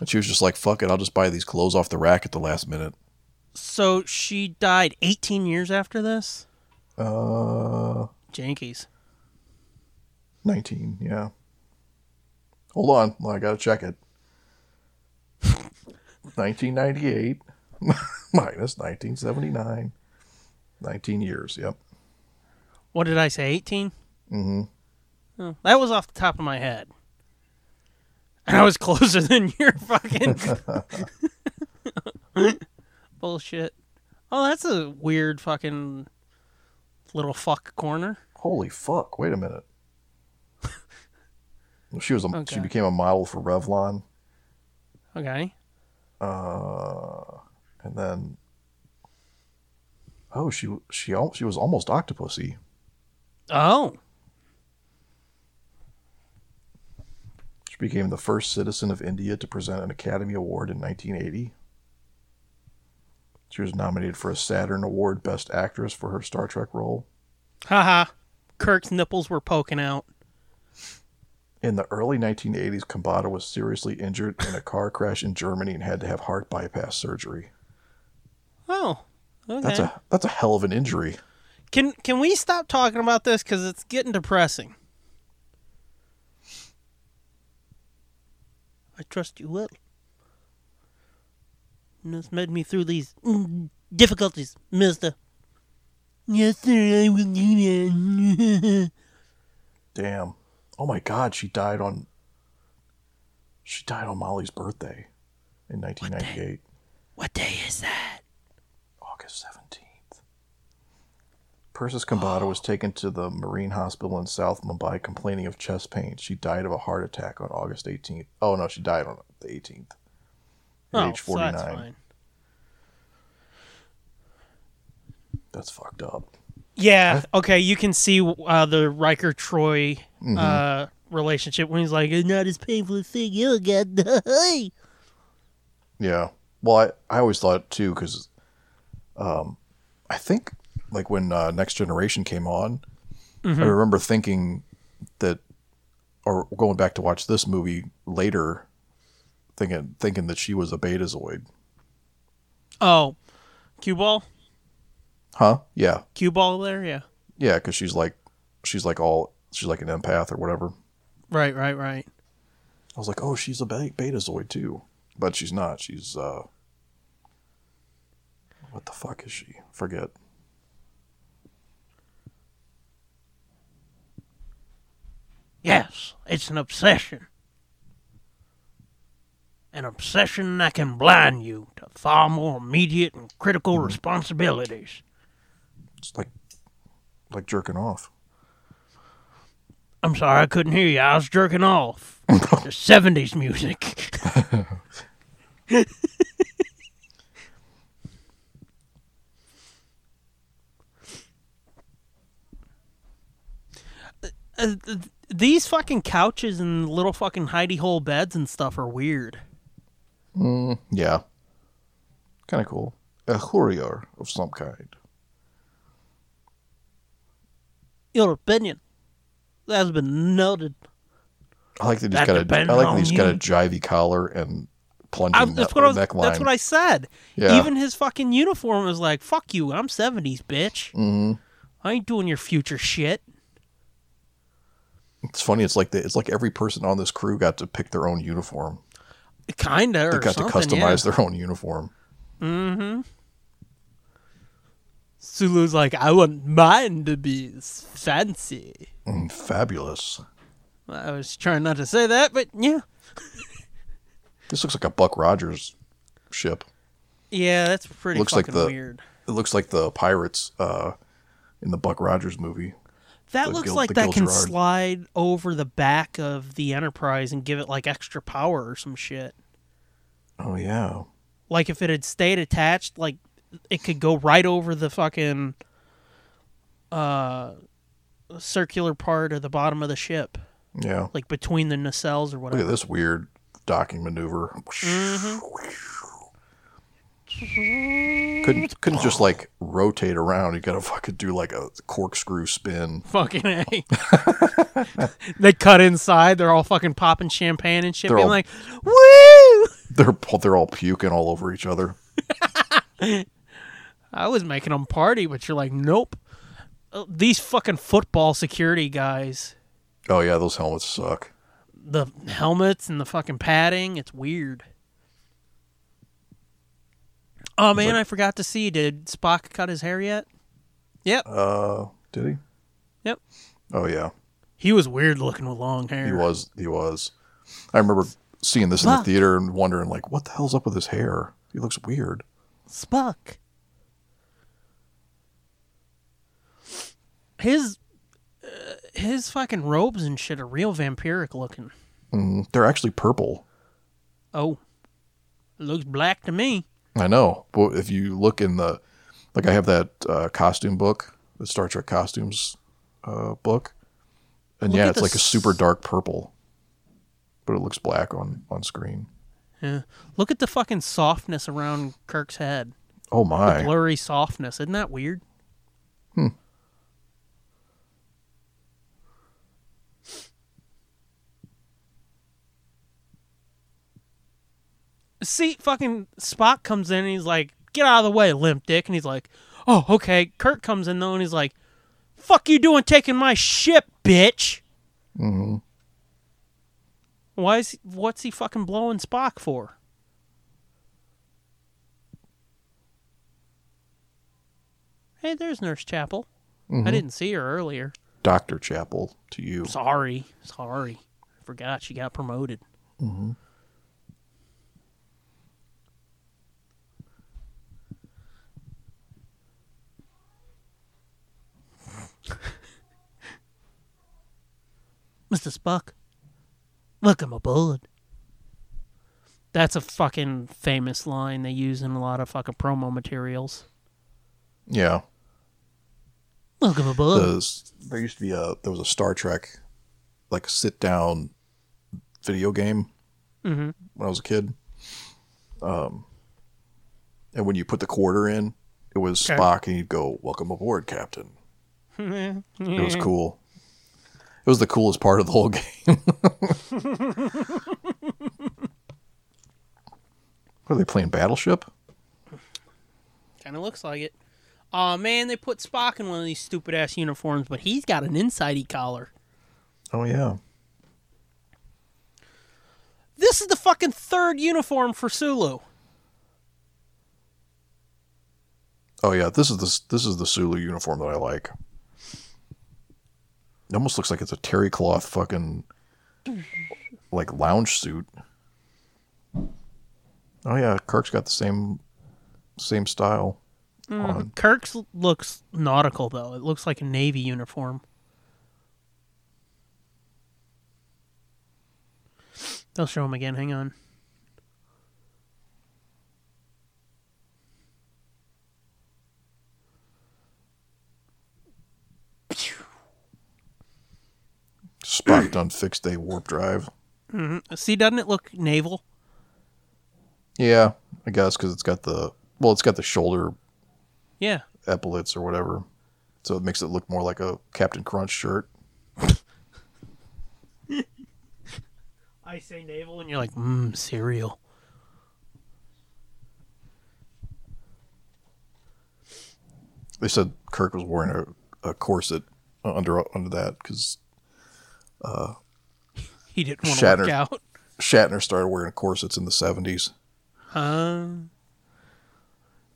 [SPEAKER 2] she was just like, "Fuck it, I'll just buy these clothes off the rack at the last minute."
[SPEAKER 3] So she died 18 years after this.
[SPEAKER 2] Uh
[SPEAKER 3] Jankies.
[SPEAKER 2] 19, yeah. Hold on. I got to check it. *laughs* 1998 *laughs* minus 1979. 19 years, yep.
[SPEAKER 3] What did I say? 18. Mm-hmm. Oh, that was off the top of my head, and I was *laughs* closer than your fucking *laughs* bullshit. Oh, that's a weird fucking little fuck corner.
[SPEAKER 2] Holy fuck. Wait a minute. she was a,
[SPEAKER 3] Okay.
[SPEAKER 2] she became a model for Revlon
[SPEAKER 3] Okay.
[SPEAKER 2] uh, and then Oh, she she al- she was almost octopusy.
[SPEAKER 3] Oh.
[SPEAKER 2] She became the first citizen of India to present an Academy Award in 1980. She was nominated for a Saturn Award Best Actress for her Star Trek role.
[SPEAKER 3] Haha. Kirk's nipples were poking out.
[SPEAKER 2] In the early 1980s, Kambata was seriously injured in a car crash in Germany and had to have heart bypass surgery.
[SPEAKER 3] Oh. Okay.
[SPEAKER 2] That's a that's a hell of an injury.
[SPEAKER 3] Can can we stop talking about this cuz it's getting depressing. I trust you will. And it's made me through these mm, difficulties, mister. Yes, sir, I will do that. *laughs*
[SPEAKER 2] Damn. Oh my God, she died on. She died on Molly's birthday, in 1998,
[SPEAKER 3] what day is that?
[SPEAKER 2] August 17th. Persis Kambata was taken to the Marine Hospital in South Mumbai complaining of chest pain. She died of a heart attack on August 18th. Oh no, she died on the 18th. At
[SPEAKER 3] oh,
[SPEAKER 2] age
[SPEAKER 3] so that's
[SPEAKER 2] 49.
[SPEAKER 3] fine.
[SPEAKER 2] That's fucked up.
[SPEAKER 3] Yeah. Okay. You can see uh, the Riker Troy uh, relationship when he's like, "It's not as painful as 'Oh, seeing you again."
[SPEAKER 2] Yeah. Well, I, I always thought too because, um, I think like when uh, Next Generation came on,
[SPEAKER 3] Mm-hmm.
[SPEAKER 2] I remember thinking that, or going back to watch this movie later, thinking thinking that she was a Betazoid.
[SPEAKER 3] oh, cue ball,
[SPEAKER 2] Huh? Yeah.
[SPEAKER 3] cue ball there. Yeah.
[SPEAKER 2] Yeah. Because she's like, she's like all she's like an empath or whatever.
[SPEAKER 3] Right. Right. Right.
[SPEAKER 2] I was like, oh, she's a be- Betazoid too, but she's not. She's uh, what the fuck is she? Forget.
[SPEAKER 3] Yes, it's an obsession. An obsession that can blind you to far more immediate and critical responsibilities.
[SPEAKER 2] It's like, like jerking off.
[SPEAKER 3] I'm sorry, I couldn't hear you. I was jerking off. the 70s music. *laughs* Uh, th- These fucking couches and little fucking hidey hole beds and stuff are weird.
[SPEAKER 2] Yeah. Kind of cool. A courier of some kind.
[SPEAKER 3] Your opinion has been noted.
[SPEAKER 2] I like that he's
[SPEAKER 3] That
[SPEAKER 2] got a.
[SPEAKER 3] depends
[SPEAKER 2] I like that he's
[SPEAKER 3] on
[SPEAKER 2] got a
[SPEAKER 3] you.
[SPEAKER 2] jivey collar and plunging
[SPEAKER 3] I,
[SPEAKER 2] ne-
[SPEAKER 3] that's, what I was,
[SPEAKER 2] neckline.
[SPEAKER 3] that's what I said.
[SPEAKER 2] Yeah.
[SPEAKER 3] Even his fucking uniform was like, fuck you, I'm 70s, bitch.
[SPEAKER 2] Mhm.
[SPEAKER 3] I ain't doing your future shit.
[SPEAKER 2] It's funny. It's like the, It's like every person on this crew got to pick their own uniform.
[SPEAKER 3] Kinda,
[SPEAKER 2] They
[SPEAKER 3] or
[SPEAKER 2] got to
[SPEAKER 3] something,
[SPEAKER 2] customize
[SPEAKER 3] yeah.
[SPEAKER 2] their own uniform.
[SPEAKER 3] Sulu's like, I want mine to be s- fancy.
[SPEAKER 2] Mm, fabulous.
[SPEAKER 3] I was trying not to say that, but yeah.
[SPEAKER 2] This looks like a Buck Rogers ship.
[SPEAKER 3] Yeah, that's pretty
[SPEAKER 2] Looks like
[SPEAKER 3] fucking
[SPEAKER 2] the-
[SPEAKER 3] weird.
[SPEAKER 2] It looks like the pirates uh, in the Buck Rogers movie.
[SPEAKER 3] That
[SPEAKER 2] the
[SPEAKER 3] looks
[SPEAKER 2] Gil-
[SPEAKER 3] like
[SPEAKER 2] the
[SPEAKER 3] that
[SPEAKER 2] Gil
[SPEAKER 3] can
[SPEAKER 2] Gerard.
[SPEAKER 3] slide over the back of the Enterprise and give it like extra power or some shit.
[SPEAKER 2] Oh yeah.
[SPEAKER 3] Like if it had stayed attached, like it could go right over the fucking uh circular part of the bottom of the ship,
[SPEAKER 2] Yeah.
[SPEAKER 3] like between the nacelles or
[SPEAKER 2] Look
[SPEAKER 3] *laughs*
[SPEAKER 2] at
[SPEAKER 3] whatever.
[SPEAKER 2] this weird docking maneuver. Couldn't couldn't just like rotate around. You got to fucking do like a corkscrew spin.
[SPEAKER 3] Fucking a. *laughs* they cut inside. They're all fucking popping champagne and shit,
[SPEAKER 2] They're
[SPEAKER 3] being
[SPEAKER 2] all-
[SPEAKER 3] like, "Woo!"
[SPEAKER 2] They're they're all puking all over each other.
[SPEAKER 3] I was making them party, but you're like, nope. Uh, These fucking football security guys,
[SPEAKER 2] Oh yeah, those helmets suck.
[SPEAKER 3] the helmets and the fucking padding, it's weird. Oh man, I forgot to see. Did Spock cut his hair yet? Yep.
[SPEAKER 2] Uh, did he?
[SPEAKER 3] yep.
[SPEAKER 2] Oh yeah,
[SPEAKER 3] He was weird looking with long hair.
[SPEAKER 2] he was. He was. I remember seeing this in the
[SPEAKER 3] Fuck.
[SPEAKER 2] theater and wondering like, what the hell's up with his hair? He looks weird.
[SPEAKER 3] Spock. His uh, his fucking robes and shit are real vampiric looking.
[SPEAKER 2] Mm, they're actually purple.
[SPEAKER 3] Oh. Looks black to me.
[SPEAKER 2] I know. But if you look in the, like, I have that uh, costume book, the Star Trek costumes uh, book, and
[SPEAKER 3] Look
[SPEAKER 2] yeah,
[SPEAKER 3] at
[SPEAKER 2] it's
[SPEAKER 3] the
[SPEAKER 2] like a super dark purple, but it looks black on on screen.
[SPEAKER 3] Yeah. Look at the fucking softness around Kirk's head.
[SPEAKER 2] Oh my!
[SPEAKER 3] Blurry softness. Isn't that weird? Hmm. See, fucking Spock comes in and he's like, get out of the way, limp dick. And he's like, oh, okay. Kirk comes in though and he's like, fuck you doing taking my ship, bitch. Mm-hmm. Why is he, what's he fucking blowing Spock for? Hey, there's Nurse Chapel. I didn't see her earlier.
[SPEAKER 2] Doctor Chapel to you.
[SPEAKER 3] Sorry, sorry, I forgot she got promoted. Mister Spock, look, I'm a bullet. That's a fucking famous line they use in a lot of fucking promo materials.
[SPEAKER 2] Yeah.
[SPEAKER 3] Look, I'm a bullet.
[SPEAKER 2] The, there used to be a there was a Star Trek, like sit down, video game. When I was a kid. Um. And when you put the quarter in, it was
[SPEAKER 3] Okay.
[SPEAKER 2] Spock, and he'd go, "Welcome aboard, Captain." It was cool. It was the coolest part of the whole *laughs* game. what are they playing? Battleship?
[SPEAKER 3] Kind of looks like it. Aw, man, they put Spock in one of these stupid ass uniforms, but he's got an insidey collar.
[SPEAKER 2] Oh yeah.
[SPEAKER 3] This is the fucking third uniform for Sulu.
[SPEAKER 2] Oh yeah. This is the this is the Sulu uniform that I like. It almost looks like it's a terry cloth fucking like lounge suit. Oh yeah, Kirk's got the same same style. on.
[SPEAKER 3] Kirk's looks nautical, though. It looks like a Navy uniform. They'll show him again. Hang on.
[SPEAKER 2] Spocked on fixed day warp drive.
[SPEAKER 3] Uh, See, doesn't it look naval?
[SPEAKER 2] Yeah, I guess because it's got the well, it's got the shoulder
[SPEAKER 3] Yeah.
[SPEAKER 2] epaulets or whatever, so it makes it look more like a Captain Crunch shirt.
[SPEAKER 3] I say naval, and you're like, mmm, cereal.
[SPEAKER 2] They said Kirk was wearing a, a corset uh, under under that because
[SPEAKER 3] He didn't want to
[SPEAKER 2] Shattered.
[SPEAKER 3] work out.
[SPEAKER 2] Shatner started wearing corsets in the seventies.
[SPEAKER 3] Uh,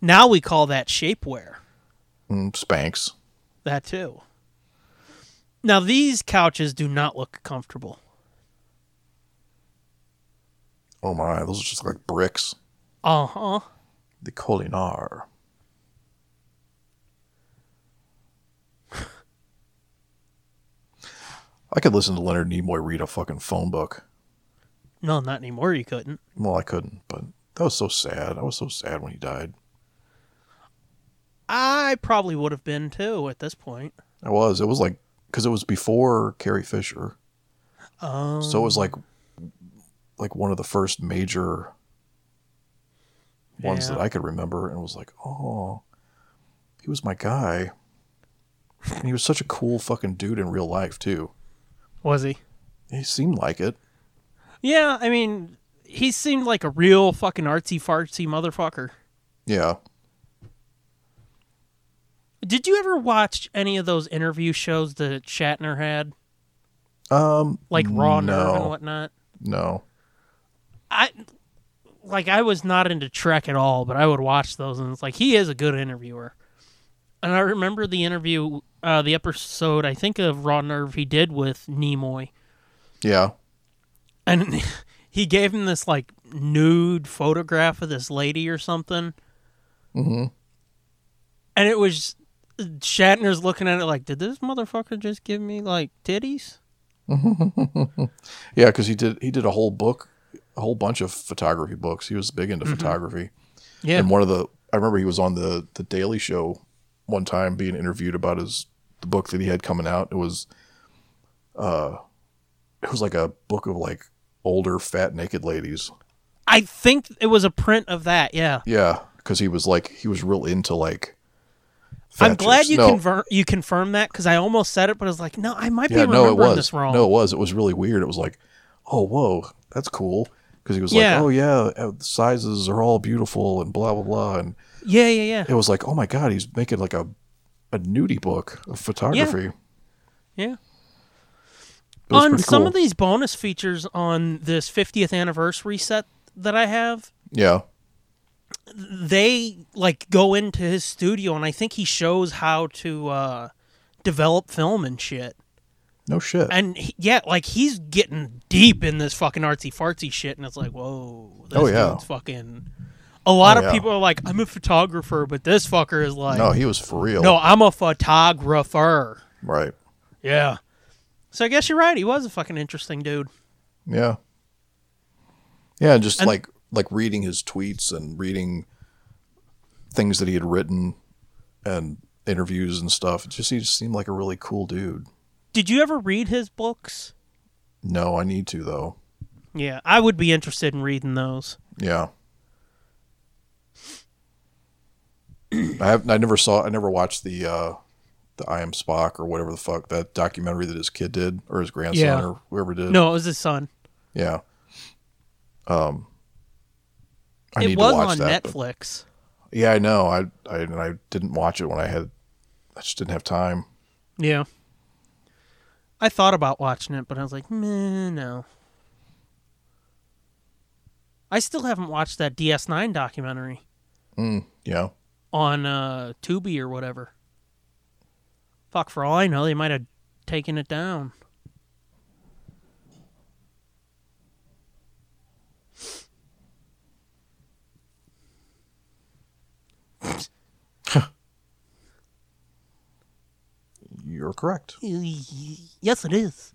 [SPEAKER 3] now we call that shapewear.
[SPEAKER 2] Mm, Spanx.
[SPEAKER 3] That too. Now these couches do not look comfortable.
[SPEAKER 2] Oh my, those are just like bricks.
[SPEAKER 3] Uh huh.
[SPEAKER 2] The Colinar. *laughs* I could listen to Leonard Nimoy read a fucking phone book.
[SPEAKER 3] No, not anymore. You couldn't.
[SPEAKER 2] Well, I couldn't, but that was so sad. I was so sad when he died.
[SPEAKER 3] I probably would have been too at this point.
[SPEAKER 2] I was. It was like because it was before Carrie Fisher,
[SPEAKER 3] Um,
[SPEAKER 2] so it was like like one of the first major ones
[SPEAKER 3] Yeah.
[SPEAKER 2] that I could remember, and was like, oh, he was my guy, and he was such a cool fucking dude in real life too.
[SPEAKER 3] was he?
[SPEAKER 2] He seemed like it.
[SPEAKER 3] Yeah, I mean, he seemed like a real fucking artsy fartsy motherfucker.
[SPEAKER 2] Yeah.
[SPEAKER 3] Did you ever watch any of those interview shows that Shatner had,
[SPEAKER 2] Um.
[SPEAKER 3] like Raw Nerve and
[SPEAKER 2] No.
[SPEAKER 3] whatnot?
[SPEAKER 2] No.
[SPEAKER 3] I like I was not into Trek at all, but I would watch those, and it's like he is a good interviewer. And I remember the interview, uh, the episode I think of Raw Nerve he did with Nimoy,
[SPEAKER 2] Yeah.
[SPEAKER 3] and *laughs* he gave him this like nude photograph of this lady or something,
[SPEAKER 2] Mhm.
[SPEAKER 3] and it was Shatner's looking at it like, did this motherfucker just give me like titties?
[SPEAKER 2] Yeah, because he did. He did a whole book, a whole bunch of photography books. He was big
[SPEAKER 3] Mm-hmm.
[SPEAKER 2] into photography.
[SPEAKER 3] Yeah,
[SPEAKER 2] And one of the I remember he was on the the Daily Show one time being interviewed about his the book that he had coming out. It was uh it was like a book of like older fat naked ladies.
[SPEAKER 3] I think it was a print of that. Yeah,
[SPEAKER 2] Yeah, cuz he was like he was real into like fat
[SPEAKER 3] I'm glad
[SPEAKER 2] chicks.
[SPEAKER 3] you
[SPEAKER 2] No,
[SPEAKER 3] confirm you confirmed that because I almost said it, but I was like, no, I might
[SPEAKER 2] Yeah,
[SPEAKER 3] be
[SPEAKER 2] no, it
[SPEAKER 3] remembering
[SPEAKER 2] was.
[SPEAKER 3] this wrong.
[SPEAKER 2] No, it was. It was really weird. It was like, "Oh, whoa, that's cool." Cuz he was
[SPEAKER 3] Yeah.
[SPEAKER 2] like, "Oh yeah, uh, the sizes are all beautiful and blah blah blah." And
[SPEAKER 3] Yeah, yeah, yeah,
[SPEAKER 2] it was like, "Oh my god, he's making like a a nudie book of photography."
[SPEAKER 3] yeah.
[SPEAKER 2] It was
[SPEAKER 3] On
[SPEAKER 2] pretty
[SPEAKER 3] some
[SPEAKER 2] cool.
[SPEAKER 3] of these bonus features on this 50th anniversary set that I have,
[SPEAKER 2] Yeah.
[SPEAKER 3] they like go into his studio, and I think he shows how to uh, develop film and shit.
[SPEAKER 2] No shit.
[SPEAKER 3] And he, yeah, like he's getting deep in this fucking artsy fartsy shit, and it's like, whoa, this
[SPEAKER 2] Oh, yeah.
[SPEAKER 3] dude's fucking. A lot
[SPEAKER 2] Oh,
[SPEAKER 3] of
[SPEAKER 2] yeah.
[SPEAKER 3] people are like, I'm a photographer, but this fucker is like,
[SPEAKER 2] no, he was for real.
[SPEAKER 3] No, I'm a photographer.
[SPEAKER 2] Right.
[SPEAKER 3] Yeah. So I guess you're right. He was a fucking interesting dude.
[SPEAKER 2] Yeah. Yeah, and just
[SPEAKER 3] And-
[SPEAKER 2] like like reading his tweets and reading things that he had written and interviews and stuff. It just he just seemed like a really cool dude.
[SPEAKER 3] Did you ever read his books?
[SPEAKER 2] No, I need to though.
[SPEAKER 3] Yeah, I would be interested in reading those.
[SPEAKER 2] Yeah. *clears throat* I have I never saw I never watched the uh the I am Spock or whatever the fuck that documentary that his kid did or his grandson
[SPEAKER 3] Yeah.
[SPEAKER 2] or whoever did.
[SPEAKER 3] No, it was his son.
[SPEAKER 2] Yeah. Um I
[SPEAKER 3] it
[SPEAKER 2] need
[SPEAKER 3] was
[SPEAKER 2] to watch
[SPEAKER 3] on
[SPEAKER 2] that. but-
[SPEAKER 3] Netflix.
[SPEAKER 2] Yeah, I know. I I and I didn't watch it when I had I just didn't have time.
[SPEAKER 3] Yeah. I thought about watching it, but I was like, meh, no. I still haven't watched that DS9 documentary
[SPEAKER 2] Yeah.
[SPEAKER 3] on uh, Tubi or whatever. Fuck, for all I know, they might have taken it down.
[SPEAKER 2] You're correct.
[SPEAKER 3] Yes, it is.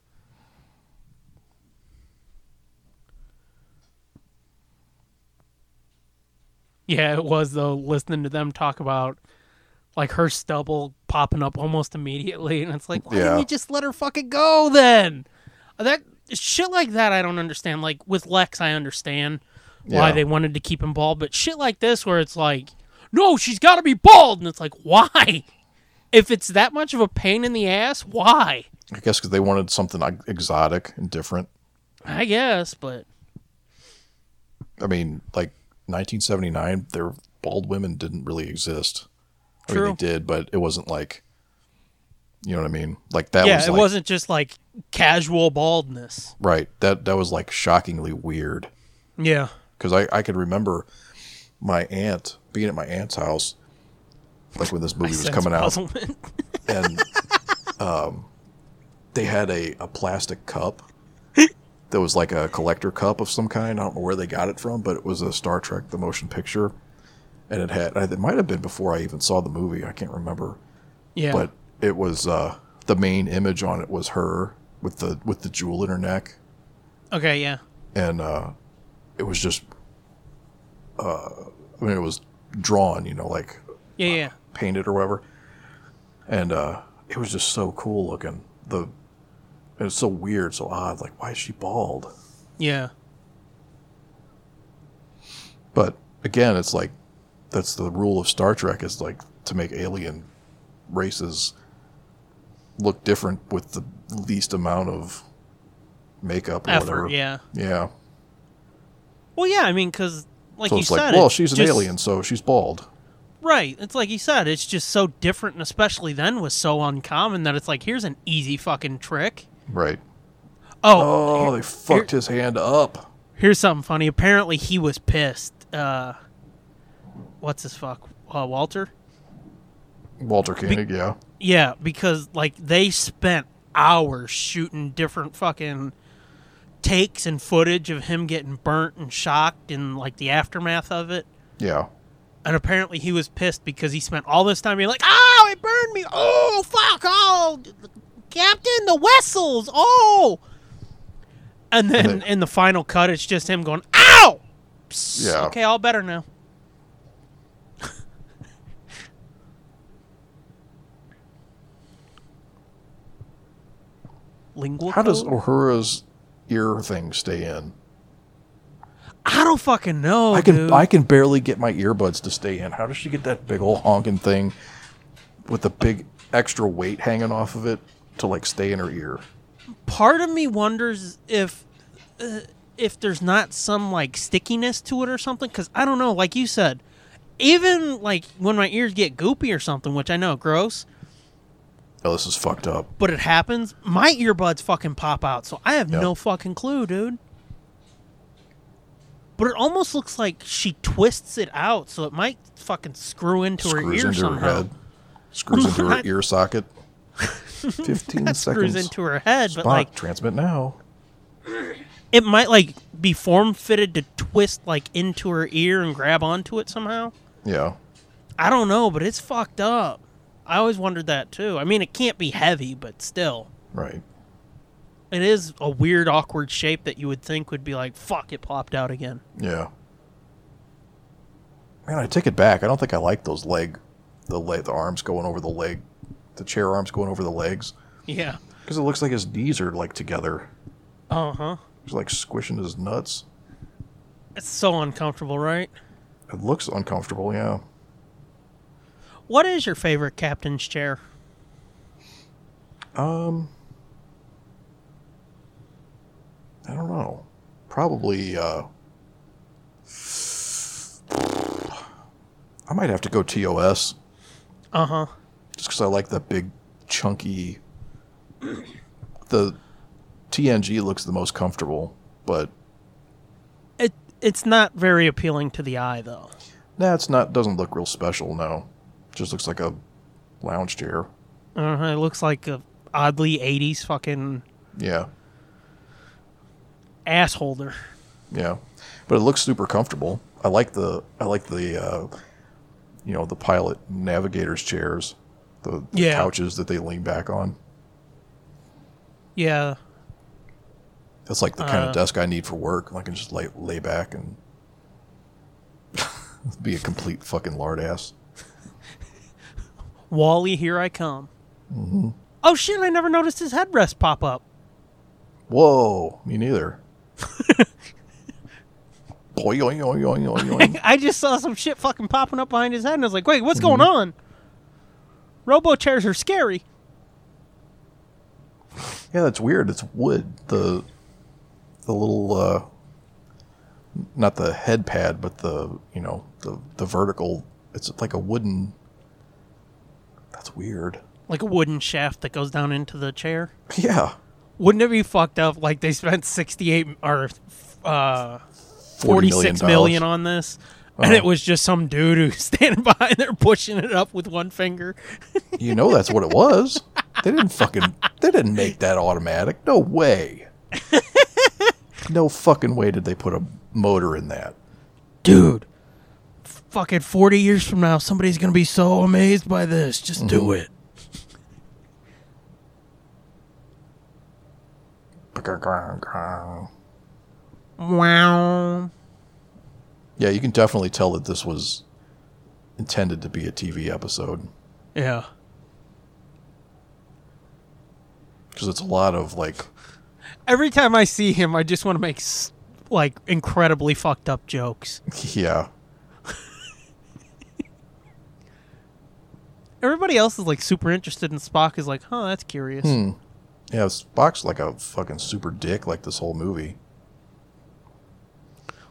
[SPEAKER 3] Yeah, it was though. Listening to them talk about like her stubble popping up almost immediately, and it's like, why
[SPEAKER 2] Yeah.
[SPEAKER 3] didn't you just let her fucking go then? That shit like that, I don't understand. Like with Lex, I understand why
[SPEAKER 2] Yeah.
[SPEAKER 3] they wanted to keep him bald, but shit like this, where it's like, no, she's got to be bald, and it's like, why? If it's that much of a pain in the ass, why?
[SPEAKER 2] I guess because they wanted something like, exotic and different.
[SPEAKER 3] I guess, but
[SPEAKER 2] I mean, like 1979, their bald women didn't really exist. I mean,
[SPEAKER 3] True.
[SPEAKER 2] they did, but it wasn't like, you know what I mean? Like that
[SPEAKER 3] yeah,
[SPEAKER 2] was
[SPEAKER 3] it
[SPEAKER 2] like,
[SPEAKER 3] wasn't just like casual baldness.
[SPEAKER 2] right. That that was like shockingly weird
[SPEAKER 3] Yeah.
[SPEAKER 2] because I I could remember my aunt being at my aunt's house, like when this movie was coming out, *laughs*
[SPEAKER 3] out.
[SPEAKER 2] and um, they had a, a plastic cup that was like a collector cup of some kind. I don't know where they got it from, but it was a Star Trek the motion picture, and it had it might have been before I even saw the movie. I can't remember,
[SPEAKER 3] Yeah.
[SPEAKER 2] but it was uh, the main image on it was her with the with the jewel in her neck,
[SPEAKER 3] okay, yeah.
[SPEAKER 2] and uh, it was just, uh, I mean, it was drawn, you know, like
[SPEAKER 3] Yeah, yeah.
[SPEAKER 2] painted or whatever. And uh, it was just so cool looking. The it was so weird, so odd. Like, why is she bald?
[SPEAKER 3] Yeah.
[SPEAKER 2] But again, it's like that's the rule of Star Trek is like to make alien races look different with the least amount of makeup or
[SPEAKER 3] Effort,
[SPEAKER 2] whatever.
[SPEAKER 3] yeah.
[SPEAKER 2] Yeah.
[SPEAKER 3] Well, yeah, I mean, because, like
[SPEAKER 2] So
[SPEAKER 3] you
[SPEAKER 2] it's
[SPEAKER 3] said,
[SPEAKER 2] like, well,
[SPEAKER 3] it's
[SPEAKER 2] she's an
[SPEAKER 3] just-
[SPEAKER 2] alien, so she's bald.
[SPEAKER 3] Right. It's like you said, it's just so different, and especially then was so uncommon that it's like, here's an easy fucking trick.
[SPEAKER 2] Right.
[SPEAKER 3] Oh,
[SPEAKER 2] Oh, they fucked his hand up.
[SPEAKER 3] here's something funny. Apparently, he was pissed. Uh, what's his fuck? Uh, Walter?
[SPEAKER 2] Walter Koenig, yeah.
[SPEAKER 3] Yeah, because like they spent hours shooting different fucking takes and footage of him getting burnt and shocked and like the aftermath of it.
[SPEAKER 2] Yeah.
[SPEAKER 3] And apparently he was pissed because he spent all this time being like, "Oh, it burned me! Oh, fuck! Oh, Captain, the whistles! Oh!" And then
[SPEAKER 2] And they-
[SPEAKER 3] in the final cut, it's just him going, "Ow!" Psst,
[SPEAKER 2] Yeah.
[SPEAKER 3] Okay, all better now. Lingual.
[SPEAKER 2] How does
[SPEAKER 3] code?
[SPEAKER 2] Uhura's ear thing stay in?
[SPEAKER 3] I don't fucking know.
[SPEAKER 2] I can
[SPEAKER 3] Oh, dude.
[SPEAKER 2] I can barely get my earbuds to stay in. How does she get that big old honking thing with the big extra weight hanging off of it to like stay in her ear?
[SPEAKER 3] part of me wonders if uh, if there's not some like stickiness to it or something because i don't know like you said even like when my ears get goopy or something which i know gross
[SPEAKER 2] Oh, this is fucked up.
[SPEAKER 3] but it happens my earbuds fucking pop out so i have
[SPEAKER 2] Yeah.
[SPEAKER 3] no fucking clue dude but it almost looks like she twists it out so it might fucking screw into her
[SPEAKER 2] Screws
[SPEAKER 3] ear
[SPEAKER 2] into her
[SPEAKER 3] somehow
[SPEAKER 2] head. Screws into her
[SPEAKER 3] What? *laughs*
[SPEAKER 2] ear socket. Fifteen
[SPEAKER 3] Not
[SPEAKER 2] seconds.
[SPEAKER 3] screws into her head
[SPEAKER 2] Spock,
[SPEAKER 3] but like
[SPEAKER 2] transmit now.
[SPEAKER 3] it might like be form fitted to twist like into her ear and grab onto it somehow.
[SPEAKER 2] Yeah.
[SPEAKER 3] I don't know, but it's fucked up. I always wondered that too. I mean, it can't be heavy, but still,
[SPEAKER 2] Right.
[SPEAKER 3] it is a weird, awkward shape that you would think would be like, "Fuck!" It plopped out again. *laughs*
[SPEAKER 2] Yeah. Man, I take it back. I don't think I like those leg, the leg, the arms going over the leg, the chair arms going over the legs,
[SPEAKER 3] Yeah.
[SPEAKER 2] because it looks like his knees are like together.
[SPEAKER 3] Uh huh.
[SPEAKER 2] He's like squishing his nuts.
[SPEAKER 3] It's so uncomfortable, right?
[SPEAKER 2] It looks uncomfortable. Yeah.
[SPEAKER 3] What is your favorite captain's chair?
[SPEAKER 2] Um. I don't know. Probably. uh I might have to go TOS.
[SPEAKER 3] Uh huh.
[SPEAKER 2] just because I like that big, chunky. The TNG looks the most comfortable, but
[SPEAKER 3] It it's not very appealing to the eye though.
[SPEAKER 2] nah, it's not. Doesn't look real special. No, just looks like a lounge chair.
[SPEAKER 3] Uh huh. It looks like a oddly '80s fucking
[SPEAKER 2] Yeah,
[SPEAKER 3] ass holder.
[SPEAKER 2] yeah, but it looks super comfortable. I like the I like the uh, you know the pilot navigators chairs, the, the
[SPEAKER 3] Yeah.
[SPEAKER 2] couches that they lean back on.
[SPEAKER 3] Yeah.
[SPEAKER 2] That's like the kind
[SPEAKER 3] Uh.
[SPEAKER 2] of desk I need for work. I can just lay lay back and *laughs* Be a complete fucking lard ass.
[SPEAKER 3] Wally, here I come. Oh shit! I never noticed his headrest pop up.
[SPEAKER 2] Whoa,
[SPEAKER 3] *laughs*
[SPEAKER 2] me neither. Boing, oing, oing, oing, oing, oing.
[SPEAKER 3] I just saw some shit fucking popping up behind his head, and I was like, "Wait, what's going on?" Robo chairs are scary.
[SPEAKER 2] Yeah, that's weird. It's wood. The the little uh not the head pad, but the you know, the the vertical it's like a wooden That's weird. *laughs*
[SPEAKER 3] Like a wooden shaft that goes down into the chair.
[SPEAKER 2] Yeah.
[SPEAKER 3] Wouldn't it be fucked up? Like they spent sixty-eight or uh, forty-six million Uh-huh.
[SPEAKER 2] dollars.
[SPEAKER 3] on this, and it was just some dude who's *laughs* standing behind there pushing it up with one finger.
[SPEAKER 2] You know that's what it was. They didn't fucking they didn't make that automatic.
[SPEAKER 3] *laughs*
[SPEAKER 2] No way. No fucking way did they put a motor in that.
[SPEAKER 3] dude, fucking 40 years from now, somebody's going to be so amazed by this. Just do
[SPEAKER 2] Mm-hmm.
[SPEAKER 3] it. Wow.
[SPEAKER 2] Yeah, you can definitely tell that this was intended to be a TV episode
[SPEAKER 3] Yeah.
[SPEAKER 2] because it's a lot of like *laughs*
[SPEAKER 3] Every time I see him, I just want to make s- like incredibly fucked up jokes.
[SPEAKER 2] Yeah.
[SPEAKER 3] Everybody else is like super interested in Spock is like, "Huh, that's curious."
[SPEAKER 2] Yeah, Spock's like a fucking super dick like this whole movie.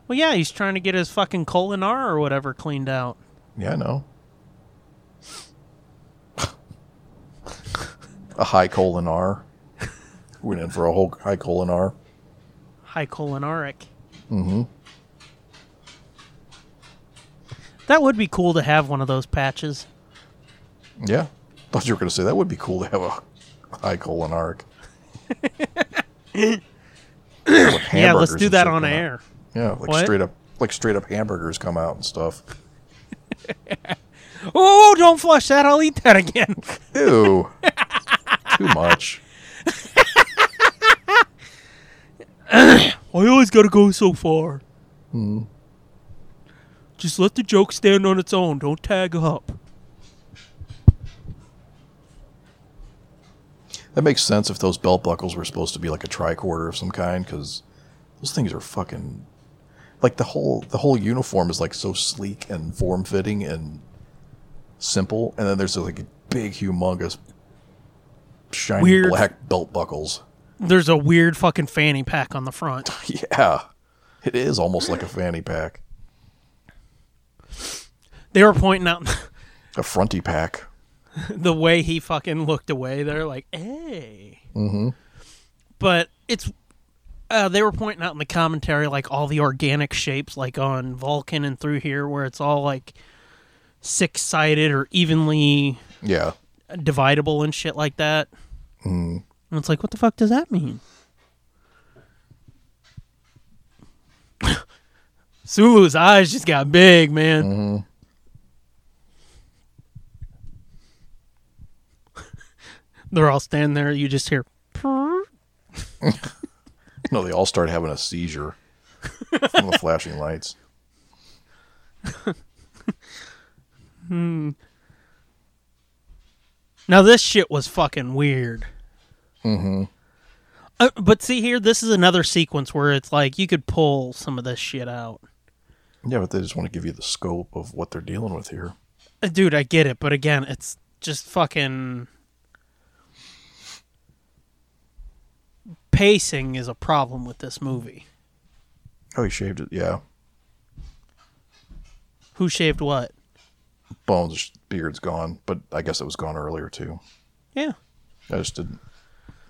[SPEAKER 3] Well, yeah, he's trying to get his fucking colon R or whatever cleaned out.
[SPEAKER 2] Yeah, I know. *laughs* a high colon R. Went in for a whole high colon R.
[SPEAKER 3] High colonaric. Mm-hmm. That would be cool to have one of those patches.
[SPEAKER 2] Yeah. Thought you were gonna say that would be cool to have a high colon arc.
[SPEAKER 3] *laughs* yeah, let's do that on air.
[SPEAKER 2] Yeah, like
[SPEAKER 3] What?
[SPEAKER 2] straight up like straight up hamburgers come out and stuff.
[SPEAKER 3] Oh, don't flush that. I'll eat that again. *laughs*
[SPEAKER 2] Ew. Too much.
[SPEAKER 3] I always gotta go so far. Just let the joke stand on its own. Don't tag up.
[SPEAKER 2] That makes sense if those belt buckles were supposed to be like a tricorder of some kind, because those things are fucking like the whole the whole uniform is like so sleek and form fitting and simple, and then there's like a big, humongous, shiny
[SPEAKER 3] Weird-
[SPEAKER 2] black belt buckles. *laughs*
[SPEAKER 3] There's a weird fucking fanny pack on the front.
[SPEAKER 2] Yeah, it is almost like a fanny pack,
[SPEAKER 3] They were pointing out *laughs*
[SPEAKER 2] a fronty pack.
[SPEAKER 3] the way he fucking looked away. They're like, hey. Mm-hmm. But it's. Uh, they were pointing out in the commentary like all the organic shapes, like on Vulcan and through here, where it's all like six sided or evenly
[SPEAKER 2] Yeah,
[SPEAKER 3] dividable and shit like that. And it's like, what the fuck does that mean? *laughs* Sulu's eyes just got big, man. *laughs* They're all standing there. You just hear, "Purr."
[SPEAKER 2] no, they all start having a seizure from the flashing lights.
[SPEAKER 3] now this shit was fucking weird. Mm-hmm. Uh, but see here, this is another sequence where it's like you could pull some of this shit out.
[SPEAKER 2] Yeah, but they just want to give you the scope of what they're dealing with here.
[SPEAKER 3] Uh, dude i get it but again it's just fucking pacing is a problem with this movie
[SPEAKER 2] Oh, he shaved it. Yeah,
[SPEAKER 3] who shaved what
[SPEAKER 2] Bones' beard's gone, but I guess it was gone earlier too.
[SPEAKER 3] yeah
[SPEAKER 2] I just didn't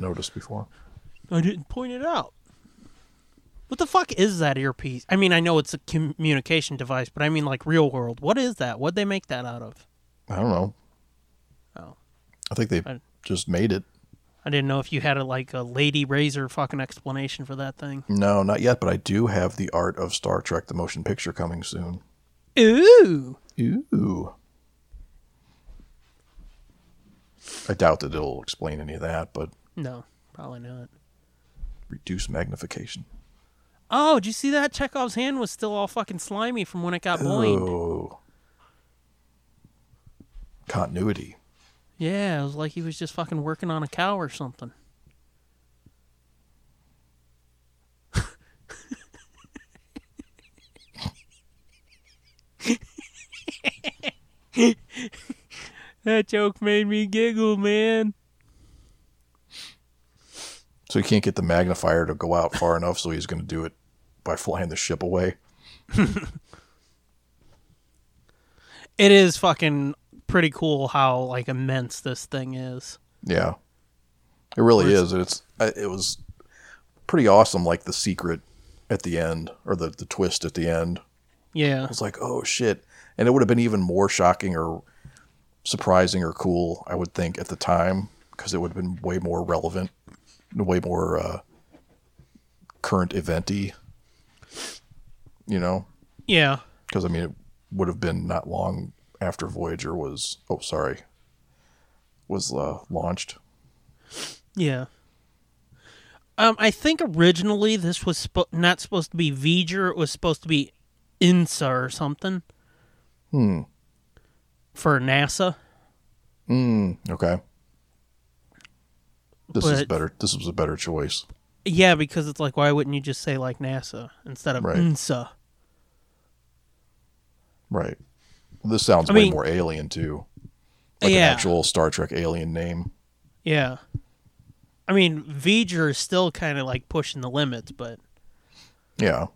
[SPEAKER 2] notice before.
[SPEAKER 3] i didn't point it out what the fuck is that earpiece i mean i know it's a communication device but i mean like real world what is that what'd they make that out of
[SPEAKER 2] I don't know.
[SPEAKER 3] Oh.
[SPEAKER 2] I think they
[SPEAKER 3] I-
[SPEAKER 2] just made it.
[SPEAKER 3] i didn't know if you had a, like a lady razor fucking explanation for that thing
[SPEAKER 2] No, not yet, but I do have the art of Star Trek the motion picture coming soon.
[SPEAKER 3] ooh
[SPEAKER 2] Ooh. I doubt that it'll explain any of that, but
[SPEAKER 3] no probably not
[SPEAKER 2] reduce magnification.
[SPEAKER 3] Oh, did you see that? Chekhov's hand was still all fucking slimy from when it got blamed.
[SPEAKER 2] Oh. Continuity.
[SPEAKER 3] Yeah, it was like he was just fucking working on a cow or something. *laughs* that joke made me giggle, man.
[SPEAKER 2] So he can't get the magnifier to go out far enough, so he's going to do it by flying the ship away.
[SPEAKER 3] It is fucking pretty cool how like immense this thing is.
[SPEAKER 2] Yeah, it really is. and It's I- it was pretty awesome. Like the secret at the end, or the the twist at the end.
[SPEAKER 3] Yeah.
[SPEAKER 2] It's like oh shit, and it would have been even more shocking or surprising or cool, I would think, at the time because it would have been way more relevant, and way more uh, current eventy. You know,
[SPEAKER 3] Yeah.
[SPEAKER 2] because I mean it would have been not long after Voyager was oh sorry was uh, launched.
[SPEAKER 3] Yeah. Um, I think originally this was spo- not supposed to be V'ger. It was supposed to be INSA or something. Hmm. For NASA.
[SPEAKER 2] Hmm, Okay. This is
[SPEAKER 3] But-
[SPEAKER 2] better. This was a better choice.
[SPEAKER 3] Yeah, because it's like, why wouldn't you just say like NASA instead of
[SPEAKER 2] Right.
[SPEAKER 3] INSA?
[SPEAKER 2] Right. This sounds
[SPEAKER 3] I
[SPEAKER 2] way
[SPEAKER 3] mean-
[SPEAKER 2] more alien too. Like
[SPEAKER 3] Yeah.
[SPEAKER 2] an actual Star Trek alien name.
[SPEAKER 3] Yeah. I mean, V'ger is still kind of like pushing the limits, but
[SPEAKER 2] Yeah.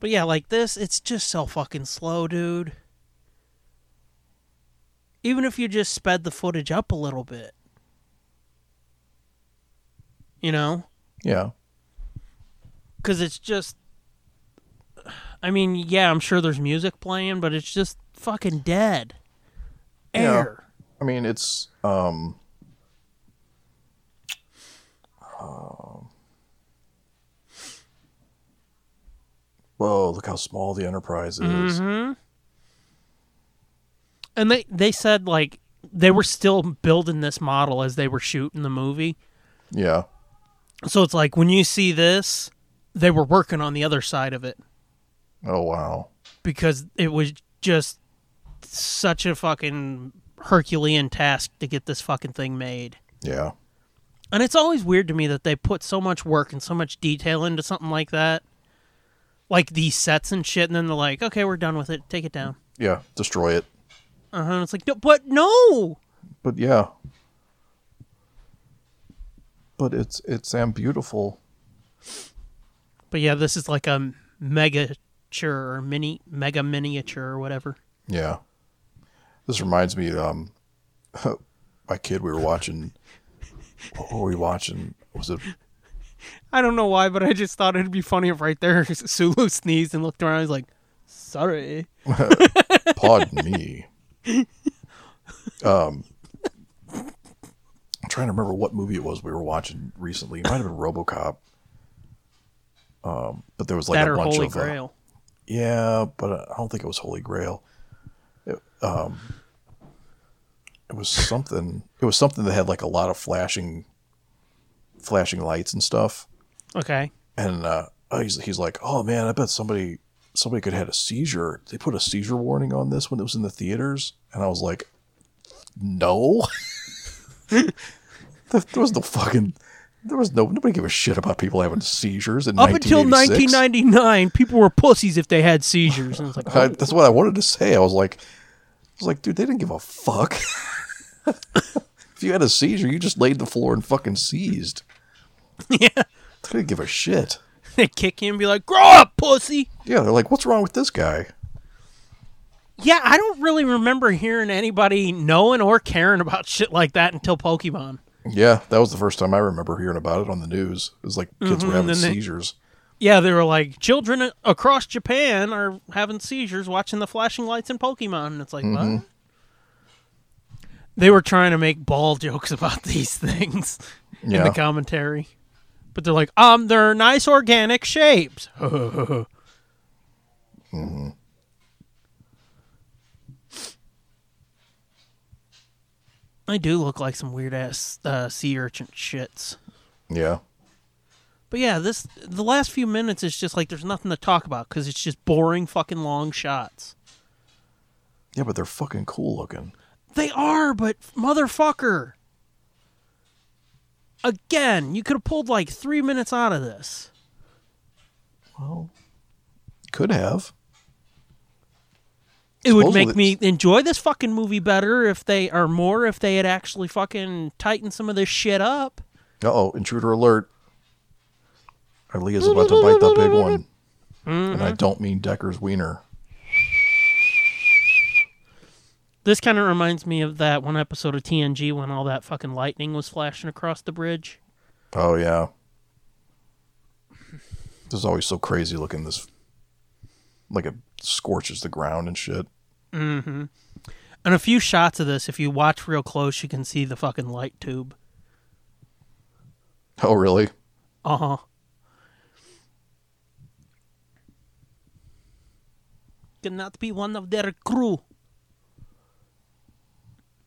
[SPEAKER 3] but yeah, like this, it's just so fucking slow, dude. Even if you just sped the footage up a little bit, you know.
[SPEAKER 2] Yeah.
[SPEAKER 3] because it's just i mean yeah i'm sure there's music playing but it's just fucking dead
[SPEAKER 2] Yeah.
[SPEAKER 3] air
[SPEAKER 2] I mean, it's um, um, Whoa! oh, Look how small the Enterprise is.
[SPEAKER 3] and they they said like they were still building this model as they were shooting the movie Mm-hmm.
[SPEAKER 2] Yeah,
[SPEAKER 3] so it's like when you see this they were working on the other side of it
[SPEAKER 2] Oh wow.
[SPEAKER 3] because it was just such a fucking herculean task to get this fucking thing made
[SPEAKER 2] Yeah.
[SPEAKER 3] And it's always weird to me that they put so much work and so much detail into something like that. Like these sets and shit, and then they're like, okay, we're done with it. Take it down.
[SPEAKER 2] Yeah. Destroy it.
[SPEAKER 3] Uh huh. It's like, no, but no!
[SPEAKER 2] But yeah. But it's it's am beautiful.
[SPEAKER 3] But yeah, this is like a megature or mini, mega miniature or whatever.
[SPEAKER 2] Yeah. This reminds me, um *laughs* my kid we were watching what were we watching? Was it
[SPEAKER 3] I don't know why, but I just thought it'd be funny if right there *laughs* Sulu sneezed and looked around. He's like, sorry.
[SPEAKER 2] Pardon me. *laughs* Um, I'm trying to remember what movie it was we were watching recently. It might have been RoboCop. Um, but there was like
[SPEAKER 3] that
[SPEAKER 2] a
[SPEAKER 3] or
[SPEAKER 2] bunch
[SPEAKER 3] Holy
[SPEAKER 2] of uh,
[SPEAKER 3] Grail.
[SPEAKER 2] yeah, but I don't think it was Holy Grail. um, It, um, it was something. It was something that had like a lot of flashing, flashing lights and stuff.
[SPEAKER 3] okay.
[SPEAKER 2] And uh, he's he's like, oh man, I bet somebody somebody could have had a seizure. They put a seizure warning on this when it was in the theaters, and I was like, no, *laughs* there, there was no fucking. There was no nobody gave a shit about people having seizures in
[SPEAKER 3] Up until
[SPEAKER 2] 1986.
[SPEAKER 3] 1999, people were pussies if they had seizures. And it's like, *laughs*
[SPEAKER 2] I, that's what I wanted to say. I was like, I was like, dude, they didn't give a fuck. *laughs* if you had a seizure, you just laid the floor and fucking seized.
[SPEAKER 3] *laughs* yeah.
[SPEAKER 2] They didn't give a shit.
[SPEAKER 3] They kick you and be like, grow up, pussy!
[SPEAKER 2] Yeah, they're like, what's wrong with this guy?
[SPEAKER 3] Yeah, I don't really remember hearing anybody knowing or caring about shit like that until Pokemon.
[SPEAKER 2] Yeah, that was the first time I remember hearing about it on the news. It was like kids were having
[SPEAKER 3] Mm-hmm, then they-
[SPEAKER 2] seizures.
[SPEAKER 3] Yeah, they were like, children a- across Japan are having seizures watching the flashing lights in Pokemon. And it's like, what? They were trying to make ball *laughs* jokes about these things in
[SPEAKER 2] Yeah.
[SPEAKER 3] the commentary. But they're like, um, they're nice organic shapes. *laughs* I do look like some weird ass uh, sea urchin shits.
[SPEAKER 2] Yeah,
[SPEAKER 3] But yeah, this the last few minutes is just like there's nothing to talk about because it's just boring fucking long shots.
[SPEAKER 2] Yeah, but they're fucking cool looking.
[SPEAKER 3] They are, but motherfucker. Again, you could have pulled like three minutes out of this.
[SPEAKER 2] Well, could have.
[SPEAKER 3] It would
[SPEAKER 2] Supposedly-
[SPEAKER 3] make me enjoy this fucking movie better if they are more if they had actually fucking tightened some of this shit up.
[SPEAKER 2] Uh oh, intruder alert. Our Leah's about to bite the big one. And
[SPEAKER 3] Mm-hmm.
[SPEAKER 2] I don't mean Decker's wiener.
[SPEAKER 3] This kind of reminds me of that one episode of TNG when all that fucking lightning was flashing across the bridge.
[SPEAKER 2] Oh, yeah. This is always so crazy looking. This, like, it scorches the ground and shit.
[SPEAKER 3] And a few shots of this, if you watch real close, you can see the fucking light tube.
[SPEAKER 2] Oh, really?
[SPEAKER 3] Uh huh. Cannot be one of their crew.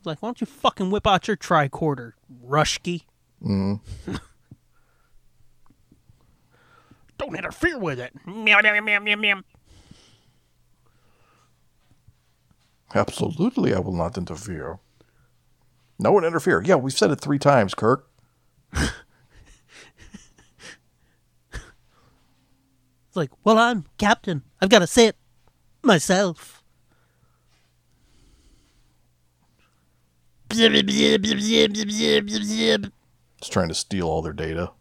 [SPEAKER 3] Like, why don't you fucking whip out your tricorder, Rushki? *laughs* don't interfere with it. Meow, meow, meow, meow, meow.
[SPEAKER 2] Absolutely, I will not interfere. No one interfere. Yeah, we've said it three times, Kirk.
[SPEAKER 3] It's like, well, I'm captain. I've got to say it myself. *laughs* Bzib, bzib, bzib, bzib, bzib, bzib, bzib.
[SPEAKER 2] It's trying to steal all their data.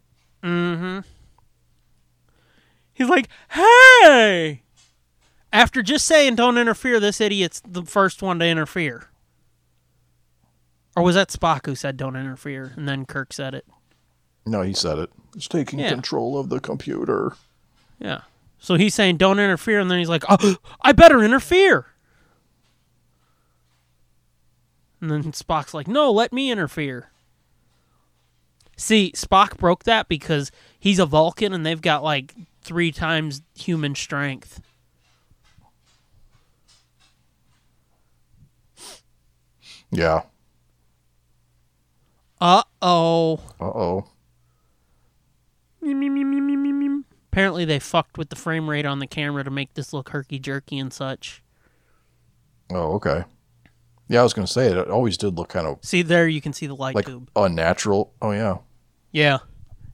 [SPEAKER 3] He's like, hey! After just saying don't interfere, this idiot's the first one to interfere. Or was that Spock who said don't interfere and then Kirk said it?
[SPEAKER 2] No, he said it. It's taking
[SPEAKER 3] Yeah.
[SPEAKER 2] control of the computer.
[SPEAKER 3] Yeah. So he's saying don't interfere and then he's like, oh, *gasps* I better interfere. And then Spock's like, no, let me interfere. See, Spock broke that because he's a Vulcan and they've got like three times human strength.
[SPEAKER 2] Yeah.
[SPEAKER 3] Uh oh.
[SPEAKER 2] Uh oh.
[SPEAKER 3] Apparently, they fucked with the frame rate on the camera to make this look herky jerky and such.
[SPEAKER 2] Oh, okay. Yeah, I was going to say it. It always did look kind of
[SPEAKER 3] See, there you can see the light
[SPEAKER 2] like
[SPEAKER 3] tube.
[SPEAKER 2] unnatural. Oh, yeah.
[SPEAKER 3] Yeah.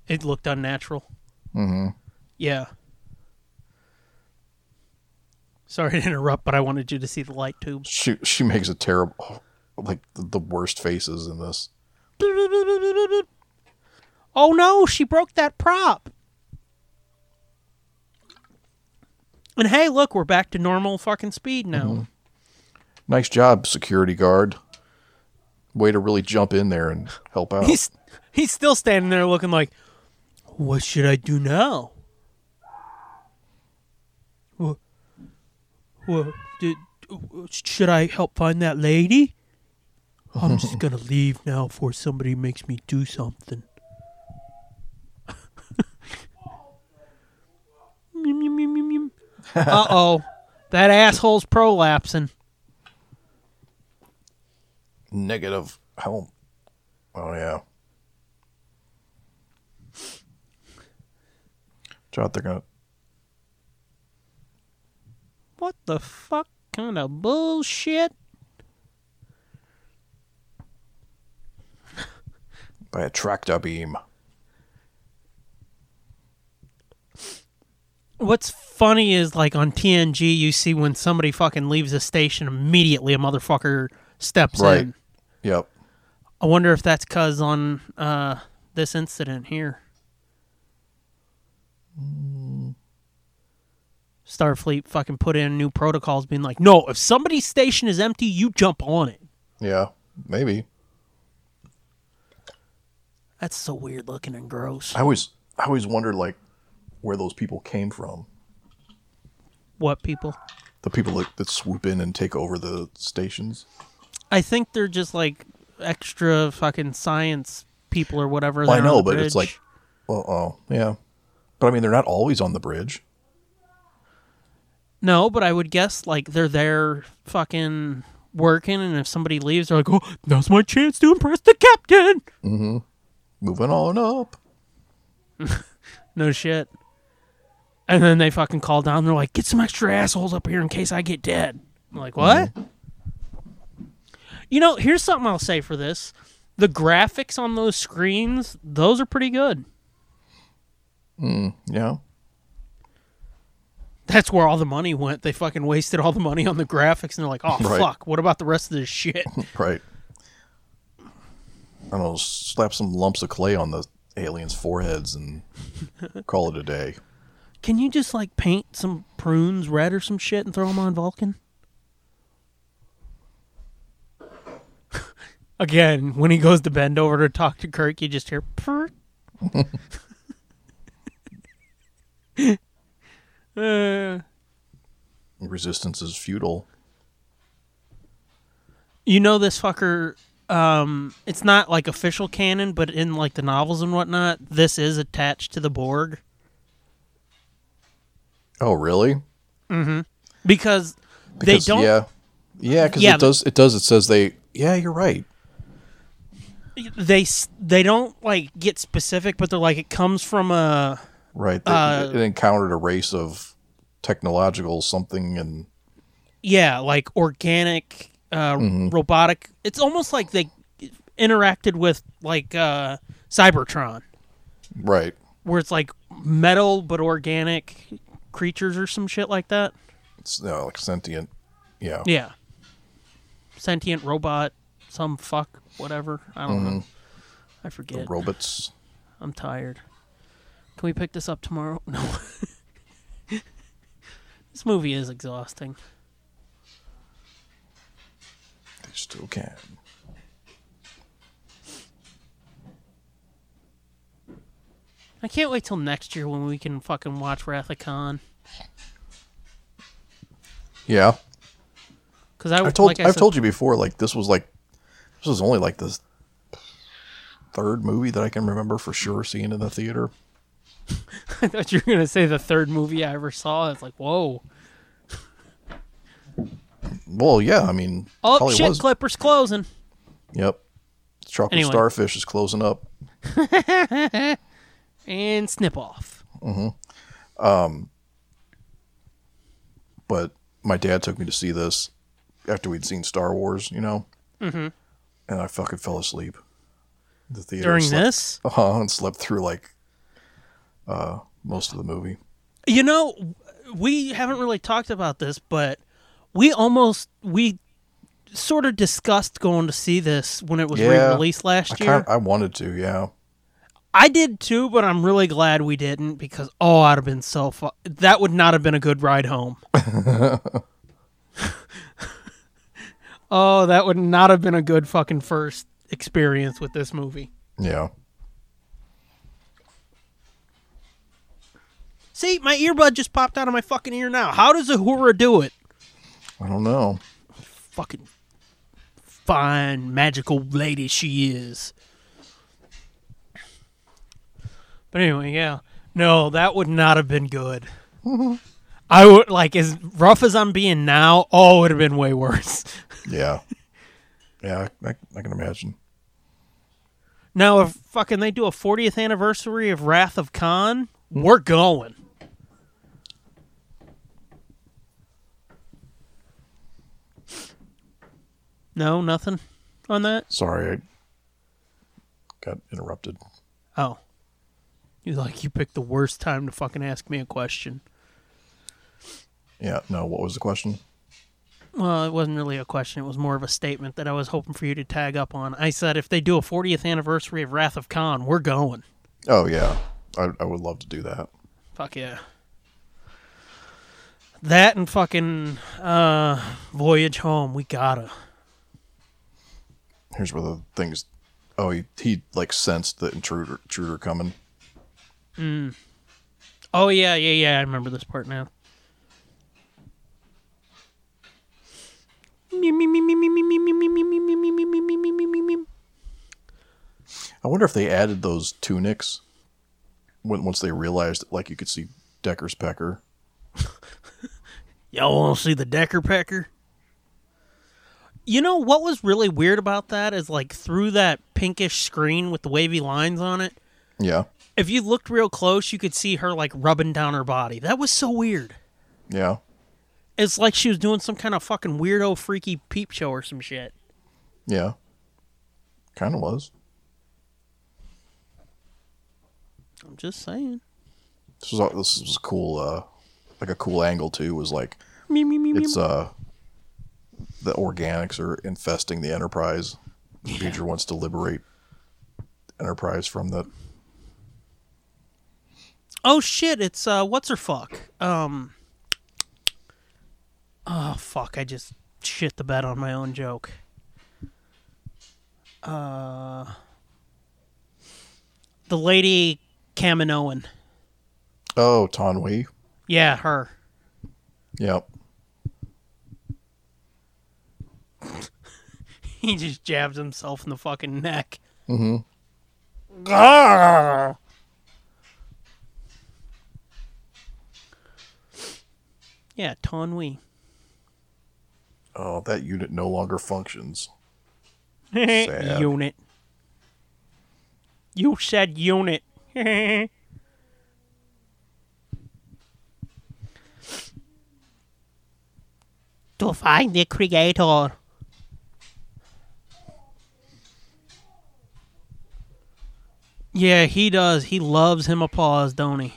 [SPEAKER 3] It looked unnatural. Mm hmm. Yeah. Sorry to interrupt, but I wanted you to see the light tube.
[SPEAKER 2] She she makes a terrible, oh, like the, the worst faces in this.
[SPEAKER 3] Oh no, she broke that prop. And hey, look, we're back to normal fucking speed now.
[SPEAKER 2] Nice job, security guard. Way to really jump in there and help out.
[SPEAKER 3] He's he's still standing there looking like, what should I do now? Well, well did, should I help find that lady? I'm just gonna leave now before somebody makes me do something. uh oh, that asshole's prolapsing.
[SPEAKER 2] Negative help. Oh yeah. John, they're gonna
[SPEAKER 3] What the fuck kind of bullshit?
[SPEAKER 2] buy a tractor beam.
[SPEAKER 3] What's funny is like on TNG, you see when somebody fucking leaves a station, immediately a motherfucker steps
[SPEAKER 2] Right.
[SPEAKER 3] in.
[SPEAKER 2] Yep.
[SPEAKER 3] I wonder if that's cause on uh, this incident here. Starfleet fucking put in new protocols, being like, no, if somebody's station is empty, you jump on it.
[SPEAKER 2] Yeah. Maybe.
[SPEAKER 3] That's so weird looking and gross.
[SPEAKER 2] I always I always wondered like where those people came from.
[SPEAKER 3] What people?
[SPEAKER 2] The people that, that swoop in and take over the stations.
[SPEAKER 3] I think they're just like extra fucking science people or whatever.
[SPEAKER 2] Well, I
[SPEAKER 3] they're on
[SPEAKER 2] know,
[SPEAKER 3] the
[SPEAKER 2] but
[SPEAKER 3] bridge.
[SPEAKER 2] it's like, well, oh, yeah. But I mean, they're not always on the bridge.
[SPEAKER 3] No, but I would guess like they're there fucking working, and if somebody leaves, they're like, "Oh, now's my chance to impress the captain."
[SPEAKER 2] Moving on up.
[SPEAKER 3] No shit. And then they fucking call down. They're like, get some extra assholes up here in case I get dead. I'm like, what? You know, here's something I'll say for this. The graphics on those screens, those are pretty good.
[SPEAKER 2] Yeah.
[SPEAKER 3] That's where all the money went. They fucking wasted all the money on the graphics and they're like, oh,
[SPEAKER 2] Right.
[SPEAKER 3] fuck, what about the rest of this shit?
[SPEAKER 2] Right. I don't know, slap some lumps of clay on the aliens'
[SPEAKER 3] *laughs*
[SPEAKER 2] foreheads and call it a day.
[SPEAKER 3] Can you just like paint some prunes red or some shit and throw them on Vulcan? *laughs* Again, when he goes to bend over to talk to Kirk, you just hear purr. Uh,
[SPEAKER 2] Resistance is futile.
[SPEAKER 3] *laughs* you know this fucker. Um, it's not like official canon, but in like the novels and whatnot, this is attached to the Borg.
[SPEAKER 2] Oh, really?
[SPEAKER 3] because,
[SPEAKER 2] Because,
[SPEAKER 3] they don't.
[SPEAKER 2] Yeah, yeah, because
[SPEAKER 3] Yeah,
[SPEAKER 2] it does. It does. It says they. Yeah, you're right.
[SPEAKER 3] They s- they don't like get specific, but they're like it comes from a
[SPEAKER 2] Right. They,
[SPEAKER 3] Uh,
[SPEAKER 2] it encountered a race of technological something, and
[SPEAKER 3] yeah like organic uh, robotic. It's almost like they interacted with like uh, Cybertron,
[SPEAKER 2] right.
[SPEAKER 3] where it's like metal but organic creatures or some shit like that.
[SPEAKER 2] It's uh, like sentient. Yeah.
[SPEAKER 3] Yeah, sentient robot, some fuck whatever. I don't know. I forget.
[SPEAKER 2] Robots.
[SPEAKER 3] I'm tired. Can we pick this up tomorrow? *laughs* No. this movie is exhausting.
[SPEAKER 2] They still can.
[SPEAKER 3] I can't wait till next year when we can fucking watch Wrath of Khan.
[SPEAKER 2] Yeah.
[SPEAKER 3] Because I,
[SPEAKER 2] I've told
[SPEAKER 3] like I
[SPEAKER 2] I've
[SPEAKER 3] said-
[SPEAKER 2] told you before, like this was like this was only like the third movie that I can remember for sure seeing in the theater.
[SPEAKER 3] *laughs* I thought you were gonna say the third movie I ever saw. It's like whoa.
[SPEAKER 2] Well, yeah, I mean,
[SPEAKER 3] Oh
[SPEAKER 2] probably
[SPEAKER 3] shit!
[SPEAKER 2] was.
[SPEAKER 3] Clippers closing.
[SPEAKER 2] Yep, chocolate
[SPEAKER 3] Anyway.
[SPEAKER 2] starfish is closing up.
[SPEAKER 3] And snip off.
[SPEAKER 2] but my dad took me to see this after we'd seen Star Wars, you know, mm-hmm. and I fucking fell asleep. in The theater
[SPEAKER 3] During
[SPEAKER 2] slept,
[SPEAKER 3] this,
[SPEAKER 2] uh, and slept through like uh, most of the movie.
[SPEAKER 3] you know, we haven't really talked about this, but we almost we sort of discussed going to see this when it was
[SPEAKER 2] Yeah.
[SPEAKER 3] re-released last
[SPEAKER 2] I
[SPEAKER 3] year.
[SPEAKER 2] kind I wanted to, yeah,
[SPEAKER 3] I did too, but I'm really glad we didn't because oh, I'd have been so fu- that would not have been a good ride home. oh, that would not have been a good fucking first experience with this movie.
[SPEAKER 2] yeah.
[SPEAKER 3] See, my earbud just popped out of my fucking ear now. How does Uhura do it?
[SPEAKER 2] I don't know.
[SPEAKER 3] Fucking fine magical lady she is. But anyway, yeah. No, that would not have been good. I would like as rough as I'm being now. Oh, it would have been way worse. *laughs*
[SPEAKER 2] Yeah. Yeah, I, I, I can imagine.
[SPEAKER 3] Now, if fucking they do a 40th anniversary of Wrath of Khan, we're going. No, nothing on that.
[SPEAKER 2] Sorry, I got interrupted.
[SPEAKER 3] Oh, you like you picked the worst time to fucking ask me a question.
[SPEAKER 2] Yeah, no, what was the question?
[SPEAKER 3] Well, it wasn't really a question. It was more of a statement that I was hoping for you to tag up on. I said if they do a 40th anniversary of Wrath of Khan, we're going.
[SPEAKER 2] Oh, yeah. I, I would love to do that.
[SPEAKER 3] Fuck yeah. That and fucking uh, Voyage Home, we gotta.
[SPEAKER 2] Here's where the things. Oh, he, he like sensed the intruder, intruder coming.
[SPEAKER 3] Oh yeah, yeah, yeah. I remember this part now. Meow, meow, meow, meow, meow, meow, meow, meow, meow, meow, meow, meow, meow, meow, meow, meow, meow.
[SPEAKER 2] I wonder if they added those tunics when once they realized like you could see Decker's pecker.
[SPEAKER 3] Y'all want to see the Decker Pecker? You know what was really weird about that is like through that pinkish screen with the wavy lines on it,
[SPEAKER 2] Yeah,
[SPEAKER 3] if you looked real close, you could see her like rubbing down her body. That was so weird.
[SPEAKER 2] Yeah.
[SPEAKER 3] It's like she was doing some kind of fucking weirdo, freaky peep show or some shit.
[SPEAKER 2] Yeah. Kind of was.
[SPEAKER 3] I'm just saying.
[SPEAKER 2] This was all- this was cool. Uh, like a cool angle too was like
[SPEAKER 3] Me me me me.
[SPEAKER 2] it's uh the organics are infesting the Enterprise. The Future wants to liberate Enterprise from that.
[SPEAKER 3] Oh shit! It's uh, what's her fuck? Um. Oh fuck! I just shit the bed on my own joke. Uh. The lady Kaminoan.
[SPEAKER 2] Oh, Tonwi.
[SPEAKER 3] Yeah, her.
[SPEAKER 2] Yep.
[SPEAKER 3] *laughs* He just jabs himself in the fucking neck. Mm-hmm. Yeah, Tonwi.
[SPEAKER 2] Oh, that unit no longer functions. Sad.
[SPEAKER 3] unit. You said unit. *laughs* yeah,
[SPEAKER 4] to find the creator.
[SPEAKER 3] he does. He loves him applause, don't he?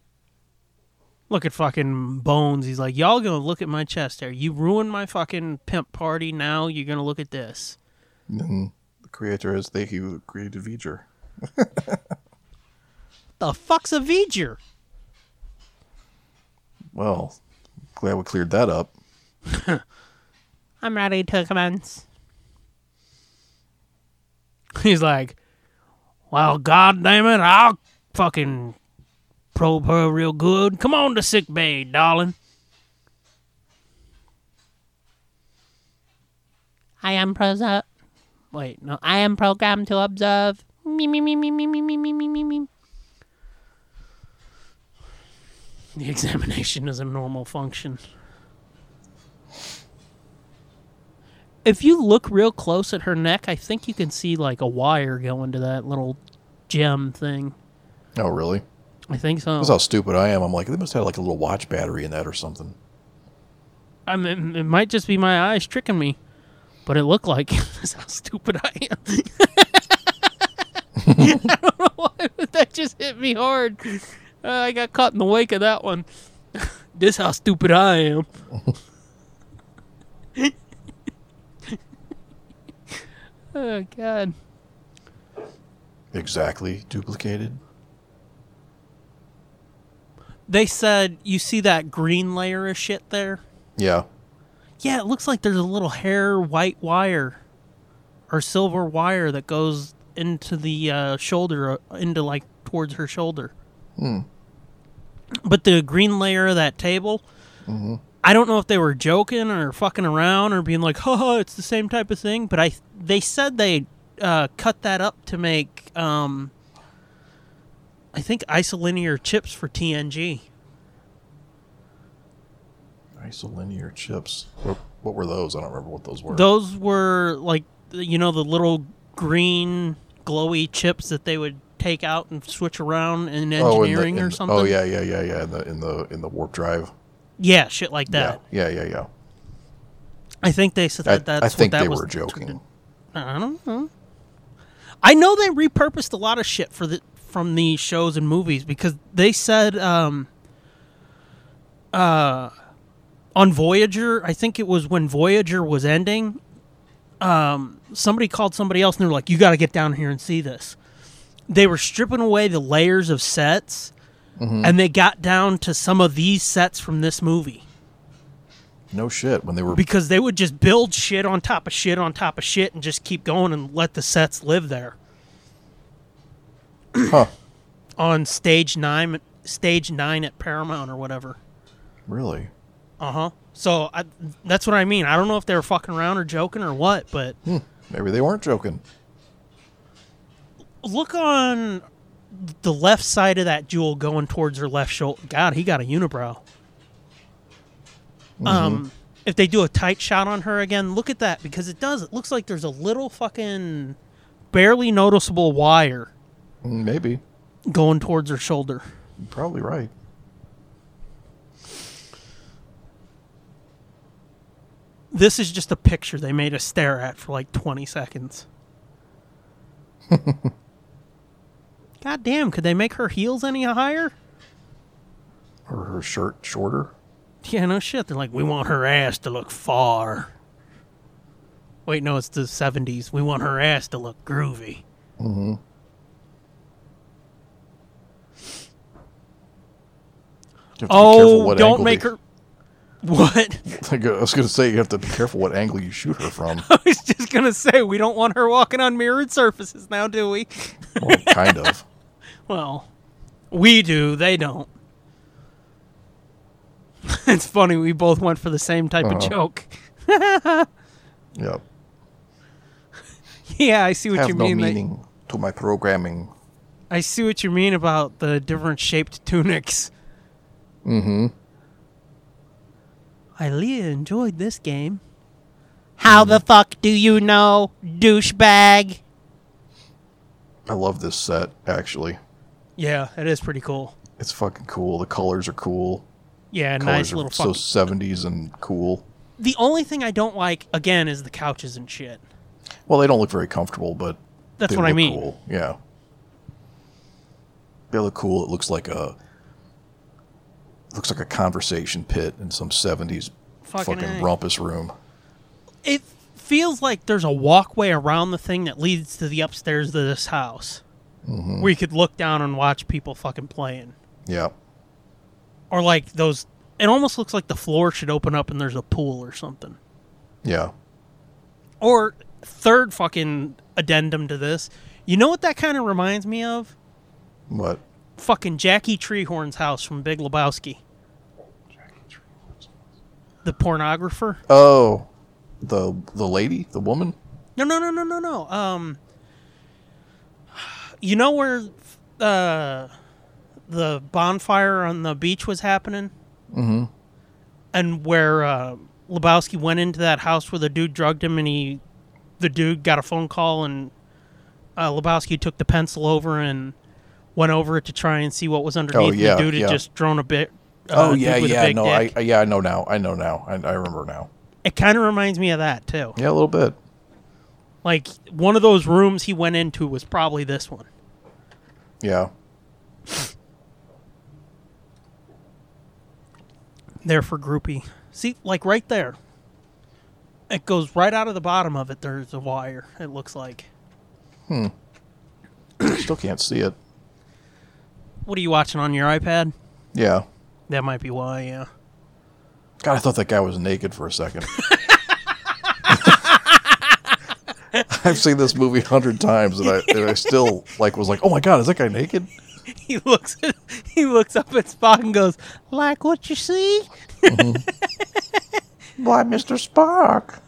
[SPEAKER 3] Mm-hmm. Look at fucking bones. He's like, y'all gonna look at my chest hair. You ruined my fucking pimp party. Now you're gonna look at this.
[SPEAKER 2] The creator is they who created V'ger.
[SPEAKER 3] The fuck's a V'ger?
[SPEAKER 2] Well, glad we cleared that up.
[SPEAKER 4] I'm ready to commence.
[SPEAKER 3] *laughs* He's like, "Well, god damn it, I'll fucking probe her real good. Come on to sick bay, darling."
[SPEAKER 4] I am prosa-
[SPEAKER 3] Wait, no,
[SPEAKER 4] I am programmed to observe. Me me me me me me me me me me me.
[SPEAKER 3] the examination is a normal function. If you look real close at her neck, I think you can see like a wire going to that little gem thing.
[SPEAKER 2] Oh, really?
[SPEAKER 3] I think so.
[SPEAKER 2] That's how stupid I am. I'm like, they must have like a little watch battery in that or something.
[SPEAKER 3] I mean, it might just be my eyes tricking me, but it looked like *laughs* that's how stupid I am. *laughs* I don't know why, but that just hit me hard. Uh, I got caught in the wake of that one. *laughs* this how stupid I am. oh God!
[SPEAKER 2] Exactly duplicated.
[SPEAKER 3] They said you see that green layer of shit there.
[SPEAKER 2] Yeah.
[SPEAKER 3] Yeah, it looks like there's a little hair white wire or silver wire that goes into the uh, shoulder, uh, into like towards her shoulder. But the green layer of that table, I don't know if they were joking or fucking around or being like, "Ha, it's the same type of thing." But I, they said they uh, cut that up to make, um, I think, isolinear chips for TNG.
[SPEAKER 2] Isolinear chips. What, what were those? I don't remember what those were.
[SPEAKER 3] Those were like you know the little green glowy chips that they would take out and switch around in
[SPEAKER 2] Oh, in the-
[SPEAKER 3] engineering
[SPEAKER 2] in
[SPEAKER 3] or
[SPEAKER 2] the-
[SPEAKER 3] something.
[SPEAKER 2] Oh yeah, yeah, yeah, yeah. In the in the in the warp drive.
[SPEAKER 3] yeah, shit like that.
[SPEAKER 2] Yeah, yeah, yeah, yeah.
[SPEAKER 3] I think they said
[SPEAKER 2] I,
[SPEAKER 3] that that's
[SPEAKER 2] I think
[SPEAKER 3] what that
[SPEAKER 2] they
[SPEAKER 3] was.
[SPEAKER 2] were joking.
[SPEAKER 3] I don't know. I know they repurposed a lot of shit for the from the shows and movies because they said um uh on Voyager, I think it was when Voyager was ending, um somebody called somebody else and they were like, You gotta get down here and see this. They were stripping away the layers of sets and they got down to some of these sets from this movie
[SPEAKER 2] No shit. When they were
[SPEAKER 3] because they would just build shit on top of shit on top of shit and just keep going and let the sets live there.
[SPEAKER 2] huh,
[SPEAKER 3] on stage nine, stage nine at Paramount or whatever.
[SPEAKER 2] really?
[SPEAKER 3] Uh huh. So I, that's what I mean. I don't know if they were fucking around or joking or what, but
[SPEAKER 2] Maybe they weren't joking.
[SPEAKER 3] look on the left side of that jewel going towards her left shoulder. God, he got a unibrow. Um, if they do a tight shot on her again, look at that because it does. It looks like there's a little fucking barely noticeable wire
[SPEAKER 2] Maybe.
[SPEAKER 3] going towards her shoulder.
[SPEAKER 2] You're probably right.
[SPEAKER 3] This is just a picture they made us stare at for like 20 seconds. God damn, could they make her heels any higher?
[SPEAKER 2] Or her shirt shorter.
[SPEAKER 3] Yeah, no shit. They're like, we want her ass to look far. Wait, no, it's the 70s. We want her ass to look groovy.
[SPEAKER 2] You have to be careful
[SPEAKER 3] Oh,
[SPEAKER 2] what
[SPEAKER 3] don't
[SPEAKER 2] angle
[SPEAKER 3] make
[SPEAKER 2] they-
[SPEAKER 3] her. *laughs* What?
[SPEAKER 2] Like, *laughs* I was going to say, you have to be careful what angle you shoot her
[SPEAKER 3] *laughs*
[SPEAKER 2] from.
[SPEAKER 3] I was just going to say, we don't want her walking on mirrored surfaces now, do we?
[SPEAKER 2] well, kind of.
[SPEAKER 3] Well, we do. They don't. *laughs* it's funny. We both went for the same type of
[SPEAKER 2] Uh-huh.
[SPEAKER 3] joke. *laughs*
[SPEAKER 2] Yep.
[SPEAKER 3] Yeah, I see what you
[SPEAKER 2] have no
[SPEAKER 3] mean. that-
[SPEAKER 2] meaning to my programming.
[SPEAKER 3] I see what you mean about the different shaped tunics. Mm-hmm. I really enjoyed this game.
[SPEAKER 5] How
[SPEAKER 2] Mm-hmm.
[SPEAKER 5] the fuck do you know, douchebag?
[SPEAKER 2] I love this set, actually.
[SPEAKER 3] Yeah, it is pretty cool.
[SPEAKER 2] It's fucking cool. The colors are cool.
[SPEAKER 3] Yeah,
[SPEAKER 2] Colors
[SPEAKER 3] nice little fuck.
[SPEAKER 2] are so 70s and cool.
[SPEAKER 3] the only thing I don't like again is the couches and shit.
[SPEAKER 2] Well, they don't look very comfortable, but
[SPEAKER 3] That's
[SPEAKER 2] they
[SPEAKER 3] what I
[SPEAKER 2] look
[SPEAKER 3] mean.
[SPEAKER 2] Cool. Yeah, they look cool. It looks like a looks like a conversation pit in some seventies
[SPEAKER 3] Fucking
[SPEAKER 2] fucking,
[SPEAKER 3] A.
[SPEAKER 2] rumpus room.
[SPEAKER 3] It feels like there's a walkway around the thing that leads to the upstairs of this house,
[SPEAKER 2] Mm-hmm.
[SPEAKER 3] where you could look down and watch people fucking playing.
[SPEAKER 2] Yeah,
[SPEAKER 3] or like those it almost looks like the floor should open up and there's a pool or something
[SPEAKER 2] yeah.
[SPEAKER 3] or third fucking addendum to this you know what that kind of reminds me of
[SPEAKER 2] What?
[SPEAKER 3] fucking jackie treehorn's house from big lebowski the pornographer
[SPEAKER 2] Oh, the the lady, the woman.
[SPEAKER 3] no no no no no no um you know where uh the bonfire on the beach was happening mm-hmm and where uh lebowski went into that house where the dude drugged him and he the dude got a phone call and uh, lebowski took the pencil over and went over it to try and see what was underneath and
[SPEAKER 2] Oh, yeah,
[SPEAKER 3] the dude had
[SPEAKER 2] yeah.
[SPEAKER 3] just thrown a bit
[SPEAKER 2] oh
[SPEAKER 3] uh,
[SPEAKER 2] yeah,
[SPEAKER 3] dude with a
[SPEAKER 2] yeah.
[SPEAKER 3] big
[SPEAKER 2] No, I,
[SPEAKER 3] dick.
[SPEAKER 2] I yeah, I know now. I know now. I, I remember now.
[SPEAKER 3] it kind of reminds me of that too
[SPEAKER 2] Yeah, a little bit.
[SPEAKER 3] like one of those rooms he went into was probably this one
[SPEAKER 2] Yeah,
[SPEAKER 3] there for groupie. See, like right there. It goes right out of the bottom of it. There's a wire. It looks like.
[SPEAKER 2] still can't see it.
[SPEAKER 3] What are you watching on your iPad?
[SPEAKER 2] Yeah.
[SPEAKER 3] That might be why. Yeah. *laughs*
[SPEAKER 2] God, I thought that guy was naked for a second. I've seen this movie a hundred times, and I, and I still like was like, "Oh my god, is that guy naked?"
[SPEAKER 3] He looks. *laughs* he looks up at Spock and goes, "Like what you see?
[SPEAKER 2] Why, Mister Spock?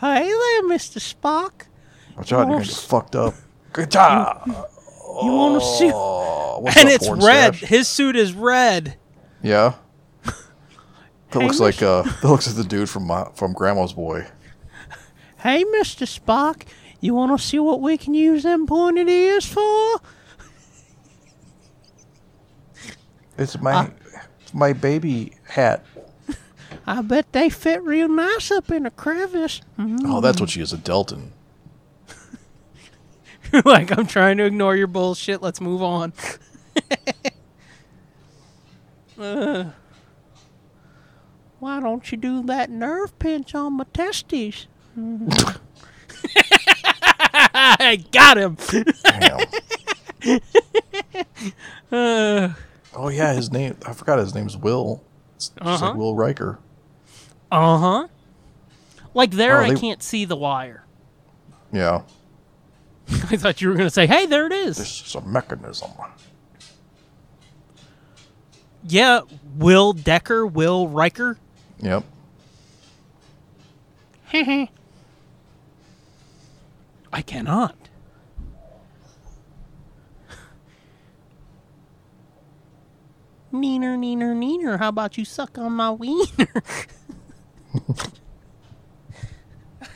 [SPEAKER 3] Hey there, Mister Spock.
[SPEAKER 2] Watch out, you're gonna get fucked up. Good job.
[SPEAKER 3] You want to see?"
[SPEAKER 2] Oh, what's
[SPEAKER 3] *laughs* And
[SPEAKER 2] up,
[SPEAKER 3] it's
[SPEAKER 2] porn
[SPEAKER 3] red.
[SPEAKER 2] stash?
[SPEAKER 3] His suit is red.
[SPEAKER 2] Yeah, that
[SPEAKER 3] Hey,
[SPEAKER 2] looks like uh, that looks like the dude from my, from Grandma's Boy.
[SPEAKER 3] Hey, Mister Spock. You want to see what we can use them pointed ears for?
[SPEAKER 2] It's my
[SPEAKER 3] Uh.
[SPEAKER 2] it's my baby hat.
[SPEAKER 3] I bet they fit real nice up in a crevice.
[SPEAKER 2] Oh, that's what she
[SPEAKER 3] *laughs*
[SPEAKER 2] is—a Delton.
[SPEAKER 3] like I'm trying to ignore your bullshit. Let's move on. *laughs* Ugh. why don't you do that nerve pinch on my testes? *laughs* I got him. *laughs*
[SPEAKER 2] Damn.
[SPEAKER 3] Ugh.
[SPEAKER 2] Oh yeah, his name. I forgot his name's Will. It's just
[SPEAKER 3] Uh-huh.
[SPEAKER 2] like Will Riker.
[SPEAKER 3] Uh huh. Like there,
[SPEAKER 2] Oh,
[SPEAKER 3] I
[SPEAKER 2] they-
[SPEAKER 3] can't see the wire. *laughs*
[SPEAKER 2] Yeah,
[SPEAKER 3] I thought you were gonna say, "Hey, there it is."
[SPEAKER 2] this is a mechanism.
[SPEAKER 3] Yeah, Will Decker, Will Riker.
[SPEAKER 2] Yep.
[SPEAKER 3] *laughs* I cannot. Neener, neener, neener. How about you suck on my wiener? *laughs*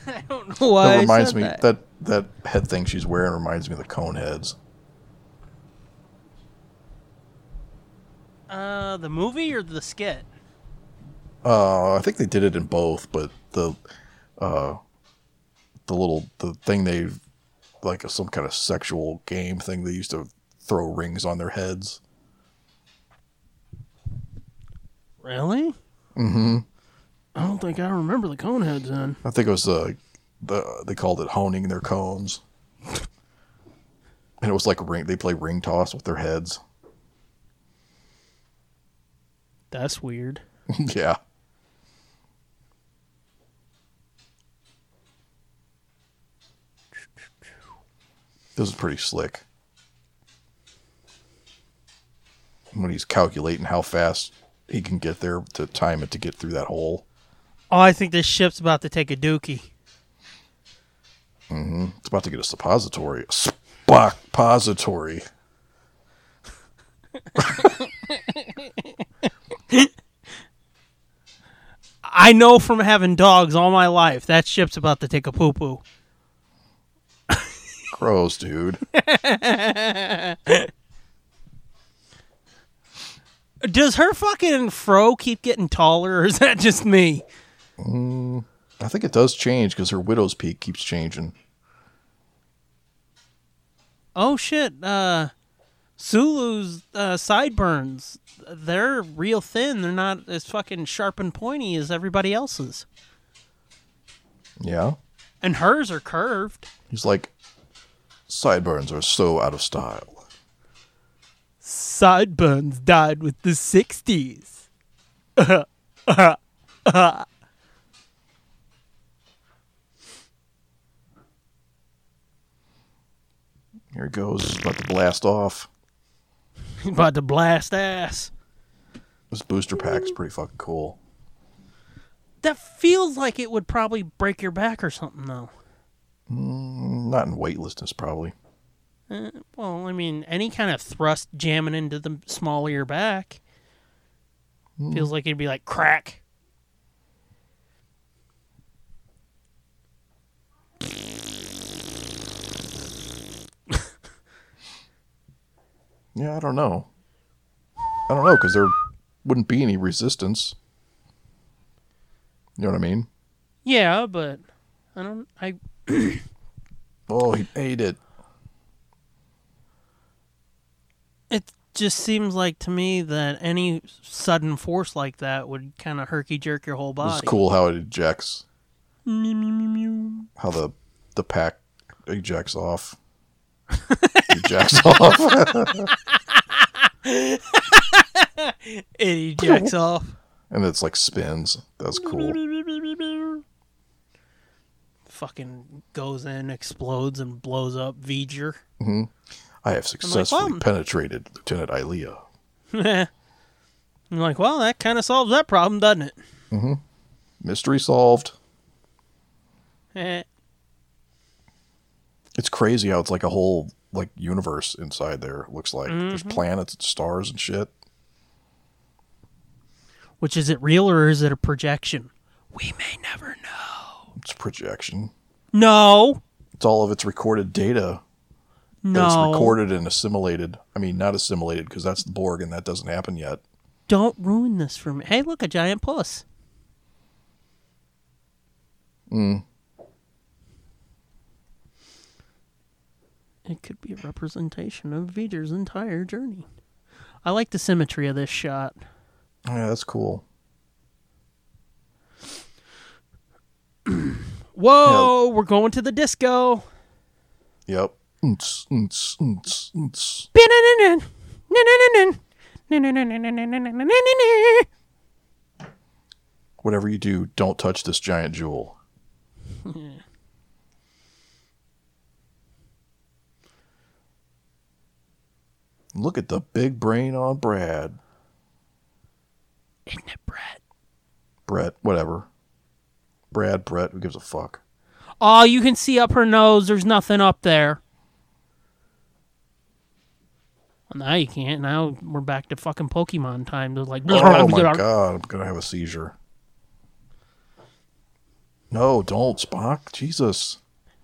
[SPEAKER 3] I don't know why.
[SPEAKER 2] that
[SPEAKER 3] I
[SPEAKER 2] reminds
[SPEAKER 3] said
[SPEAKER 2] me
[SPEAKER 3] that.
[SPEAKER 2] that. that head thing she's wearing reminds me of the cone heads.
[SPEAKER 3] Uh, the movie or the skit?
[SPEAKER 2] Uh, I think they did it in both, but the uh, the little the thing they like some kind of sexual game thing they used to throw rings on their heads.
[SPEAKER 3] Really? Mm-hmm. I don't think I remember the Coneheads then.
[SPEAKER 2] I think it was uh, the they called it honing their cones, *laughs* and it was like ring. They play ring toss with their heads.
[SPEAKER 3] That's weird.
[SPEAKER 2] *laughs* yeah, this is pretty slick. When he's calculating how fast he can get there to time it to get through that hole,
[SPEAKER 3] Oh, I think this ship's about to take a dookie.
[SPEAKER 2] it's about to get a suppository. Spock pository.
[SPEAKER 3] I know from having dogs all my life that ship's about to take a poo poo.
[SPEAKER 2] Gross, dude.
[SPEAKER 3] Does her fucking fro keep getting taller, or is that just me?
[SPEAKER 2] I think it does change because her widow's peak keeps changing.
[SPEAKER 3] Oh shit! Uh, Sulu's uh, sideburns—they're real thin. They're not as fucking sharp and pointy as everybody else's,
[SPEAKER 2] Yeah.
[SPEAKER 3] and hers are curved.
[SPEAKER 2] He's like, sideburns are so out of style.
[SPEAKER 3] Sideburns died with the '60s.
[SPEAKER 2] Here he goes. He's about to blast off.
[SPEAKER 3] About to blast ass.
[SPEAKER 2] This booster pack's pretty fucking cool.
[SPEAKER 3] That feels like it would probably break your back or something, though.
[SPEAKER 2] Not in weightlessness, probably.
[SPEAKER 3] Well, I mean, any kind of thrust jamming into the small of your back feels like it'd be like crack.
[SPEAKER 2] Yeah, I don't know. I don't know because there wouldn't be any resistance. You know what I mean?
[SPEAKER 3] Yeah, but I don't. I
[SPEAKER 2] Oh, he ate it.
[SPEAKER 3] it just seems like to me that any sudden force like that would kind of herky jerk your whole body.
[SPEAKER 2] It's cool how it ejects. How the the pack
[SPEAKER 3] *laughs*
[SPEAKER 2] ejects off. ejects off.
[SPEAKER 3] It ejects off.
[SPEAKER 2] And it's like spins. That's cool.
[SPEAKER 3] *laughs* Fucking goes in, explodes, and blows up V'ger.
[SPEAKER 2] I have successfully
[SPEAKER 3] "Wow."
[SPEAKER 2] penetrated Lieutenant Ilea.
[SPEAKER 3] *laughs* I'm like, well, that kind of solves that problem, doesn't it?
[SPEAKER 2] Mystery solved.
[SPEAKER 3] Eh.
[SPEAKER 2] It's crazy how it's like a whole like universe inside there. It looks like there's planets and stars and shit.
[SPEAKER 3] Which is it real or is it a projection? We may never know.
[SPEAKER 2] It's a projection.
[SPEAKER 3] No,
[SPEAKER 2] It's all of its recorded data that's
[SPEAKER 3] no.
[SPEAKER 2] recorded and assimilated. I mean, not assimilated because that's the Borg and that doesn't happen yet.
[SPEAKER 3] Don't ruin this for me. Hey, look, a giant puss. It could be a representation of Viter's entire journey. I like the symmetry of this shot.
[SPEAKER 2] Yeah, that's cool.
[SPEAKER 3] Whoa, we're going to the disco.
[SPEAKER 2] Yep. Unts, unts, unts, unts. Whatever you do, don't touch this giant jewel. Look at the big brain on Brad.
[SPEAKER 3] Isn't it, Brett?
[SPEAKER 2] Brett, whatever. Brad, Brett, who gives a fuck?
[SPEAKER 3] Oh, you can see up her nose. There's nothing up there. Well, now you can't. Now we're back to fucking Pokemon time. They're like,
[SPEAKER 2] Oh my god, I'm gonna have a seizure. No, don't, Spock. Jesus.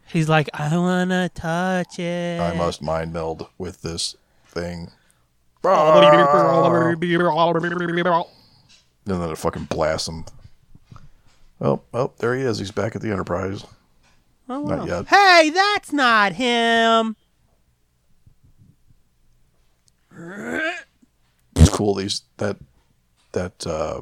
[SPEAKER 3] He's like, I wanna touch it.
[SPEAKER 2] I must mind meld with this thing. And then it fucking blasts him. Oh, oh, there he is. He's back at the Enterprise.
[SPEAKER 3] Oh,
[SPEAKER 2] Not yet.
[SPEAKER 3] Hey, that's not him.
[SPEAKER 2] It's cool. These that that uh,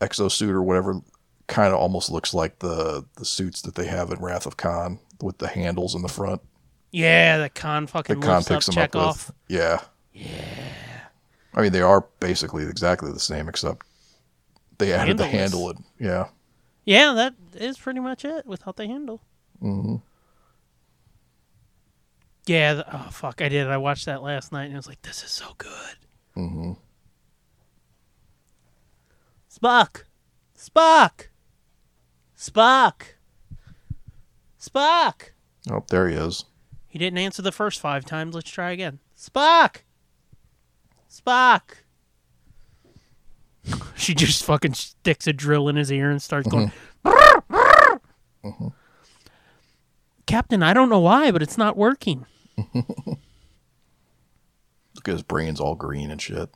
[SPEAKER 2] exosuit or whatever kind of almost looks like the the suits that they have in Wrath of Khan with the handles in the front.
[SPEAKER 3] Yeah, the con
[SPEAKER 2] The
[SPEAKER 3] fucking
[SPEAKER 2] Khan
[SPEAKER 3] lifts up
[SPEAKER 2] picks them up with.
[SPEAKER 3] Chekhov.
[SPEAKER 2] Yeah. Yeah. I mean, they are basically exactly the same except they added the
[SPEAKER 3] Handles.
[SPEAKER 2] handle. And, yeah.
[SPEAKER 3] Yeah, that is pretty much it without the handle. Mm-hmm. Yeah. th- oh fuck, I did. I watched that last night and I was like, this is so good. Mm-hmm. Spock, Spock, Spock, Spock.
[SPEAKER 2] Oh, there he is.
[SPEAKER 3] He didn't answer the first five times. Let's try again. Spock. Spock. *laughs* She just fucking sticks a drill in his ear and starts going. "Brr, brr." Captain, I don't know why, but it's not working.
[SPEAKER 2] Look at his brains all green and shit.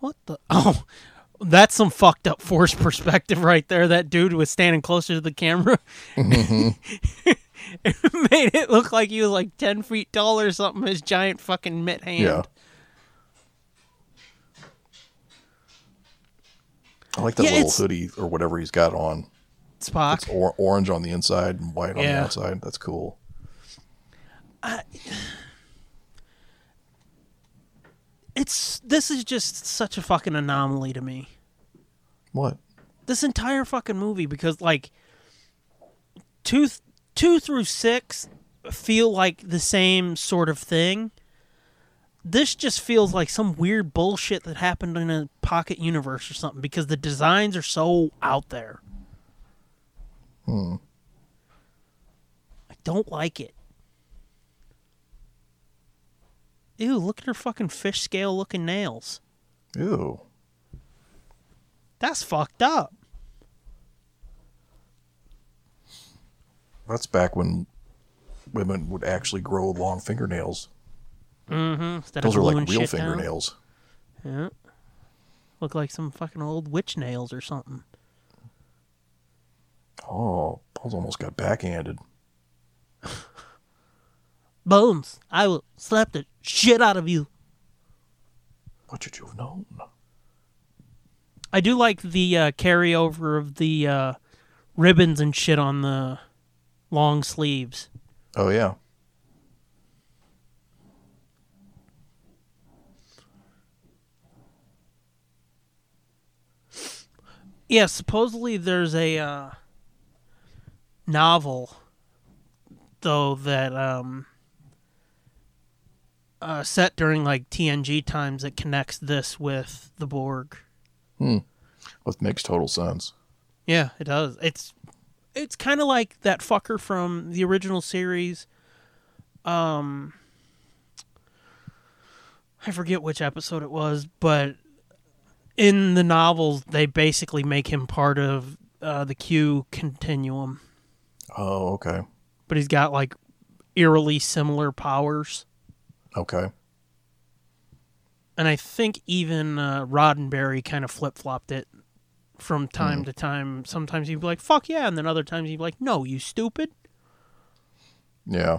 [SPEAKER 3] What the? *laughs* Oh, that's some fucked up force perspective right there. That dude was standing closer to the camera. *laughs* it made it look like he was like 10 feet tall or something, his giant fucking mitt hand.
[SPEAKER 2] Yeah. I like that
[SPEAKER 3] Yeah,
[SPEAKER 2] little
[SPEAKER 3] it's-
[SPEAKER 2] hoodie or whatever he's got on.
[SPEAKER 3] Spock.
[SPEAKER 2] It's or- orange on the inside and white on the
[SPEAKER 3] Yeah.
[SPEAKER 2] outside. That's cool.
[SPEAKER 3] it's this is just such a fucking anomaly to me.
[SPEAKER 2] What?
[SPEAKER 3] This entire fucking movie because like two th- two through six feel like the same sort of thing. This just feels like some weird bullshit that happened in a pocket universe or something because the designs are so out there. Hmm. I don't like it. Ew, look at her fucking fish scale looking nails.
[SPEAKER 2] Ew.
[SPEAKER 3] That's fucked up.
[SPEAKER 2] That's back when women would actually grow long fingernails.
[SPEAKER 3] Mm-hmm. Instead
[SPEAKER 2] Those
[SPEAKER 3] of
[SPEAKER 2] are
[SPEAKER 3] gluing
[SPEAKER 2] like real
[SPEAKER 3] shit down,
[SPEAKER 2] fingernails.
[SPEAKER 3] look like some fucking old witch nails or something.
[SPEAKER 2] Oh, Paul's almost got backhanded.
[SPEAKER 3] Bones, I will slap the shit out of you.
[SPEAKER 2] What should you have known?
[SPEAKER 3] I do like the uh, carryover of the uh, ribbons and shit on the long sleeves.
[SPEAKER 2] Oh yeah.
[SPEAKER 3] Yeah, supposedly there's a uh, novel, though that um, uh, set during like TNG times that connects this with the Borg.
[SPEAKER 2] That makes total sense.
[SPEAKER 3] Yeah, it does. It's it's kind of like that fucker from the original series. Um, I forget which episode it was, but in the novels they basically make him part of uh, the Q continuum,
[SPEAKER 2] Oh, okay.
[SPEAKER 3] but he's got like eerily similar powers.
[SPEAKER 2] Okay.
[SPEAKER 3] and I think even uh, Roddenberry kind of flip flopped it from time to time. Sometimes he'd be like, "Fuck yeah," and then other times he'd be like, "No, you stupid."
[SPEAKER 2] Yeah.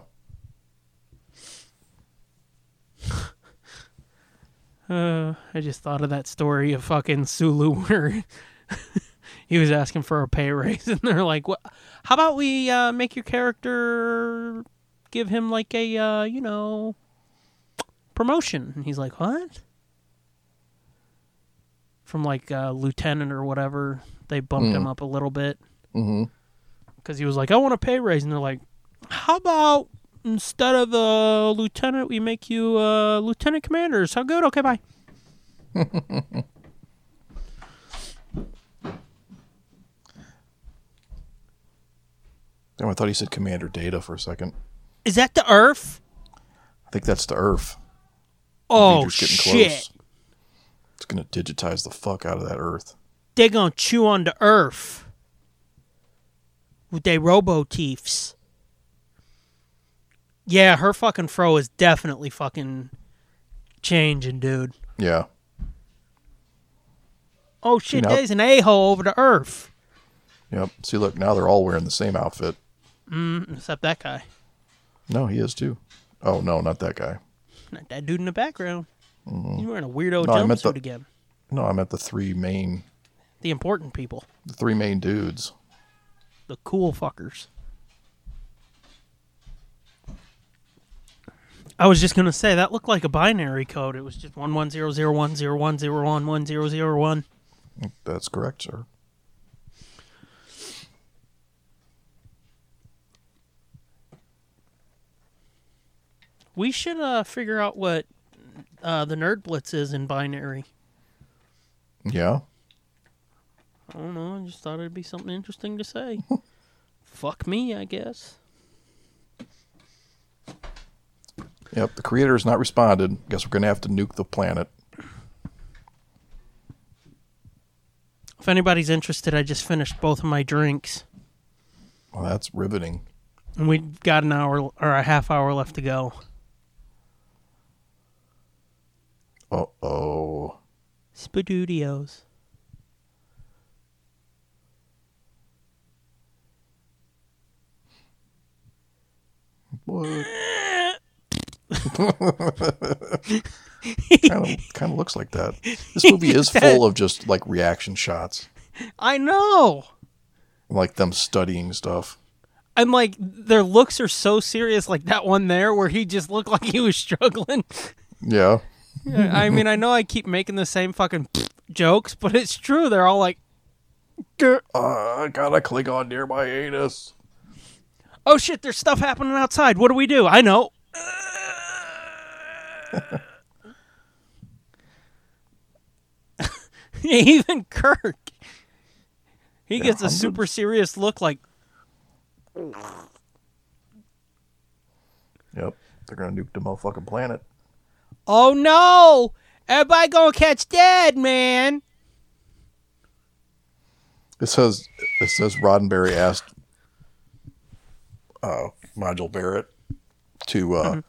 [SPEAKER 3] Uh, I just thought of that story of fucking Sulu *laughs* where he was asking for a pay raise, *laughs* and they're like, "What? How about we uh, make your character give him like a uh, you know promotion?" And he's like, "What?" From like uh, lieutenant or whatever, they bumped him up a little bit because he was like, "I want a pay raise," and they're like, "How about?" Instead of uh, lieutenant, we make you uh, lieutenant commander. Sound good? Okay, bye.
[SPEAKER 2] Damn, I thought he said Commander Data for a second.
[SPEAKER 3] Is that the Earth?
[SPEAKER 2] I think that's the Earth.
[SPEAKER 3] Oh
[SPEAKER 2] Vader's
[SPEAKER 3] shit!
[SPEAKER 2] It's gonna digitize the fuck out of that Earth.
[SPEAKER 3] they gonna chew on the earth with they robo teeths. Yeah, her fucking fro is definitely fucking changing, dude.
[SPEAKER 2] Yeah.
[SPEAKER 3] Oh shit,
[SPEAKER 2] You know-
[SPEAKER 3] there's an a hole over the earth.
[SPEAKER 2] Yep. See, look, now they're all wearing the same outfit.
[SPEAKER 3] Except that guy,
[SPEAKER 2] No, he is too. Oh no, not that guy.
[SPEAKER 3] not that dude in the background. He's wearing a weirdo
[SPEAKER 2] Mm-hmm. No, I meant
[SPEAKER 3] jumpsuit
[SPEAKER 2] the-
[SPEAKER 3] again.
[SPEAKER 2] No, I meant the three main,
[SPEAKER 3] The important people,
[SPEAKER 2] the three main dudes.
[SPEAKER 3] the cool fuckers. I was just gonna say that looked like a binary code. It was just one one zero zero one zero one zero one one zero zero one.
[SPEAKER 2] That's correct, sir.
[SPEAKER 3] We should uh, figure out what uh, the Nerd Blitz is in binary.
[SPEAKER 2] Yeah.
[SPEAKER 3] I don't know. I just thought it'd be something interesting to *laughs* say. Fuck me, I guess.
[SPEAKER 2] Yep. The creator has not responded. Guess we're gonna have to nuke the planet.
[SPEAKER 3] If anybody's interested, I just finished both of my drinks,
[SPEAKER 2] Well, that's riveting.
[SPEAKER 3] and we've got an hour or a half hour left to go.
[SPEAKER 2] Uh oh.
[SPEAKER 3] Spadudios.
[SPEAKER 2] What? kind of kind of looks like that. This movie is full of just like reaction shots,
[SPEAKER 3] I know.
[SPEAKER 2] like them studying stuff.
[SPEAKER 3] And like their looks are so serious, like that one there where he just looked like he was struggling.
[SPEAKER 2] Yeah.
[SPEAKER 3] I mean, I know I keep making the same fucking jokes, but it's true. They're all like, "Grr."
[SPEAKER 2] Uh, I gotta click on near my anus.
[SPEAKER 3] "Oh shit, there's stuff happening outside. What do we do?" I know. *laughs* Even Kirk, he gets a
[SPEAKER 2] I'm good.
[SPEAKER 3] super serious look. Like,
[SPEAKER 2] Yep. They're gonna nuke the motherfucking planet.
[SPEAKER 3] "Oh no, everybody gonna catch Dad, man."
[SPEAKER 2] It says it says Roddenberry asked uh Nigel Barrett to uh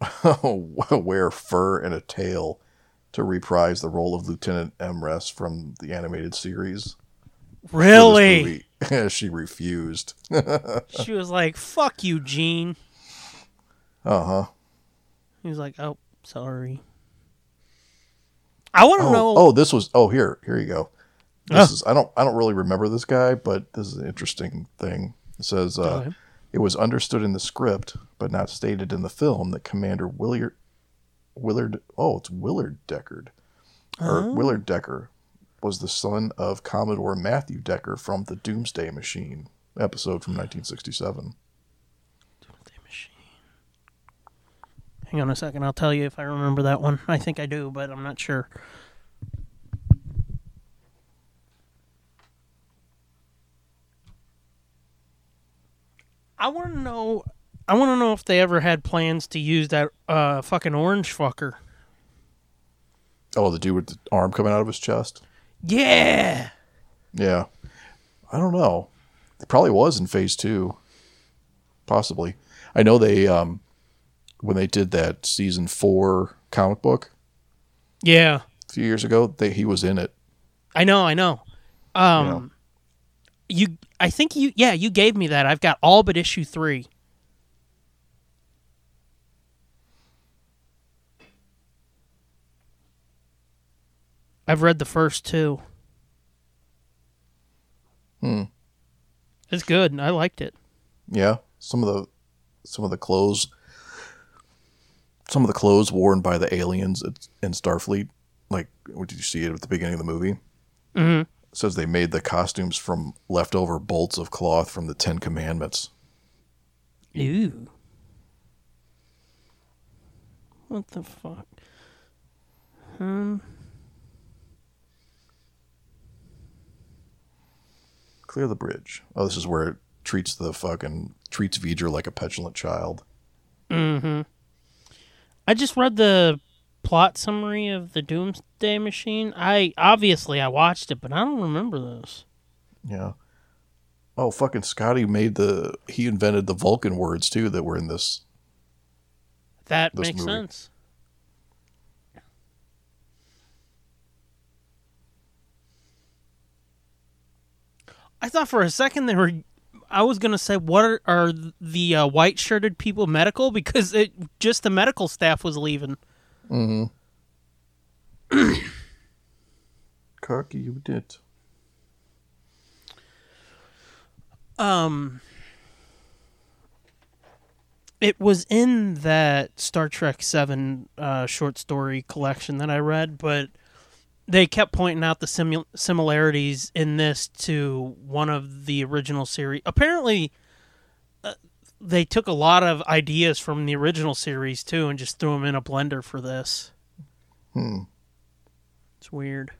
[SPEAKER 2] uh *laughs* wear fur and a tail to reprise the role of Lieutenant Emress from the animated series. for this movie. *laughs* she refused.
[SPEAKER 3] she was like, "Fuck you, Gene."
[SPEAKER 2] Uh-huh.
[SPEAKER 3] He was like, "Oh, sorry." I want to know.
[SPEAKER 2] Oh, this was oh here, here you go. This is I don't I don't really remember this guy, but this is an interesting thing. It says uh,
[SPEAKER 3] Okay.
[SPEAKER 2] it was understood in the script, but not stated in the film that Commander Willard Willard oh it's Willard Deckard or Willard Decker was the son of Commodore Matthew Decker from the Doomsday Machine episode from 1967.
[SPEAKER 3] Hang on a second. I'll tell you if I remember that one. I think I do, but I'm not sure. I want to know. I want to know if they ever had plans to use that uh, fucking orange fucker.
[SPEAKER 2] Oh, the dude with the arm coming out of his chest.
[SPEAKER 3] Yeah.
[SPEAKER 2] Yeah. I don't know. It probably was in phase two. Possibly. I know they um when they did that season four comic book
[SPEAKER 3] Yeah.
[SPEAKER 2] a few years ago, they he was in it.
[SPEAKER 3] I know, I know. Um, you, I think you, yeah, you gave me that. I've got all but issue three. I've read the first two. Hmm. It's good. and I liked it.
[SPEAKER 2] Yeah. Some of the some of the clothes some of the clothes worn by the aliens at, in Starfleet, like what did you see it at the beginning of the movie? Mm-hmm. says they made the costumes from leftover bolts of cloth from the Ten Commandments.
[SPEAKER 3] Ooh. What the fuck?
[SPEAKER 2] Clear the bridge. Oh, this is where it treats the fucking treats V'ger like a petulant child.
[SPEAKER 3] I just read the plot summary of the Doomsday Machine? I obviously I watched it, but I don't remember this.
[SPEAKER 2] Yeah. Oh, fucking Scotty made the. He invented the Vulcan words too that were in this.
[SPEAKER 3] That
[SPEAKER 2] This
[SPEAKER 3] makes
[SPEAKER 2] movie.
[SPEAKER 3] sense. I thought for a second they were. I was gonna say, what are, are the uh, white shirted people medical? Because it just the medical staff was leaving.
[SPEAKER 2] Cocky, you did.
[SPEAKER 3] Um, it was in that Star Trek Seven uh, short story collection that I read, but they kept pointing out the simul- similarities in this to one of the original series. Apparently, uh, they took a lot of ideas from the original series too and just threw them in a blender for this. Hmm. It's weird.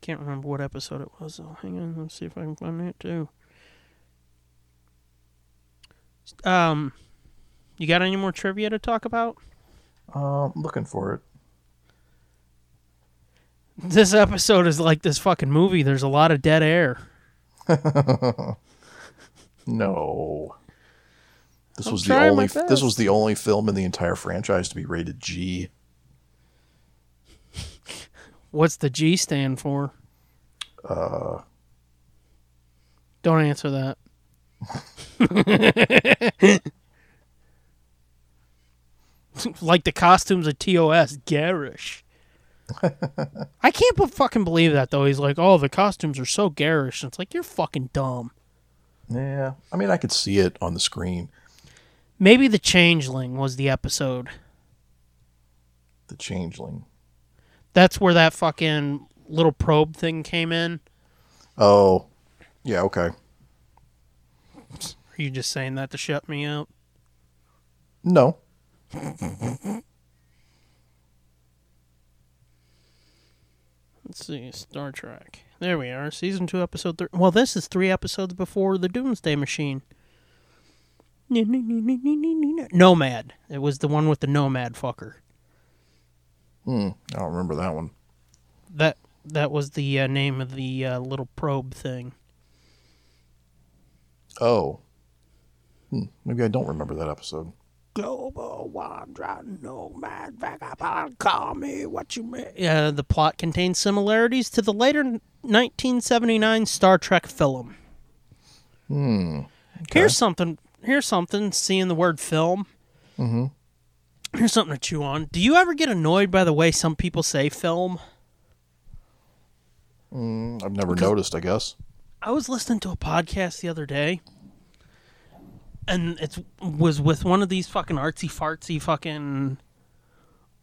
[SPEAKER 3] Can't remember what episode it was though. Hang on, let's see if I can find it too. Um, you got any more trivia to talk about?
[SPEAKER 2] Um, looking for it.
[SPEAKER 3] This episode is like this fucking movie. There's a lot of dead air.
[SPEAKER 2] No. This was the
[SPEAKER 3] trying my
[SPEAKER 2] only. This was the only film in the entire franchise to be rated G.
[SPEAKER 3] What's the G stand for? Uh. Don't answer that. *laughs* like the costumes of TOS, garish. I can't but fucking believe that though. He's like, "Oh, the costumes are so garish." And it's like you're fucking dumb.
[SPEAKER 2] Yeah. I mean, I could see it on the screen.
[SPEAKER 3] Maybe the changeling was the episode.
[SPEAKER 2] The Changeling.
[SPEAKER 3] That's where that fucking little probe thing came in.
[SPEAKER 2] Oh. Yeah. Okay.
[SPEAKER 3] Are you just saying that to shut me up?
[SPEAKER 2] No.
[SPEAKER 3] Let's see, Star Trek. There we are, season two, episode three. Well, this is three episodes before the Doomsday Machine. Nomad. It was the one with the Nomad fucker.
[SPEAKER 2] I don't remember that one.
[SPEAKER 3] That that was the uh, name of the uh, little probe thing.
[SPEAKER 2] Oh. Hmm, maybe I don't remember that episode.
[SPEAKER 3] Uh, the plot contains similarities to the later 1979 Star Trek film. Hmm. Here's something. Here's something. Seeing the word film. Mm-hmm. Here's something to chew on. Do you ever get annoyed by the way some people say film?
[SPEAKER 2] I've never noticed, I guess.
[SPEAKER 3] I was listening to a podcast the other day, and it was with one of these fucking artsy fartsy fucking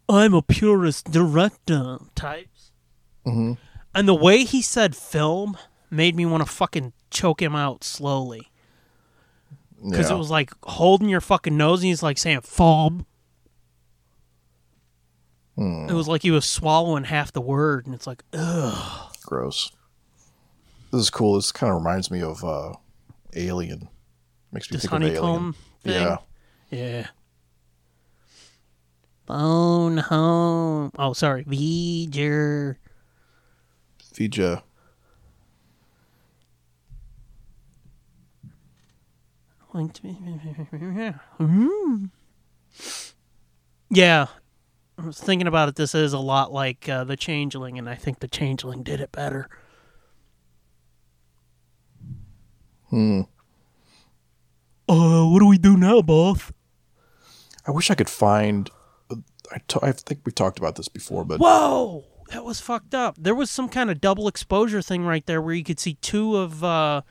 [SPEAKER 3] I'm a purist director types. Mm-hmm. And the way he said film made me want to fucking choke him out slowly. Because
[SPEAKER 2] Yeah.
[SPEAKER 3] it was like holding your fucking nose and he's like saying film.
[SPEAKER 2] Hmm.
[SPEAKER 3] It was like he was swallowing half the word, and it's like, ugh.
[SPEAKER 2] Gross. This is cool. This kind of reminds me of uh, Alien. Makes me
[SPEAKER 3] This
[SPEAKER 2] think
[SPEAKER 3] honeycomb
[SPEAKER 2] of
[SPEAKER 3] thing?
[SPEAKER 2] Alien.
[SPEAKER 3] Yeah. Phone home. Oh, sorry. V'ger.
[SPEAKER 2] Yeah. Vija.
[SPEAKER 3] Hmm. Yeah. I was thinking about it. This is a lot like uh, The Changeling, and I think The Changeling did it better. Hmm. Uh, what do we do now, boss?
[SPEAKER 2] I wish I could find. I t- I think we talked about this before, but
[SPEAKER 3] Whoa! That was fucked up. There was some kind of double exposure thing right there where you could see two of uh,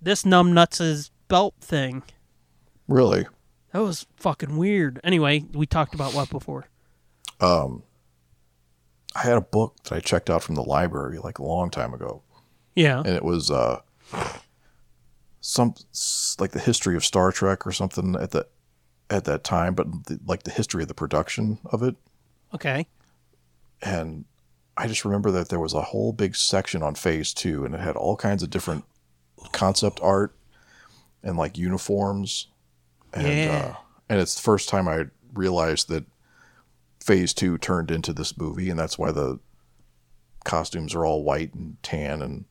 [SPEAKER 3] this numbnuts' belt thing.
[SPEAKER 2] really,
[SPEAKER 3] That was fucking weird. Anyway, we talked about what before.
[SPEAKER 2] I had a book that I checked out from the library like a long time ago,
[SPEAKER 3] Yeah.
[SPEAKER 2] and it was uh, some s- like the history of Star Trek or something at the at that time, but the, like the history of the production of it.
[SPEAKER 3] Okay.
[SPEAKER 2] and I just remember that there was a whole big section on phase two, and it had all kinds of different concept art and like uniforms and
[SPEAKER 3] Yeah.
[SPEAKER 2] uh, and it's the first time I realized that Phase Two turned into this movie, and that's why the costumes are all white and tan and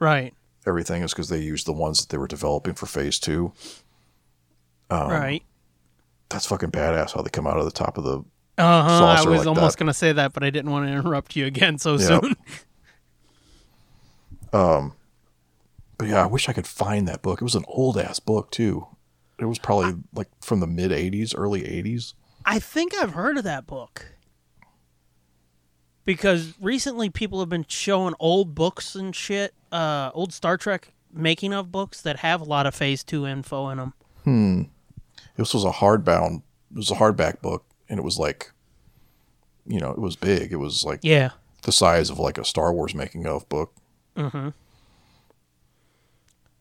[SPEAKER 3] Right.
[SPEAKER 2] everything is because they used the ones that they were developing for Phase Two. Um,
[SPEAKER 3] right.
[SPEAKER 2] That's fucking badass how they come out of the top of the
[SPEAKER 3] Uh huh. I
[SPEAKER 2] saucer
[SPEAKER 3] was
[SPEAKER 2] like
[SPEAKER 3] almost
[SPEAKER 2] that.
[SPEAKER 3] gonna say that, but I didn't want to interrupt you again so
[SPEAKER 2] Yeah.
[SPEAKER 3] soon.
[SPEAKER 2] But yeah, I wish I could find that book. It was an old ass book too. It was probably like from the mid '80s, early '80s.
[SPEAKER 3] I think I've heard of that book because recently people have been showing old books and shit, uh, old Star Trek making of books that have a lot of Phase Two info in them.
[SPEAKER 2] This was a hardbound. It was a hardback book, and it was like, you know, it was big. It was like
[SPEAKER 3] Yeah.
[SPEAKER 2] the size of like a Star Wars making of book.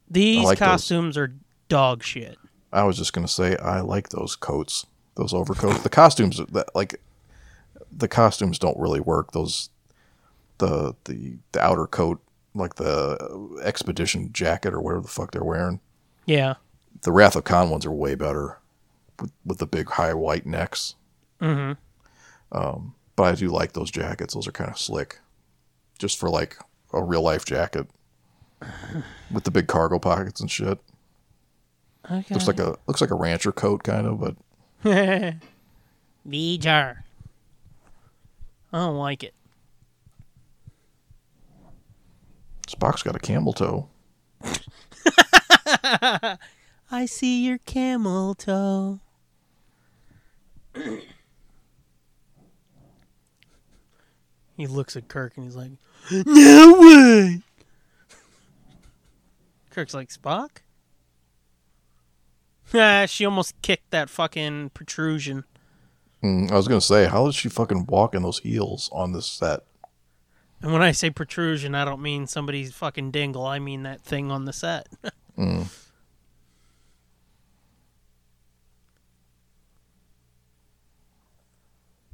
[SPEAKER 3] These
[SPEAKER 2] like those.
[SPEAKER 3] costumes are dog shit.
[SPEAKER 2] I was just gonna say I like those coats, those overcoats. the costumes that like the costumes don't really work. Those the the the outer coat, like the expedition jacket or whatever the fuck they're wearing.
[SPEAKER 3] Yeah.
[SPEAKER 2] The Wrath of Khan ones are way better with, with the big high white necks. Mm-hmm. Um, but I do like those jackets. Those are kind of slick, just for like a real life jacket with the big cargo pockets and shit.
[SPEAKER 3] Okay.
[SPEAKER 2] Looks like a looks like a rancher coat kind of, but
[SPEAKER 6] V jar.
[SPEAKER 3] I don't like it.
[SPEAKER 2] Spock's got a camel toe.
[SPEAKER 3] I see your camel toe. he looks at Kirk and he's like, No way! Kirk's like, Spock? Ah, she almost kicked that fucking protrusion.
[SPEAKER 2] Mm, I was gonna say, how does she fucking walk in those heels on this set?
[SPEAKER 3] And when I say protrusion, I don't mean somebody's fucking dingle. I mean that thing on the set. *laughs*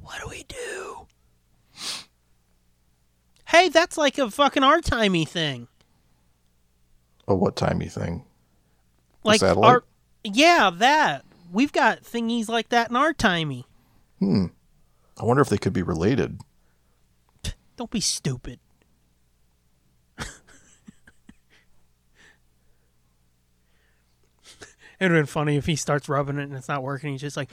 [SPEAKER 3] What do we do? Hey, that's like a fucking our timey thing.
[SPEAKER 2] A what timey thing?
[SPEAKER 3] Like
[SPEAKER 2] satellite?
[SPEAKER 3] our Yeah, that. We've got thingies like that in our timey.
[SPEAKER 2] I wonder if they could be related.
[SPEAKER 3] Don't be stupid. *laughs* It'd have been funny if he starts rubbing it and it's not working. He's just like,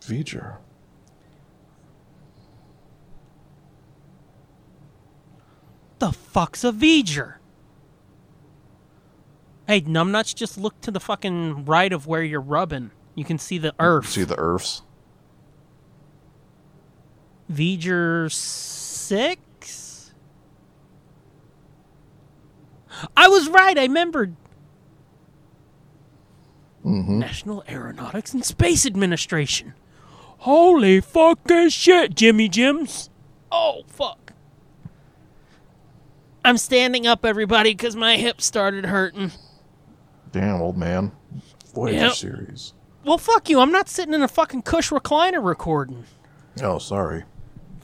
[SPEAKER 2] Feature.
[SPEAKER 3] the fuck's a V'ger? Hey, numbnuts, just look to the fucking right of where you're rubbing. You can see the earth.
[SPEAKER 2] See the Earths.
[SPEAKER 3] V'ger 6? I was right. I remembered. National Aeronautics and Space Administration. Holy fucking shit, Jimmy Jims. Oh, fuck. I'm standing up, everybody, because my hips started hurting.
[SPEAKER 2] Damn, old man. Voyager
[SPEAKER 3] Yep.
[SPEAKER 2] series.
[SPEAKER 3] Well, fuck you. I'm not sitting in a fucking cush recliner recording.
[SPEAKER 2] Oh, sorry.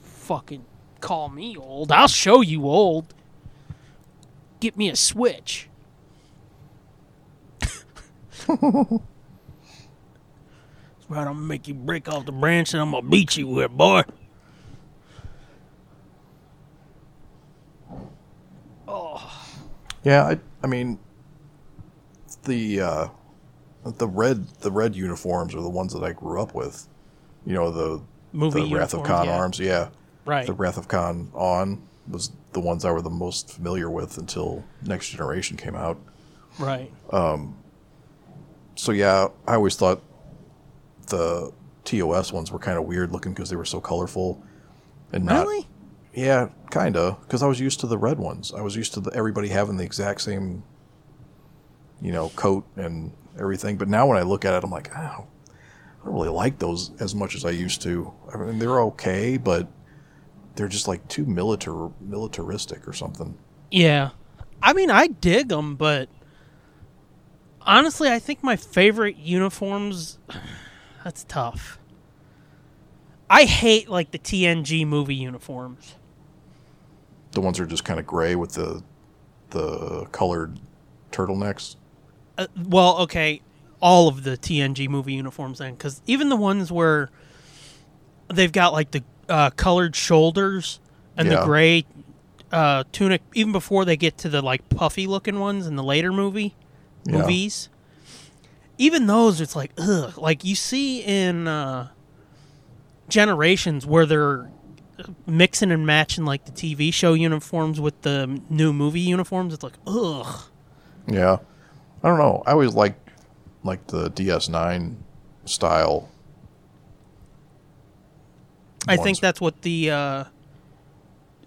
[SPEAKER 3] fucking call me old. I'll show you old. Get me a switch. That's right, I'm gonna make you break off the branch and I'm gonna beat you with, it, boy.
[SPEAKER 2] Yeah, I, I mean, the uh, the red the red uniforms are the ones that I grew up with. You know the
[SPEAKER 3] Movie
[SPEAKER 2] the Wrath of
[SPEAKER 3] uniforms,
[SPEAKER 2] Khan
[SPEAKER 3] yeah.
[SPEAKER 2] arms. Yeah,
[SPEAKER 3] Right.
[SPEAKER 2] the Wrath of Khan on was the ones I were the most familiar with until Next Generation came out.
[SPEAKER 3] Right.
[SPEAKER 2] so yeah, I always thought the TOS ones were kind of weird looking because they were so colorful and not.
[SPEAKER 3] Really?
[SPEAKER 2] Yeah, kind of. Because I was used to the red ones. I was used to the, everybody having the exact same, you know, coat and everything. But now when I look at it, I'm like, oh, I don't really like those as much as I used to. I mean, they're okay, but they're just like too militar militaristic or something.
[SPEAKER 3] Yeah. I mean, I dig them, but honestly, I think my favorite uniforms. *sighs* That's tough. I hate, like, the TNG movie uniforms.
[SPEAKER 2] The ones that are just kind of gray with the the colored turtlenecks.
[SPEAKER 3] uh, well, okay, all of the TNG movie uniforms then, because even the ones where they've got like the uh, colored shoulders and the
[SPEAKER 2] Yeah.
[SPEAKER 3] gray uh, tunic, even before they get to the like puffy looking ones in the later movie
[SPEAKER 2] Yeah.
[SPEAKER 3] movies, even those, it's like ugh, like you see in uh, Generations where they're uh, mixing and matching like the TV show uniforms with the new movie uniforms. It's like ugh.
[SPEAKER 2] Yeah, I don't know. I always liked like the DS9 style.
[SPEAKER 3] I
[SPEAKER 2] ones.
[SPEAKER 3] think that's what the uh,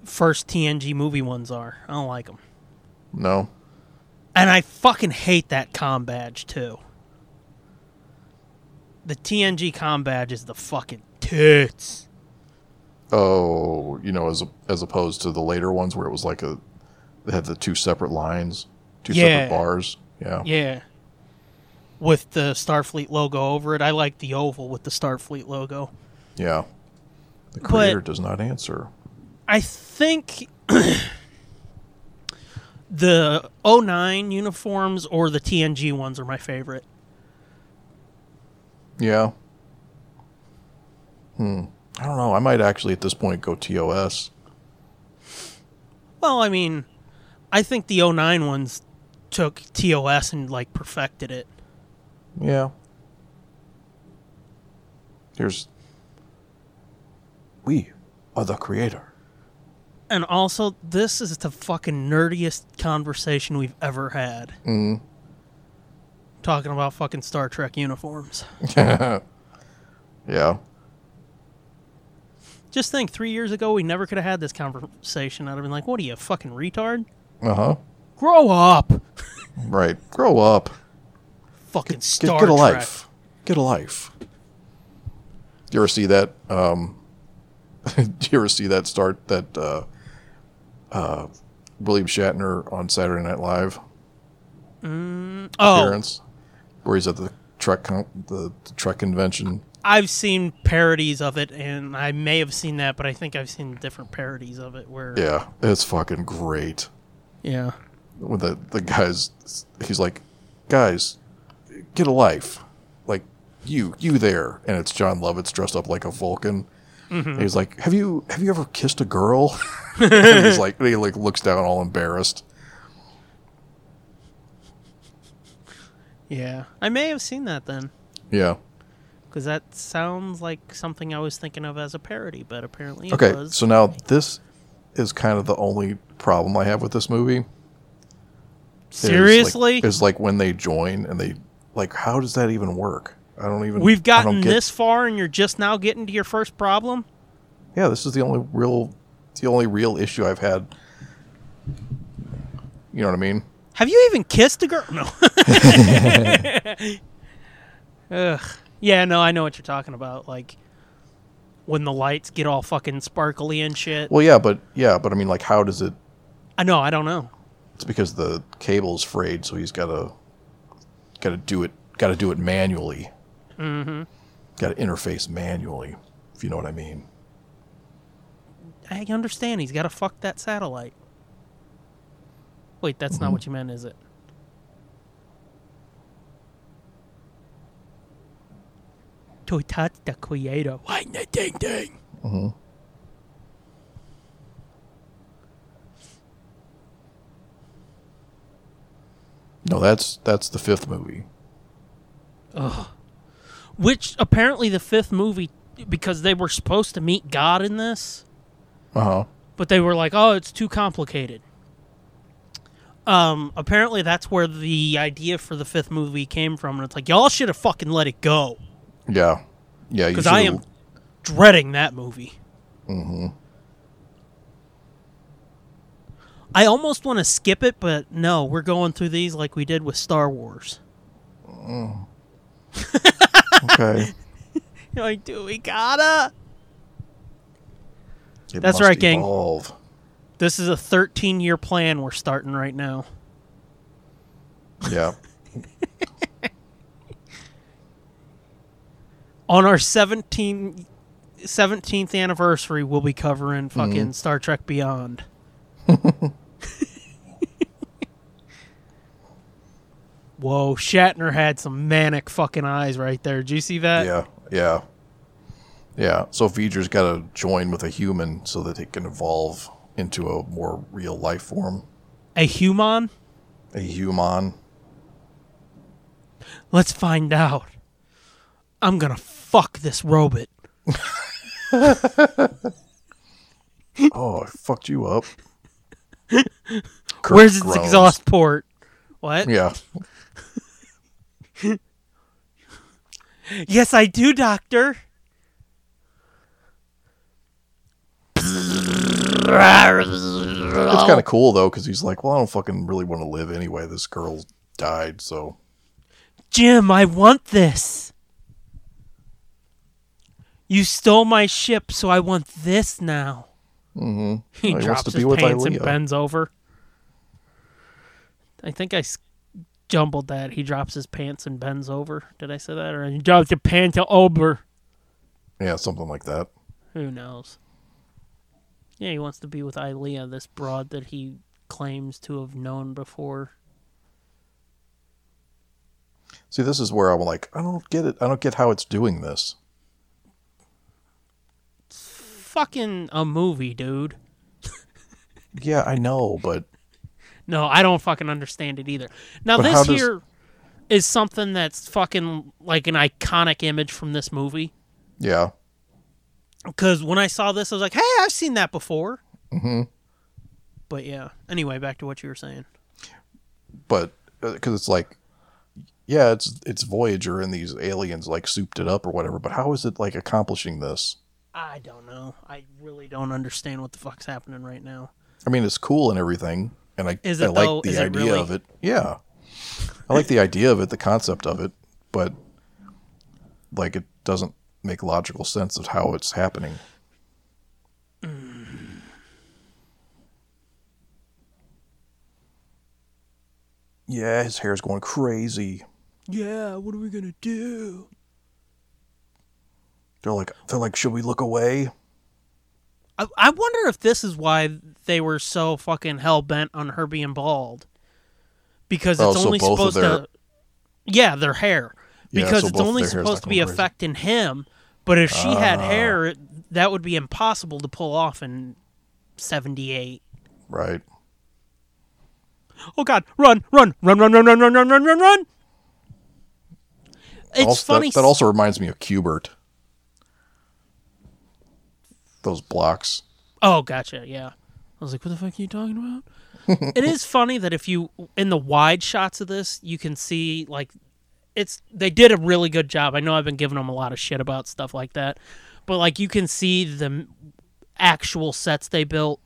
[SPEAKER 3] first TNG movie ones are. I don't like them,
[SPEAKER 2] no.
[SPEAKER 3] and I fucking hate that com badge too. The TNG com badge is the fucking tits.
[SPEAKER 2] Oh, you know, as as opposed to the later ones where it was like a they had the two separate lines, two
[SPEAKER 3] Yeah.
[SPEAKER 2] separate bars. Yeah.
[SPEAKER 3] Yeah, with the Starfleet logo over it. I like the oval with the Starfleet logo.
[SPEAKER 2] Yeah. The
[SPEAKER 3] But-
[SPEAKER 2] creator does not answer.
[SPEAKER 3] I think *coughs* the 09 uniforms or the TNG ones are my favorite.
[SPEAKER 2] Yeah. Hmm. I don't know. I might actually at this point go TOS.
[SPEAKER 3] Well, I mean, I think the 09 ones took TOS and like perfected it.
[SPEAKER 2] Yeah. Here's We are the creator.
[SPEAKER 3] And also, this is the fucking nerdiest conversation we've ever had. Mm.
[SPEAKER 2] Mm-hmm.
[SPEAKER 3] Talking about fucking Star Trek uniforms.
[SPEAKER 2] Yeah.
[SPEAKER 3] Just think, three years ago, we never could have had this conversation. I'd have been like, what are you, a fucking retard?
[SPEAKER 2] Uh-huh.
[SPEAKER 3] Grow up!
[SPEAKER 2] Right. Grow up.
[SPEAKER 3] Fucking
[SPEAKER 2] Get,
[SPEAKER 3] Star
[SPEAKER 2] get a
[SPEAKER 3] Trek.
[SPEAKER 2] life. Get a life. You ever see that um *laughs* do you ever see that start that uh uh William Shatner on Saturday Night Live?
[SPEAKER 3] Oh,
[SPEAKER 2] appearance where he's at the truck con- the, the truck convention.
[SPEAKER 3] I've seen parodies of it, and I may have seen that, but I think I've seen different parodies of it where.
[SPEAKER 2] Yeah, it's fucking great.
[SPEAKER 3] yeah.
[SPEAKER 2] When the the guys, he's like, guys, get a life, like you you there, and it's John Lovitz dressed up like a Vulcan.
[SPEAKER 3] Mm-hmm.
[SPEAKER 2] And He's like, have you have you ever kissed a
[SPEAKER 3] *laughs*
[SPEAKER 2] girl? and he's like, and he like looks down all embarrassed.
[SPEAKER 3] Yeah. I may have seen that then.
[SPEAKER 2] Yeah.
[SPEAKER 3] because that sounds like something I was thinking of as a parody, but apparently it
[SPEAKER 2] Okay,
[SPEAKER 3] was.
[SPEAKER 2] so now this is kind of the only problem I have with this movie. is, like-
[SPEAKER 3] Seriously,
[SPEAKER 2] is like, when they join and they like how does that even work i don't even
[SPEAKER 3] we've
[SPEAKER 2] I
[SPEAKER 3] gotten
[SPEAKER 2] don't get-
[SPEAKER 3] this far, and you're just now getting to your first problem.
[SPEAKER 2] yeah this is the only real the only real issue i've had you know what i mean
[SPEAKER 3] Have you even kissed a girl?
[SPEAKER 2] *laughs*
[SPEAKER 3] No. Ugh. Yeah, no, I know what you're talking about. Like when the lights get all fucking sparkly and shit.
[SPEAKER 2] well yeah but yeah but i mean like how does it
[SPEAKER 3] I know. I don't know.
[SPEAKER 2] it's because the cable's frayed so he's gotta gotta do it gotta do it manually mm-hmm. gotta interface manually if you know what i mean
[SPEAKER 3] I understand. He's got to fuck that satellite. Wait, that's not what you meant, is it? To touch the creator. Why not ding ding?
[SPEAKER 2] no that's that's the fifth movie
[SPEAKER 3] Which apparently the fifth movie, because they were supposed to meet God in this,
[SPEAKER 2] uh-huh
[SPEAKER 3] but they were like, "Oh, it's too complicated." Um, apparently that's where the idea for the fifth movie came from, and it's like y'all should have fucking let it go.
[SPEAKER 2] yeah yeah you
[SPEAKER 3] because I
[SPEAKER 2] should've-
[SPEAKER 3] am dreading that movie. Mm-hmm. I almost want to skip it, but no, we're going through these like we did with Star Wars.
[SPEAKER 2] *laughs* okay
[SPEAKER 3] Like, do we gotta?
[SPEAKER 2] It
[SPEAKER 3] *laughs* That's
[SPEAKER 2] must
[SPEAKER 3] right, gang.
[SPEAKER 2] evolve.
[SPEAKER 3] This is a 13 year plan we're starting right now.
[SPEAKER 2] Yeah.
[SPEAKER 3] On our 17, 17th anniversary, we'll be covering fucking Star Trek Beyond. Whoa, Shatner had some manic fucking eyes right there. Did you see that?
[SPEAKER 2] Yeah, yeah, yeah. So Feeder's got to join with a human so that it can evolve into a more real life form.
[SPEAKER 3] A human?
[SPEAKER 2] A human.
[SPEAKER 3] Let's find out. I'm gonna fuck this robot.
[SPEAKER 2] Oh, I fucked you up. Kirk
[SPEAKER 3] Where's its
[SPEAKER 2] groans.
[SPEAKER 3] exhaust port? What?
[SPEAKER 2] Yeah,
[SPEAKER 3] Yes, I do, Doctor.
[SPEAKER 2] it's
[SPEAKER 3] Oh.
[SPEAKER 2] kind of cool though because he's like, well, I don't fucking really want to live anyway. This girl died, so
[SPEAKER 3] Jim, I want this. You stole my ship, so I want this now. Mm-hmm. *laughs* He
[SPEAKER 2] Oh, wants
[SPEAKER 3] drops
[SPEAKER 2] to be
[SPEAKER 3] his
[SPEAKER 2] with
[SPEAKER 3] pants
[SPEAKER 2] Ilea.
[SPEAKER 3] and bends over. I think I s- jumbled that. He drops his pants and bends over. Did I say that? Or he drops your pants over.
[SPEAKER 2] yeah, something like that.
[SPEAKER 3] Who knows? Yeah, he wants to be with Ilea, this broad that he claims to have known before.
[SPEAKER 2] See, this is where I'm like, I don't get it. I don't get how it's doing this.
[SPEAKER 3] Fucking a movie, dude.
[SPEAKER 2] Yeah, I know, but
[SPEAKER 3] No, I don't fucking understand it either. Now
[SPEAKER 2] But how
[SPEAKER 3] this
[SPEAKER 2] does-
[SPEAKER 3] here is something that's fucking like an iconic image from this movie.
[SPEAKER 2] yeah,
[SPEAKER 3] Because when I saw this, I was like, "Hey, I've seen that before." Mm-hmm. But yeah. Anyway, back to what you were saying.
[SPEAKER 2] but because it's like, yeah, it's it's Voyager and these aliens like souped it up or whatever. But how is it like accomplishing this?
[SPEAKER 3] I don't know. I really don't understand what the fuck's happening right now.
[SPEAKER 2] I mean, it's cool and everything, and I
[SPEAKER 3] Is
[SPEAKER 2] I
[SPEAKER 3] it,
[SPEAKER 2] like
[SPEAKER 3] though?
[SPEAKER 2] the
[SPEAKER 3] Is it
[SPEAKER 2] idea
[SPEAKER 3] really?
[SPEAKER 2] of it. Yeah, I like the idea of it, the concept of it, but like it doesn't make logical sense of how it's happening. *sighs* Yeah, his hair's going crazy.
[SPEAKER 3] Yeah, what are we gonna do?
[SPEAKER 2] They're like, they're like, should we look away?
[SPEAKER 3] I, I wonder if this is why they were so fucking hell bent on her being bald, because
[SPEAKER 2] Oh,
[SPEAKER 3] it's
[SPEAKER 2] so
[SPEAKER 3] only
[SPEAKER 2] both of
[SPEAKER 3] supposed
[SPEAKER 2] their-
[SPEAKER 3] to, yeah, their hair,
[SPEAKER 2] Yeah,
[SPEAKER 3] because
[SPEAKER 2] so
[SPEAKER 3] it's
[SPEAKER 2] both of
[SPEAKER 3] only
[SPEAKER 2] their hair's not
[SPEAKER 3] supposed to
[SPEAKER 2] gonna Ah.
[SPEAKER 3] be
[SPEAKER 2] grow crazy.
[SPEAKER 3] affecting him. But if she had hair, it- that would be impossible to pull off in '78.
[SPEAKER 2] Right.
[SPEAKER 3] Oh God, run, run, run, run, run, run, run, run, run, run, run! It's
[SPEAKER 2] also,
[SPEAKER 3] funny.
[SPEAKER 2] That, that also reminds me of Cubert. Those blocks.
[SPEAKER 3] Oh, gotcha. Yeah. I was like, what the fuck are you talking about? it is funny that if you, in the wide shots of this, you can see, like, it's, they did a really good job. I know I've been giving them a lot of shit about stuff like that, but, like, you can see the m- actual sets they built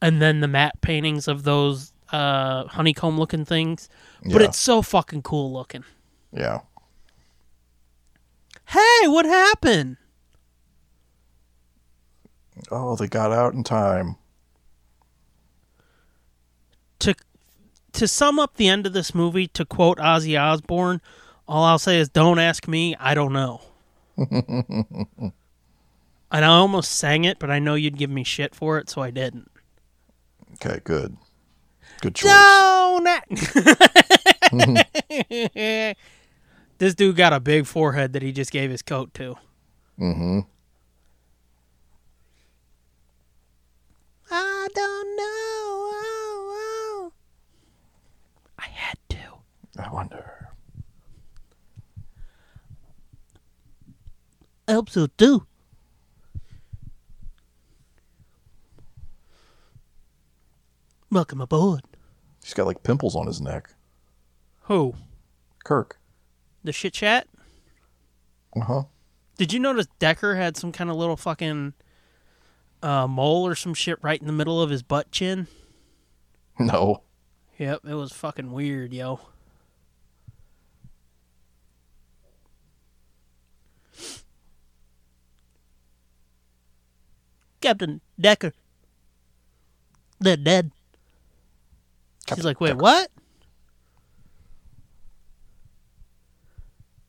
[SPEAKER 3] and then the matte paintings of those uh, honeycomb looking things. But
[SPEAKER 2] Yeah.
[SPEAKER 3] it's so fucking cool looking.
[SPEAKER 2] Yeah.
[SPEAKER 3] Hey, what happened?
[SPEAKER 2] Oh, they got out in time.
[SPEAKER 3] to to sum up the end of this movie, to quote Ozzy Osbourne, all I'll say is, "Don't ask me, I don't *laughs* know." and I almost sang it, but I know you'd give me shit for it, so I didn't.
[SPEAKER 2] Okay, good. Good choice.
[SPEAKER 3] Don't. a- *laughs* this dude got a big forehead that he just gave his coat to. Mm-hmm. I don't know. Oh, oh. I had to.
[SPEAKER 2] I wonder.
[SPEAKER 3] I hope so too. Welcome aboard.
[SPEAKER 2] He's got like pimples on his neck.
[SPEAKER 3] Who?
[SPEAKER 2] Kirk.
[SPEAKER 3] The shit chat?
[SPEAKER 2] Uh huh.
[SPEAKER 3] Did you notice Decker had some kind of little fucking uh, mole or some shit right in the middle of his butt chin?
[SPEAKER 2] *laughs* No.
[SPEAKER 3] Yep, it was fucking weird, yo. Captain Decker. They're dead. She's
[SPEAKER 2] Captain
[SPEAKER 3] like, wait,
[SPEAKER 2] Decker.
[SPEAKER 3] what?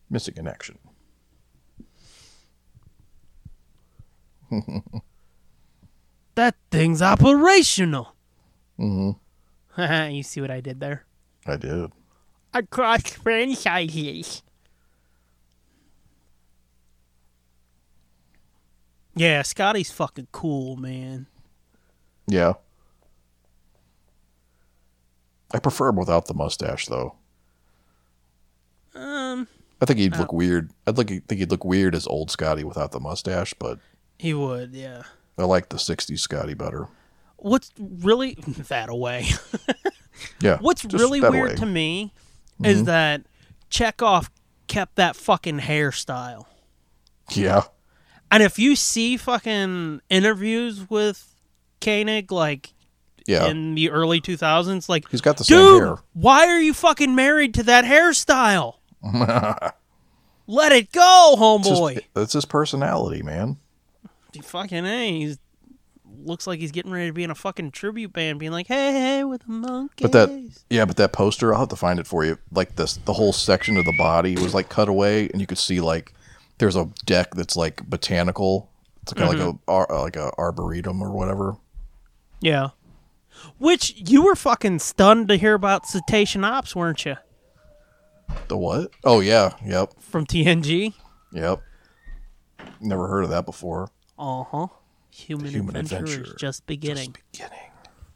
[SPEAKER 2] Missing in action.
[SPEAKER 3] That thing's *laughs* operational. Mm-hmm. you see what I did there?
[SPEAKER 2] I did.
[SPEAKER 7] across franchises.
[SPEAKER 3] Yeah, Scotty's fucking cool, man.
[SPEAKER 2] Yeah. I prefer him without the mustache, though.
[SPEAKER 3] Um,
[SPEAKER 2] I think he'd look weird. I'd look, think he'd look weird as old Scotty without the mustache, but
[SPEAKER 3] he would, yeah.
[SPEAKER 2] I like the 60s Scotty better.
[SPEAKER 3] What's really *laughs* that away?
[SPEAKER 2] Yeah.
[SPEAKER 3] What's
[SPEAKER 2] just
[SPEAKER 3] really
[SPEAKER 2] that
[SPEAKER 3] weird
[SPEAKER 2] way.
[SPEAKER 3] to
[SPEAKER 2] Mm-hmm.
[SPEAKER 3] me is that Chekhov kept that fucking hairstyle.
[SPEAKER 2] Yeah.
[SPEAKER 3] And if you see fucking interviews with Koenig, like
[SPEAKER 2] Yeah.
[SPEAKER 3] in the early 2000s, like,
[SPEAKER 2] He's got the same
[SPEAKER 3] dude,
[SPEAKER 2] hair.
[SPEAKER 3] why are you fucking married to that
[SPEAKER 2] *laughs*
[SPEAKER 3] hairstyle? Let it go,
[SPEAKER 2] It's
[SPEAKER 3] homeboy.
[SPEAKER 2] his- that's his personality, man.
[SPEAKER 3] He fucking a, he's looks like he's getting ready to be in a fucking tribute band, being like, "Hey, hey, with the monkeys."
[SPEAKER 2] But that, yeah, but that poster, I'll have to find it for you. Like this, the whole section of the body was like cut away, and you could see like there's a deck that's like botanical. It's kind of like a ar- uh, like a arboretum or whatever.
[SPEAKER 3] yeah. Which you were fucking stunned to hear about Cetacean Ops, weren't you?
[SPEAKER 2] The what? Oh yeah, yep,
[SPEAKER 3] From TNG.
[SPEAKER 2] yep. Never heard of that before.
[SPEAKER 3] Uh huh. Human,
[SPEAKER 2] human
[SPEAKER 3] adventure, is
[SPEAKER 2] adventure
[SPEAKER 3] just beginning.
[SPEAKER 2] Beginning.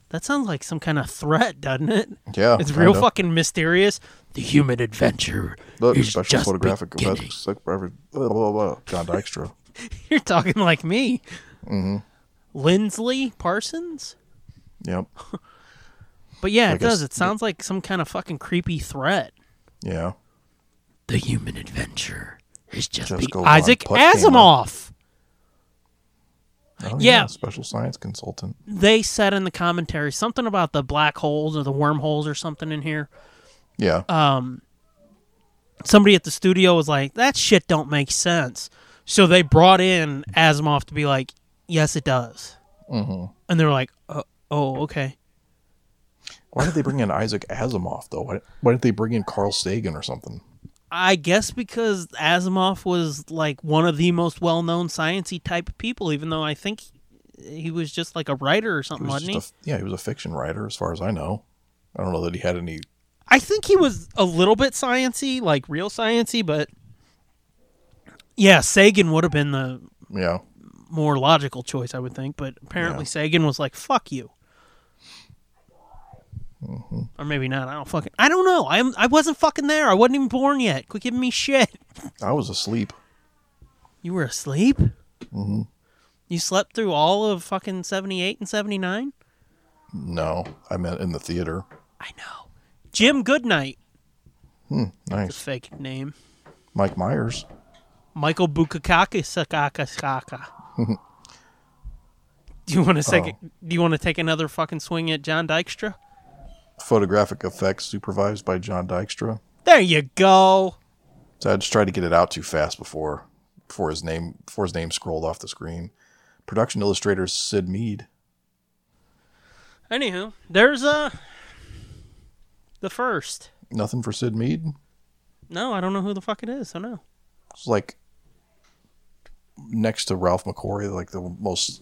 [SPEAKER 3] that sounds like some kind of threat, doesn't
[SPEAKER 2] *laughs*
[SPEAKER 3] it?
[SPEAKER 2] Yeah,
[SPEAKER 3] It's real
[SPEAKER 2] kinda.
[SPEAKER 3] fucking mysterious. The human adventure
[SPEAKER 2] Look,
[SPEAKER 1] is
[SPEAKER 2] special
[SPEAKER 1] just
[SPEAKER 2] photographic
[SPEAKER 1] beginning.
[SPEAKER 2] effects, like, every- blah, blah, blah, blah. John Dykstra.
[SPEAKER 3] *laughs* You're talking like me. Mm-hmm. Lindsley Parsons?
[SPEAKER 2] yep.
[SPEAKER 3] But yeah, it
[SPEAKER 2] guess-
[SPEAKER 3] does. It sounds like some kind of fucking creepy threat.
[SPEAKER 2] Yeah.
[SPEAKER 1] The human adventure is just,
[SPEAKER 2] Just
[SPEAKER 1] be-
[SPEAKER 2] go
[SPEAKER 3] Isaac
[SPEAKER 2] Von Putt came up.
[SPEAKER 3] Asimov.
[SPEAKER 2] Oh,
[SPEAKER 3] Yeah.
[SPEAKER 2] Special science consultant.
[SPEAKER 3] They said in the commentary something about the black holes or the wormholes or something in here.
[SPEAKER 2] Yeah.
[SPEAKER 3] Somebody at the studio was like, "That shit don't make sense." So they brought in Asimov to be like, "Yes, it does." Mm-hmm. And they were like, oh, "Oh, okay."
[SPEAKER 2] Why did they bring in Isaac Asimov though? Why, why didn't they bring in Carl Sagan or something?
[SPEAKER 3] I guess because Asimov was like one of the most well-known sciencey type of people, even though I think he was just like a writer or
[SPEAKER 2] He
[SPEAKER 3] something,
[SPEAKER 2] was
[SPEAKER 3] wasn't he?
[SPEAKER 2] just a- yeah, he was a fiction writer, as far as I know. I don't know that he had any.
[SPEAKER 3] I think he was a little bit sciency, like real sciency, but yeah, Sagan would have been the
[SPEAKER 2] Yeah,
[SPEAKER 3] more logical choice, I would think. But apparently,
[SPEAKER 2] Yeah.
[SPEAKER 3] Sagan was like, "Fuck you,"
[SPEAKER 2] Mm-hmm.
[SPEAKER 3] or maybe not. I don't fucking. I don't know. I'm. I wasn't fucking there. I wasn't even born yet. Quit giving me shit.
[SPEAKER 2] I was asleep.
[SPEAKER 3] You were asleep. Mm-hmm. You slept through all of fucking seventy eight and seventy nine.
[SPEAKER 2] No, I meant in the theater.
[SPEAKER 3] I know. Jim Goodnight,
[SPEAKER 2] Nice,
[SPEAKER 3] fake name.
[SPEAKER 2] Mike Myers.
[SPEAKER 3] Michael Bukakakis do you want to take? Do you want to take another fucking swing at John Dykstra?
[SPEAKER 2] Photographic effects supervised by John Dykstra.
[SPEAKER 3] There you go.
[SPEAKER 2] So I just tried to get it out too fast before, before his name, before his name scrolled off the screen. Production illustrator is Sid Mead.
[SPEAKER 3] Anywho, there's uh the first.
[SPEAKER 2] Nothing for Sid Mead.
[SPEAKER 3] No, I don't know who the fuck it is. So no.
[SPEAKER 2] It's like next to Ralph McCory, like the most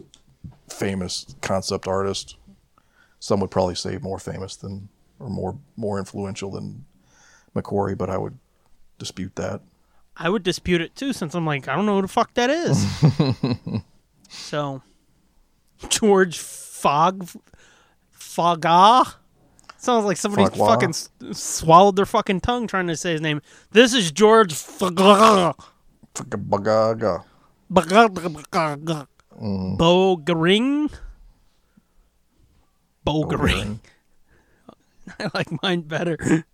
[SPEAKER 2] famous concept artist. Some would probably say more famous than or more more influential than McCory, but I would dispute that.
[SPEAKER 3] I would dispute it too, since I'm like I don't know who the fuck that is. so George Fog Foga sounds like somebody
[SPEAKER 2] Fogwa?
[SPEAKER 3] fucking s- swallowed their fucking tongue trying to say his name. This is George Foga.
[SPEAKER 2] Fuck-a-bug-a-ga.
[SPEAKER 3] Bogering? Bogering. *laughs* I like mine better.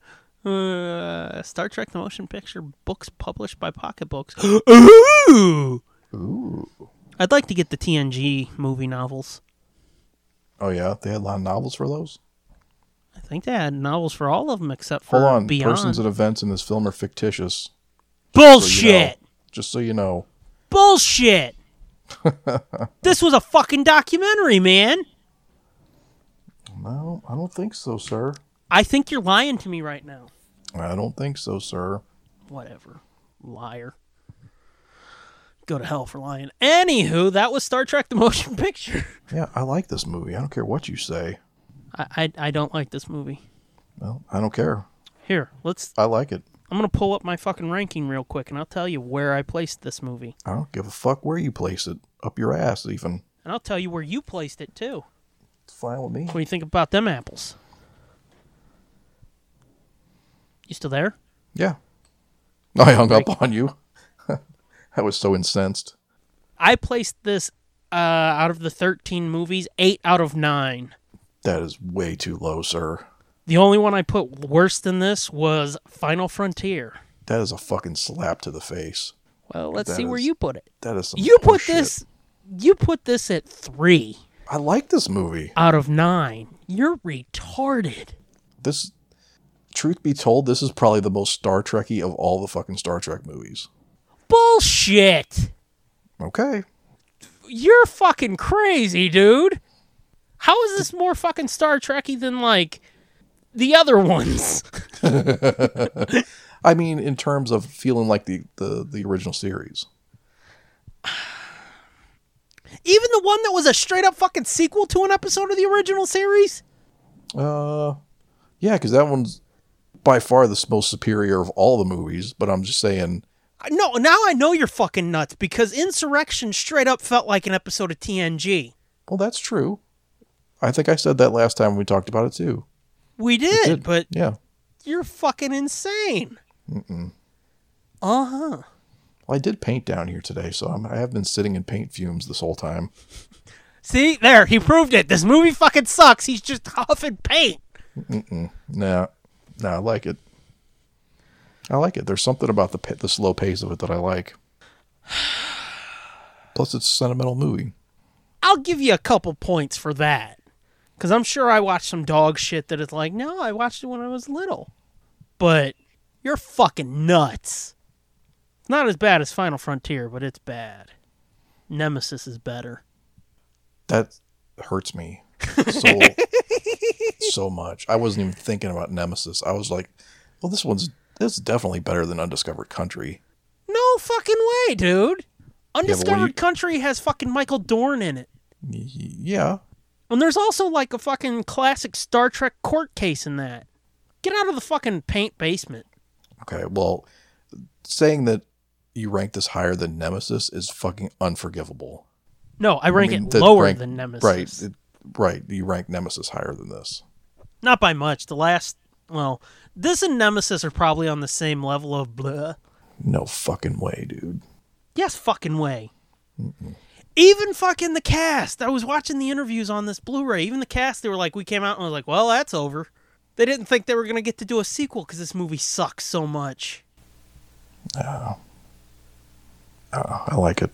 [SPEAKER 3] Uh, Star Trek The Motion Picture books published by Pocket *gasps* Books. Ooh! Ooh. I'd like to get the TNG movie novels.
[SPEAKER 2] Oh yeah, they had a lot of novels for those.
[SPEAKER 3] I think they had novels for all of them except for
[SPEAKER 2] Hold on,
[SPEAKER 3] Beyond.
[SPEAKER 2] persons and events in this film are fictitious.
[SPEAKER 3] Bullshit!
[SPEAKER 2] You know, just so you know, *laughs*
[SPEAKER 3] Bullshit! this was a fucking documentary, man!
[SPEAKER 2] no, I don't think so, sir.
[SPEAKER 3] I think you're lying to me right now.
[SPEAKER 2] I don't think so, sir.
[SPEAKER 3] whatever. Liar. Go to hell for lying. Anywho, that was Star Trek the Motion *laughs* Picture.
[SPEAKER 2] Yeah, I like this movie. I don't care what you say.
[SPEAKER 3] I I, I don't like this movie.
[SPEAKER 2] Well, I don't care.
[SPEAKER 3] Here, let's.
[SPEAKER 2] I like it.
[SPEAKER 3] I'm gonna pull up my fucking ranking real quick, and I'll tell you where I placed this movie,
[SPEAKER 2] I don't give a fuck where you place it. Up your ass, even.
[SPEAKER 3] and I'll tell you where you placed it too.
[SPEAKER 2] It's fine with me.
[SPEAKER 3] What do you think about them apples? You still there?
[SPEAKER 2] Yeah. I hung up on you. *laughs* I was so incensed.
[SPEAKER 3] I placed this uh, out of the 13 movies, eight out of nine.
[SPEAKER 2] That is way too low, sir.
[SPEAKER 3] The only one I put worse than this was Final Frontier.
[SPEAKER 2] That is a fucking slap to the face.
[SPEAKER 3] Well, let's
[SPEAKER 2] That
[SPEAKER 3] see where
[SPEAKER 2] is-
[SPEAKER 3] you put it.
[SPEAKER 2] That is some
[SPEAKER 3] You
[SPEAKER 2] poor
[SPEAKER 3] put
[SPEAKER 2] shit.
[SPEAKER 3] this. You put this at three
[SPEAKER 2] I like this movie.
[SPEAKER 3] out of nine. You're retarded.
[SPEAKER 2] This truth be told, this is probably the most Star Trekky of all the fucking Star Trek movies.
[SPEAKER 3] Bullshit.
[SPEAKER 2] Okay.
[SPEAKER 3] You're fucking crazy, dude. How is this more fucking Star Trekky than like the other ones? *laughs*
[SPEAKER 2] I mean, in terms of feeling like the, the, the original series.
[SPEAKER 3] Even the one that was a straight up fucking sequel to an episode of the original series?
[SPEAKER 2] Uh, yeah, because that one's by far the most superior of all the movies. But I'm just saying,
[SPEAKER 3] I- No, now I know you're fucking nuts because Insurrection straight up felt like an episode of TNG.
[SPEAKER 2] well, that's true. I think I said that last time we talked about it too.
[SPEAKER 3] We did,
[SPEAKER 2] Good.
[SPEAKER 3] but
[SPEAKER 2] yeah,
[SPEAKER 3] you're fucking insane. Uh huh.
[SPEAKER 2] well, I did paint down here today, so I'm, I have been sitting in paint fumes this whole time.
[SPEAKER 3] See, there, he proved it. This movie fucking sucks. He's just *laughs* huffing paint.
[SPEAKER 2] Nah, nah, I like it. I like it. There's something about the pa- the slow pace of it that I like. *sighs* Plus, it's a sentimental movie.
[SPEAKER 3] I'll give you a couple points for that. Because I'm sure I watched some dog shit that is like, no, I watched it when I was little. But you're fucking nuts. It's Not as bad as Final Frontier, but it's bad. Nemesis is better.
[SPEAKER 2] That hurts me
[SPEAKER 3] *laughs*
[SPEAKER 2] so so much. I wasn't even thinking about Nemesis. I was like, well, this one's this is definitely better than Undiscovered Country.
[SPEAKER 3] No fucking way, dude. Undiscovered
[SPEAKER 2] you-
[SPEAKER 3] Country has fucking Michael Dorn in it.
[SPEAKER 2] Y- Yeah,
[SPEAKER 3] And there's also like a fucking classic Star Trek court case in that. Get out of the fucking paint basement.
[SPEAKER 2] Okay, well, saying that you rank this higher than Nemesis is fucking unforgivable.
[SPEAKER 3] No, I rank
[SPEAKER 2] I mean,
[SPEAKER 3] it
[SPEAKER 2] to
[SPEAKER 3] lower
[SPEAKER 2] rank-
[SPEAKER 3] than Nemesis.
[SPEAKER 2] Right, it- right. You rank Nemesis higher than this.
[SPEAKER 3] not by much. The last, well, this and Nemesis are probably on the same level of blah.
[SPEAKER 2] No fucking way, dude.
[SPEAKER 3] Yes, fucking way. Even fucking the cast. I was watching the interviews on this Blu-ray. Even the cast, they were like, we came out and was like, well, that's over. They didn't think they were gonna get to do a sequel because this movie sucks so much.
[SPEAKER 2] Uh, I like it.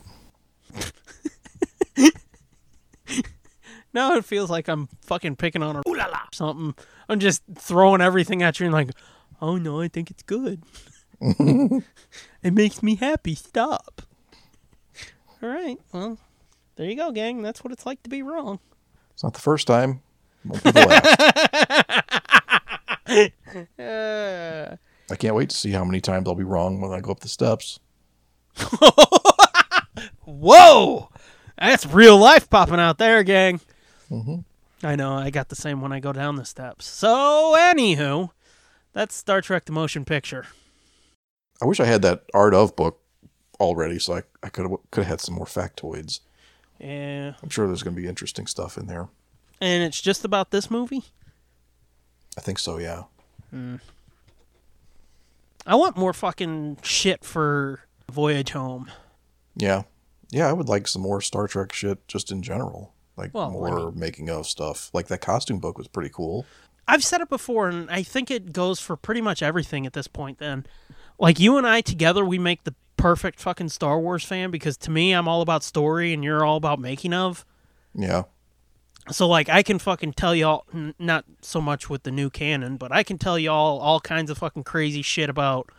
[SPEAKER 3] Now it feels like I'm fucking picking on a ooh la la something. I'm just throwing everything at you and like, oh no, I think it's *laughs* good. it makes me happy. Stop. All right. Well, there you go, gang. That's what it's like to be wrong. *laughs*
[SPEAKER 2] It's not the first time. Won't be the last.
[SPEAKER 3] Uh,
[SPEAKER 2] I can't wait to see how many times I'll be wrong when I go up the steps.
[SPEAKER 3] whoa, that's real life popping out there, gang. I know. I got the same when I go down the steps. So, anywho, that's Star Trek: The Motion Picture.
[SPEAKER 2] I wish I had that Art of book already, so I, I could have could have had some more factoids.
[SPEAKER 3] Yeah.
[SPEAKER 2] I'm sure there's going to be interesting stuff in there.
[SPEAKER 3] Eh, And it's just about this movie.
[SPEAKER 2] I think so. Yeah.
[SPEAKER 3] I want more fucking shit for Voyage Home.
[SPEAKER 2] Yeah. Yeah, I would like some more Star Trek shit just in general. Like
[SPEAKER 3] Well, I
[SPEAKER 2] more making of stuff. Like that costume book was pretty cool.
[SPEAKER 3] I've said it before, and I think it goes for pretty much everything at this point, then. Like, you and I together, we make the perfect fucking Star Wars fan because to me, I'm all about story and you're all about making of.
[SPEAKER 2] Yeah.
[SPEAKER 3] So, like, I can fucking tell y'all, n- not so much with the new canon, but I can tell y'all all kinds of fucking crazy shit about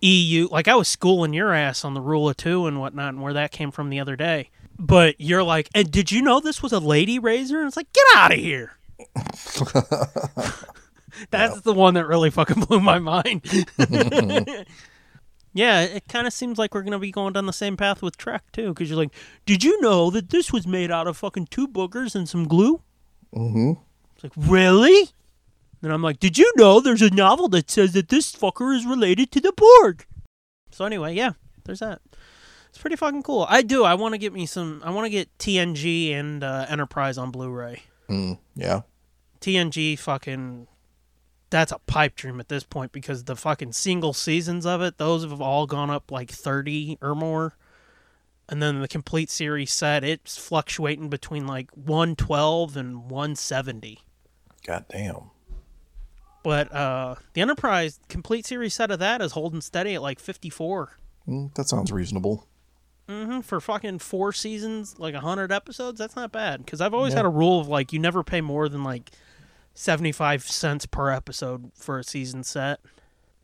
[SPEAKER 3] EU. Like, I was schooling your ass on the rule of two and whatnot and where that came from the other day. But you're like, and did you know this was a lady razor? And it's like, get out of here. That's the one that really fucking *laughs* blew my mind. yeah, it kind of seems like we're going to be going down the same path with Trek, too, because you're like, did you know that this was
[SPEAKER 2] Mm-hmm.
[SPEAKER 3] made out of fucking two boogers and some glue? Mm hmm. It's like, really? Then I'm like, did you know there's a novel that says that this fucker is related to the Borg? So anyway, yeah, there's that. It's pretty fucking cool. I do. I want to get me some. I want to get TNG and uh, Enterprise on Blu-ray.
[SPEAKER 2] Mm, yeah.
[SPEAKER 3] TNG fucking that's a pipe dream at this point because the fucking single seasons of it, those have all gone up like 30 or more. And then the complete series set, it's fluctuating between like 112 and 170.
[SPEAKER 2] God damn.
[SPEAKER 3] But uh the Enterprise complete series set of that is holding steady at like 54.
[SPEAKER 2] Mm, that sounds reasonable.
[SPEAKER 3] hmm For fucking four seasons, like 100 episodes, that's not bad. Because I've always had a rule of like, you never pay more than like 75 cents per episode for a season set.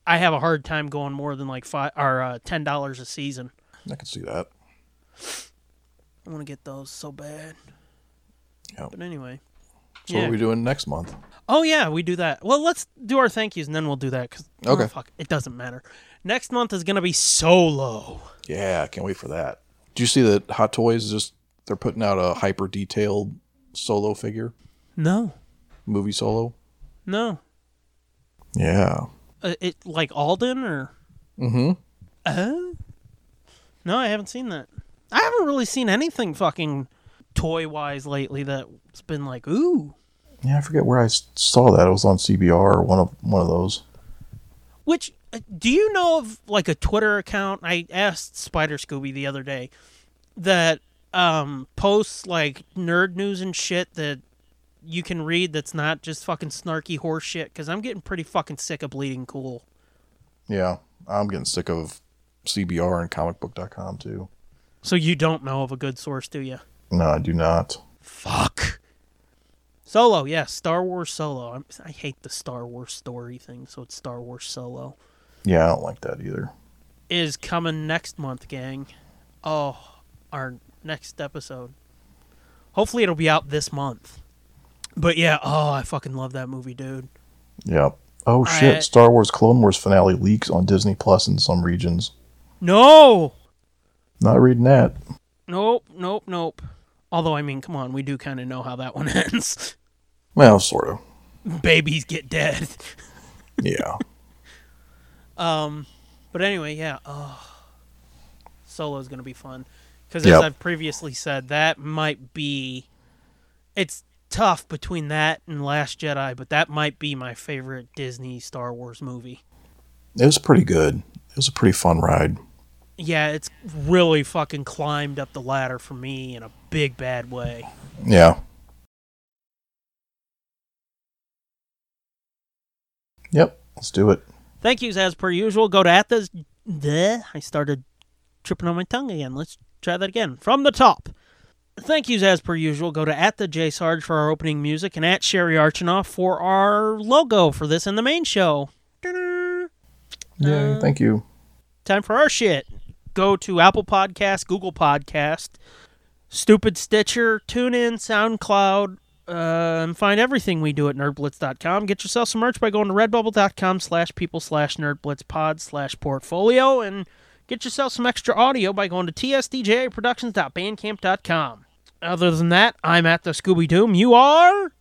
[SPEAKER 3] I have a hard time going more than like five or uh, ten dollars a season.
[SPEAKER 2] I can see that.
[SPEAKER 3] I want to get those so bad.
[SPEAKER 2] Yeah.
[SPEAKER 3] But anyway.
[SPEAKER 2] So what
[SPEAKER 3] Yeah.
[SPEAKER 2] are we doing next month?
[SPEAKER 3] Oh yeah, we do that. Well, let's do our thank yous and then we'll do that cuz
[SPEAKER 2] Okay.
[SPEAKER 3] fuck, it doesn't matter. Next month is going to be solo.
[SPEAKER 2] Yeah, I can't wait for that. Do you see that Hot Toys is just they're putting out a hyper detailed solo figure,
[SPEAKER 3] No.
[SPEAKER 2] movie solo?
[SPEAKER 3] No.
[SPEAKER 2] Yeah.
[SPEAKER 3] Uh, it like Alden or
[SPEAKER 2] Mm-hmm.
[SPEAKER 3] Oh. No, I haven't seen that. I haven't really seen anything fucking toy wise lately that's been like, ooh.
[SPEAKER 2] Yeah, I forget where I s- saw that. It was on CBR or one of one of those.
[SPEAKER 3] Which uh, do you know of like a Twitter account? I asked Spider Scooby the other day that um posts like nerd news and shit that you can read that's not just fucking snarky horse shit cuz I'm getting pretty fucking sick of bleeding cool.
[SPEAKER 2] Yeah, I'm getting sick of CBR and comicbook.com too.
[SPEAKER 3] So you don't know of a good source, do you?
[SPEAKER 2] No, I do not.
[SPEAKER 3] Fuck. Solo, yes, Star Wars Solo. I'm, I hate the Star Wars story thing, so it's Star Wars Solo.
[SPEAKER 2] Yeah, I don't like that either.
[SPEAKER 3] is coming next month, gang. Oh, our next episode. Hopefully it'll be out this month. But yeah, oh, I fucking love that movie, dude.
[SPEAKER 2] Yep. Oh shit!
[SPEAKER 3] I-
[SPEAKER 2] Star Wars Clone Wars finale leaks on Disney Plus in some regions.
[SPEAKER 3] No.
[SPEAKER 2] Not reading that.
[SPEAKER 3] Nope, nope, nope. Although I mean, come on, we do kind of know how that one *laughs* ends.
[SPEAKER 2] Well, sort of.
[SPEAKER 3] Babies get dead.
[SPEAKER 2] Yeah.
[SPEAKER 3] But anyway, yeah. Oh. Solo's going to be fun cuz
[SPEAKER 2] Yep.
[SPEAKER 3] as I've previously said, that might be it's tough between that and Last Jedi, but that might be my favorite Disney Star Wars movie.
[SPEAKER 2] it was pretty good. It was a pretty fun ride.
[SPEAKER 3] yeah, it's really fucking climbed up the ladder for me in a big bad way.
[SPEAKER 2] Yeah. Yep. Let's do it.
[SPEAKER 3] Thank yous as per usual. Go to at this. Bleh, I started tripping on my tongue again. Let's try that again from the top. Thank yous as per usual. Go to at the J Sarge for our opening music and at Sherry Archinoff for our logo for this and the main show. Ta-da!
[SPEAKER 2] Yay! Thank you.
[SPEAKER 3] time for our shit. Go to Apple Podcast, Google Podcast, Stupid Stitcher, TuneIn, SoundCloud, uh, and find everything we do at nerdblitz.com. Get yourself some merch by going to redbubble.com slash people slash nerdblitzpod slash portfolio and get yourself some extra audio by going to tsdjproductions.bandcamp.com. Other than that, I'm at the Scooby Doom. You are?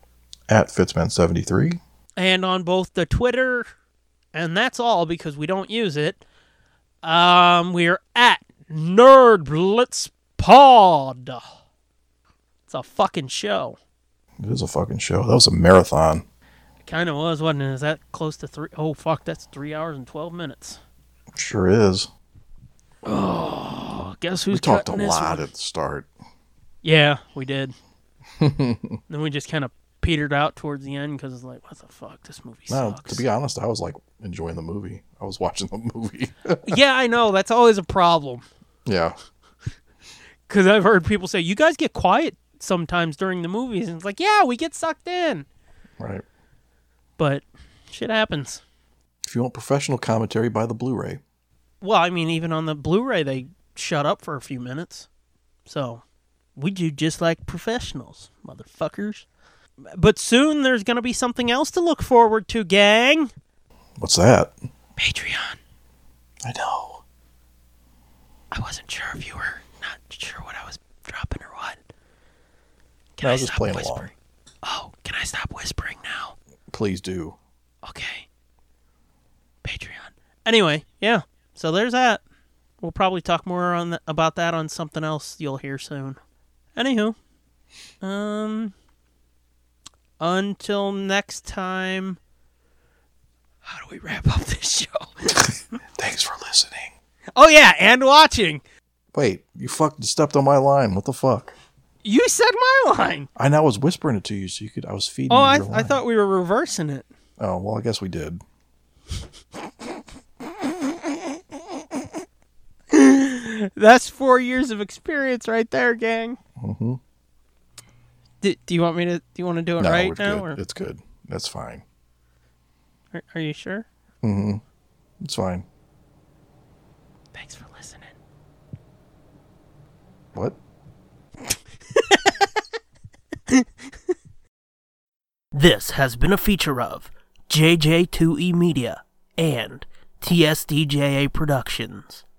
[SPEAKER 2] At Fitzman seventy three.
[SPEAKER 3] and on both the Twitter, and that's all because we don't use it. Um, we're at Nerd Blitz Pod. It's a fucking show.
[SPEAKER 2] It is a fucking show. That was a marathon.
[SPEAKER 3] It kind of was, wasn't it? Is that close to three oh fuck, that's three hours and twelve minutes.
[SPEAKER 2] Sure is.
[SPEAKER 3] Oh, guess
[SPEAKER 2] We
[SPEAKER 3] who's
[SPEAKER 2] talked a
[SPEAKER 3] cutting this
[SPEAKER 2] lot
[SPEAKER 3] one?
[SPEAKER 2] at the start.
[SPEAKER 3] Yeah, we
[SPEAKER 2] *laughs*
[SPEAKER 3] did. then we just kind of petered out towards the end because it's like, what the fuck, this movie
[SPEAKER 2] No,
[SPEAKER 3] sucks.
[SPEAKER 2] to be honest, I was like enjoying the movie. I was watching *laughs* the movie.
[SPEAKER 3] yeah, I know that's always a problem.
[SPEAKER 2] yeah.
[SPEAKER 3] Because I've heard people say, you guys get quiet sometimes during the movies. And it's like, yeah, we get sucked in.
[SPEAKER 2] Right.
[SPEAKER 3] But shit happens.
[SPEAKER 2] If you want professional commentary, buy the Blu-ray.
[SPEAKER 3] Well, I mean, even on the Blu ray, they shut up for a few minutes. So we do just like professionals, motherfuckers. But soon there's going to be something else to look forward to, gang.
[SPEAKER 2] What's that?
[SPEAKER 3] Patreon.
[SPEAKER 2] I know.
[SPEAKER 3] I wasn't sure if you were not sure what I was dropping or what. Can
[SPEAKER 2] No, I was just playing along.
[SPEAKER 3] Oh, can I stop whispering now?
[SPEAKER 2] Please do.
[SPEAKER 3] Anyway, yeah. So there's that. We'll probably talk more on th- about that on something else you'll hear soon. Anywho, um, until next time. How do we wrap up this show? *laughs*
[SPEAKER 2] Thanks for listening.
[SPEAKER 3] oh yeah, and watching.
[SPEAKER 8] Wait, you fucking stepped on my line. What the fuck?
[SPEAKER 3] You said my line.
[SPEAKER 2] And I was whispering it to you so you could. I was feeding.
[SPEAKER 3] Oh,
[SPEAKER 2] you
[SPEAKER 3] I,
[SPEAKER 2] your
[SPEAKER 3] I
[SPEAKER 2] line.
[SPEAKER 3] thought we were reversing it.
[SPEAKER 8] Oh, well, I guess we did.
[SPEAKER 3] That's four years of experience right there, gang. Mm-hmm. Do, do you want me to? Do you want to do it
[SPEAKER 8] No,
[SPEAKER 3] right
[SPEAKER 8] we're
[SPEAKER 3] now?
[SPEAKER 8] good.
[SPEAKER 3] Or,
[SPEAKER 8] It's good. That's fine.
[SPEAKER 3] are, are you sure?
[SPEAKER 8] It's fine.
[SPEAKER 3] Thanks for listening.
[SPEAKER 8] What?
[SPEAKER 1] This has been a feature of E JJ2E Media and TSDJA Productions.